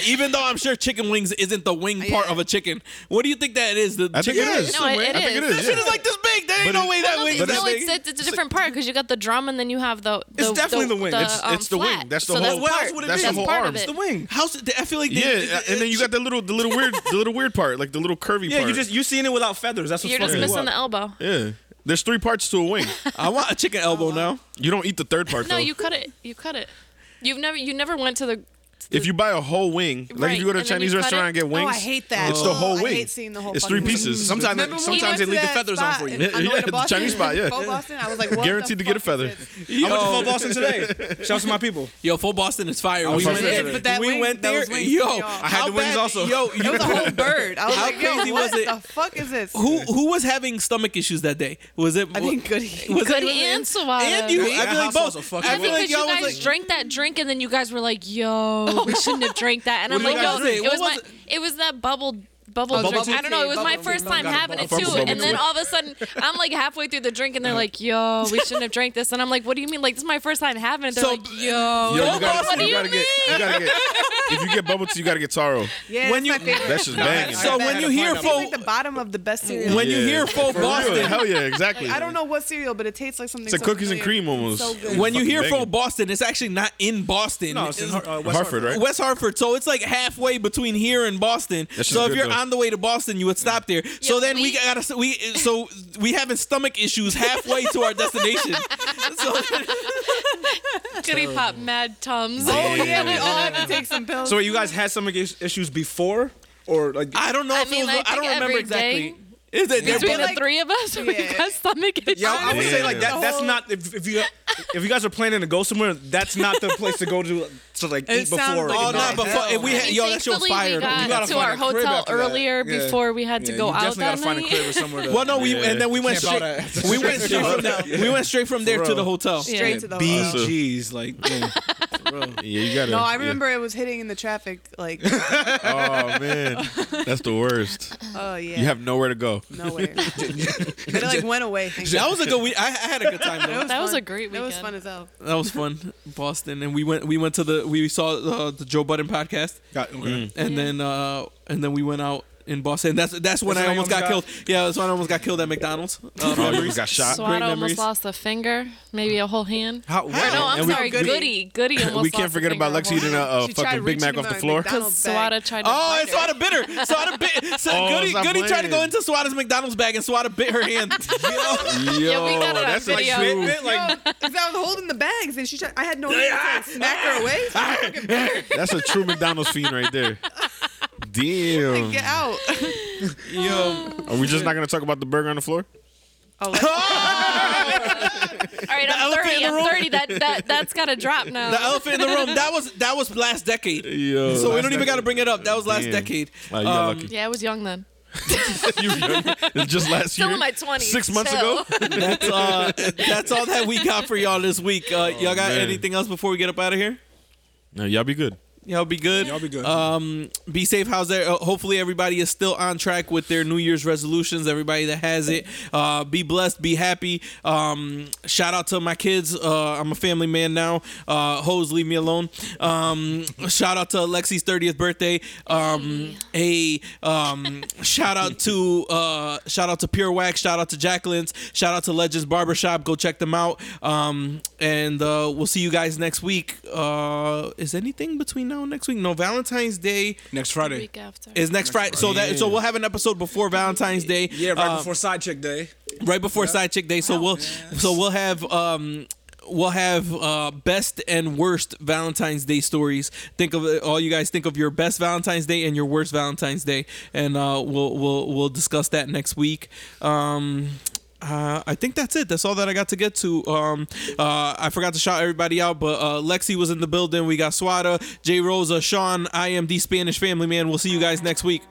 Speaker 1: Even though I'm sure chicken wings isn't the wing part of a chicken. What do you think that is? The
Speaker 5: I think
Speaker 1: chicken
Speaker 5: it is.
Speaker 4: No, it- it
Speaker 5: I think it
Speaker 4: is.
Speaker 5: is.
Speaker 1: That shit is like this big. There ain't
Speaker 5: But
Speaker 1: no
Speaker 5: it-
Speaker 1: way that
Speaker 4: No,
Speaker 1: wing.
Speaker 4: no,
Speaker 1: is this big.
Speaker 4: it's, it's, it's a different part because you got the drum and then you have the. the um,
Speaker 1: It's definitely the wing.
Speaker 5: It's- it's the wing.
Speaker 4: flat.
Speaker 5: That's the
Speaker 4: so
Speaker 5: whole-
Speaker 4: That's
Speaker 1: What else
Speaker 4: part-
Speaker 1: would it
Speaker 5: That's
Speaker 1: be?
Speaker 5: the whole
Speaker 4: part
Speaker 5: arm.
Speaker 4: of it.
Speaker 1: It's the wing. How's it? I feel like they-
Speaker 5: Yeah, and then you got the little, the little weird, the little weird part, like the little curvy
Speaker 2: Yeah,
Speaker 5: part.
Speaker 2: you just you seen it without feathers. That's what's
Speaker 4: You're just
Speaker 2: fucking you
Speaker 4: missing
Speaker 2: up.
Speaker 4: the elbow.
Speaker 5: yeah. There's three parts to a wing.
Speaker 1: I want a
Speaker 3: Oh.
Speaker 1: chicken elbow now.
Speaker 5: You don't eat the third part
Speaker 4: No,
Speaker 5: though.
Speaker 4: you cut it. You cut it. You've never. You never went to the. to the-
Speaker 5: if you buy a whole wing, like
Speaker 4: Right,
Speaker 5: if you go to a
Speaker 4: and then you
Speaker 5: Chinese
Speaker 4: cut
Speaker 5: restaurant
Speaker 4: it.
Speaker 5: and get
Speaker 3: oh,
Speaker 5: wings,
Speaker 3: I hate that.
Speaker 5: It's the whole
Speaker 3: oh,
Speaker 5: wing.
Speaker 3: I hate seeing the whole.
Speaker 5: it's three
Speaker 3: fucking thing.
Speaker 5: pieces. Sometimes,
Speaker 3: Remember when we
Speaker 5: sometimes they
Speaker 3: went
Speaker 5: leave the
Speaker 3: to that
Speaker 5: feathers
Speaker 3: spot
Speaker 5: on for you.
Speaker 3: and- on the way
Speaker 5: Yeah,
Speaker 3: to
Speaker 5: the
Speaker 3: Boston,
Speaker 5: Chinese spot, yeah.
Speaker 3: Faux Boston. I was like, what the
Speaker 5: Guaranteed to get a
Speaker 3: fuck is
Speaker 5: feather.
Speaker 3: this?
Speaker 2: I went to Full Boston today. Shout out to my people.
Speaker 1: Yo, full Boston is fire.
Speaker 2: was
Speaker 1: We went
Speaker 2: upset
Speaker 1: there.
Speaker 2: today.
Speaker 3: But that
Speaker 1: we
Speaker 3: wing-
Speaker 1: went
Speaker 3: that
Speaker 1: there.
Speaker 3: was wings.
Speaker 1: yo,
Speaker 3: Yo. I
Speaker 2: had
Speaker 1: how
Speaker 2: the wings
Speaker 1: bad-
Speaker 2: also.
Speaker 1: Yo,
Speaker 3: It
Speaker 1: you
Speaker 3: was a whole bird. I was
Speaker 1: How
Speaker 3: like, yo,
Speaker 1: crazy
Speaker 3: what
Speaker 1: was it?
Speaker 3: the fuck is this?
Speaker 1: who who was having stomach issues that day? Was it?
Speaker 3: I think Goody.
Speaker 1: Was
Speaker 4: Goody
Speaker 1: it-
Speaker 4: and Sawada.
Speaker 1: And you.
Speaker 2: Yeah,
Speaker 1: I feel
Speaker 2: that
Speaker 1: like
Speaker 2: house was
Speaker 1: both.
Speaker 2: a fucking
Speaker 1: I
Speaker 4: I
Speaker 1: feel
Speaker 4: think
Speaker 1: like
Speaker 4: because
Speaker 1: y'all
Speaker 4: you
Speaker 1: was
Speaker 4: guys
Speaker 1: like.
Speaker 4: drank that drink and then you guys were like, "Yo, we shouldn't have drank that." And I'm
Speaker 1: What
Speaker 4: like,
Speaker 1: did you
Speaker 4: "Yo,
Speaker 1: guys say?
Speaker 4: it
Speaker 1: What
Speaker 4: was,
Speaker 1: was
Speaker 4: my,
Speaker 1: it?
Speaker 4: it was that bubble." Bubble,
Speaker 1: Bubble
Speaker 4: drink.
Speaker 1: tea.
Speaker 4: I don't know. It was
Speaker 3: Bubble
Speaker 4: my
Speaker 3: tea.
Speaker 4: first
Speaker 3: Bubble
Speaker 4: time
Speaker 2: tea.
Speaker 4: having it
Speaker 5: Bubble
Speaker 4: too.
Speaker 5: tea.
Speaker 4: And then all of a sudden, I'm like halfway through the drink, and they're like, "Yo, we shouldn't have drank this." And I'm like, "What do you mean? Like this is my first time having it?" They're
Speaker 1: So-
Speaker 4: like, "Yo,
Speaker 5: Yo,
Speaker 1: Full
Speaker 5: you gotta,
Speaker 1: Boston,
Speaker 5: you
Speaker 1: Oh, you
Speaker 5: gotta get, you gotta get. If you get bubble tea, you gotta get taro.
Speaker 3: Yeah,
Speaker 1: When
Speaker 3: when you, my
Speaker 1: you-
Speaker 3: favorite.
Speaker 5: That's just
Speaker 3: No,
Speaker 5: banging.
Speaker 3: I-
Speaker 1: So
Speaker 3: I-
Speaker 1: when
Speaker 3: I-
Speaker 1: you hear
Speaker 3: it tastes
Speaker 1: full-
Speaker 3: like the bottom of the best cereal.
Speaker 1: When you
Speaker 5: Yeah.
Speaker 1: hear full
Speaker 5: For real.
Speaker 1: Boston-
Speaker 5: hell yeah, exactly.
Speaker 3: I don't know what cereal, but it tastes like something.
Speaker 5: It's like
Speaker 3: so
Speaker 5: cookies and
Speaker 3: familiar.
Speaker 5: cream almost.
Speaker 3: So good.
Speaker 1: When you
Speaker 5: Fucking
Speaker 1: hear
Speaker 5: banging.
Speaker 1: from Boston, it's actually not in Boston.
Speaker 2: No, it's in Har- uh, West
Speaker 5: Hartford, right?
Speaker 1: West Hartford. So it's like halfway between here and Boston.
Speaker 5: That shit's
Speaker 1: So if
Speaker 5: good,
Speaker 1: you're
Speaker 5: though.
Speaker 1: on the way to Boston, you would stop there. so
Speaker 4: Yeah,
Speaker 1: then we,
Speaker 4: we-
Speaker 1: gotta we so we having stomach issues halfway to our destination. So
Speaker 4: goody pop, mad tums."
Speaker 3: Oh yeah, we all have to take some pills.
Speaker 2: So wait, you guys had stomach is- issues before, or like
Speaker 1: I don't know
Speaker 4: I
Speaker 1: if
Speaker 4: mean,
Speaker 1: it was.
Speaker 4: I
Speaker 1: I, don't
Speaker 4: think
Speaker 1: remember
Speaker 4: every
Speaker 1: exactly.
Speaker 4: day-
Speaker 1: Is it
Speaker 3: Yeah,
Speaker 4: Between
Speaker 3: but
Speaker 4: the
Speaker 3: like-
Speaker 4: three of us, we
Speaker 3: Yeah.
Speaker 4: got stomach issues.
Speaker 2: Yeah, I would say like that.
Speaker 3: The
Speaker 2: That's
Speaker 3: whole-
Speaker 2: not if, if you if you guys are planning to go somewhere, that's not the place to go to to like
Speaker 3: It
Speaker 2: eat before.
Speaker 3: sounds like
Speaker 1: Oh
Speaker 2: or
Speaker 1: no!
Speaker 2: nothing.
Speaker 1: But fuck, if we had, yo, that shit was
Speaker 4: Thankfully,
Speaker 1: fire.
Speaker 4: We
Speaker 1: though.
Speaker 4: got
Speaker 1: We gotta
Speaker 4: to
Speaker 1: find
Speaker 4: our
Speaker 1: a crib
Speaker 4: hotel
Speaker 2: after that.
Speaker 4: earlier
Speaker 2: Yeah.
Speaker 4: before we had to
Speaker 2: Yeah,
Speaker 4: go
Speaker 2: you
Speaker 4: out
Speaker 2: definitely
Speaker 4: that
Speaker 2: gotta find a crib or
Speaker 4: night.
Speaker 2: somewhere. To,
Speaker 1: Well, no, we
Speaker 5: Yeah.
Speaker 1: and then we went
Speaker 2: Camp
Speaker 1: straight.
Speaker 2: out at-
Speaker 1: We went straight from there. We went straight from there to uh,
Speaker 2: real.
Speaker 1: the hotel.
Speaker 4: Yeah.
Speaker 3: straight to the hotel.
Speaker 2: BGs like yeah.
Speaker 5: Yeah, you gotta.
Speaker 3: No, I remember it was hitting in the traffic. Like,
Speaker 5: Oh man, that's the worst.
Speaker 3: oh yeah,
Speaker 5: You have nowhere to go.
Speaker 3: nowhere. but it like went away. Thank
Speaker 1: That
Speaker 3: God.
Speaker 1: was a good. We- I, I had a good time though.
Speaker 4: That was
Speaker 3: fun.
Speaker 4: a great
Speaker 3: That was
Speaker 4: weekend.
Speaker 5: Uh,
Speaker 3: fun as hell.
Speaker 1: That was fun, Boston, and we went. We went to the. We saw uh, the Joe Budden podcast,
Speaker 2: Got, okay.
Speaker 1: and then uh, and then we went out in Boston. That's that's when
Speaker 2: That's
Speaker 1: I
Speaker 2: when
Speaker 1: almost
Speaker 2: you
Speaker 1: got,
Speaker 2: almost
Speaker 1: killed. Yeah, that's when I almost got killed at McDonald's. Uh,
Speaker 5: Oh, you got shot.
Speaker 4: So
Speaker 1: Great
Speaker 4: I
Speaker 1: memories.
Speaker 4: almost lost a finger, maybe a whole hand.
Speaker 2: How,
Speaker 4: Or no, I'm
Speaker 5: And we-
Speaker 4: sorry,
Speaker 3: Goody.
Speaker 4: Goody. Goody almost
Speaker 5: we can't forget about Lexi eating a, uh
Speaker 3: She tried
Speaker 5: fucking Big
Speaker 3: reaching
Speaker 5: Mac
Speaker 3: him
Speaker 5: off the
Speaker 3: out
Speaker 5: floor.
Speaker 3: McDonald's.
Speaker 4: Because Sawada tried to
Speaker 1: Oh, and
Speaker 4: bite her.
Speaker 1: Swada bit her. Swada bit. So
Speaker 5: Oh,
Speaker 1: Goody,
Speaker 5: stop
Speaker 1: Goody tried to
Speaker 5: playing.
Speaker 1: go into Swada's McDonald's bag, and Swada bit her hand.
Speaker 4: Yeah, we got it on
Speaker 5: that's like
Speaker 4: video.
Speaker 5: true-
Speaker 2: Fitbit, like
Speaker 3: Yo, 'cause I was holding the bags and she tried, I had no idea to smack her away. So I fucking
Speaker 5: That's a true McDonald's fiend right there. Damn.
Speaker 3: get out.
Speaker 1: Yo,
Speaker 5: Are we just not gonna talk about the burger on the floor?
Speaker 3: Oh, let's-
Speaker 4: All right, I'm
Speaker 1: elephant in
Speaker 4: 30.
Speaker 1: the
Speaker 4: I'm
Speaker 1: room.
Speaker 4: 30. That, that, that's got to drop now.
Speaker 1: the elephant in the room. That was that was last decade.
Speaker 5: Yo.
Speaker 1: So we don't even got to bring it up. That was last
Speaker 5: Damn.
Speaker 1: decade.
Speaker 5: Wow, you
Speaker 1: Um,
Speaker 5: got lucky.
Speaker 4: yeah, I was young then.
Speaker 5: You remember? It's just last
Speaker 4: Still
Speaker 5: year.
Speaker 4: in my 20s.
Speaker 5: Six months
Speaker 4: Chill.
Speaker 5: ago.
Speaker 1: That's uh, that's all that we got for y'all this week. Uh, y'all got
Speaker 5: man.
Speaker 1: anything else before we get up out of here?
Speaker 5: No, y'all be good.
Speaker 1: Y'all be good.
Speaker 2: Y'all be good.
Speaker 1: Um, be safe. How's there? Uh, hopefully, everybody is still on track with their New Year's resolutions. Everybody that has it, uh, be blessed, be happy. Um, shout out to my kids. Uh, I'm a family man now. Uh, hoes, leave me alone. Um, shout out to Lexi's 30th birthday. Um, a um, shout out to uh, shout out to Pure Wax. Shout out to Jacqueline's. Shout out to Legends Barbershop. Go check them out. Um, and uh, we'll see you guys next week. Uh, is anything between now and next week? No, Valentine's Day
Speaker 2: next Friday.
Speaker 4: Week after.
Speaker 1: is next Friday. So that so we'll have an episode before Valentine's Day.
Speaker 2: Yeah, right
Speaker 1: Uh,
Speaker 2: before side chick day.
Speaker 1: right before Side Chick Day. So we'll so we'll have um we'll have uh best and worst Valentine's Day stories. Think of uh, all you guys think of your best Valentine's Day and your worst Valentine's Day, and uh, we'll we'll we'll discuss that next week. Um. Uh, I think that's it. That's all that I got to get to. Um, uh, I forgot to shout everybody out, but uh, Lexi was in the building. We got Swada, J Rosa, Sean. I am the Spanish Family Man. We'll see you guys next week.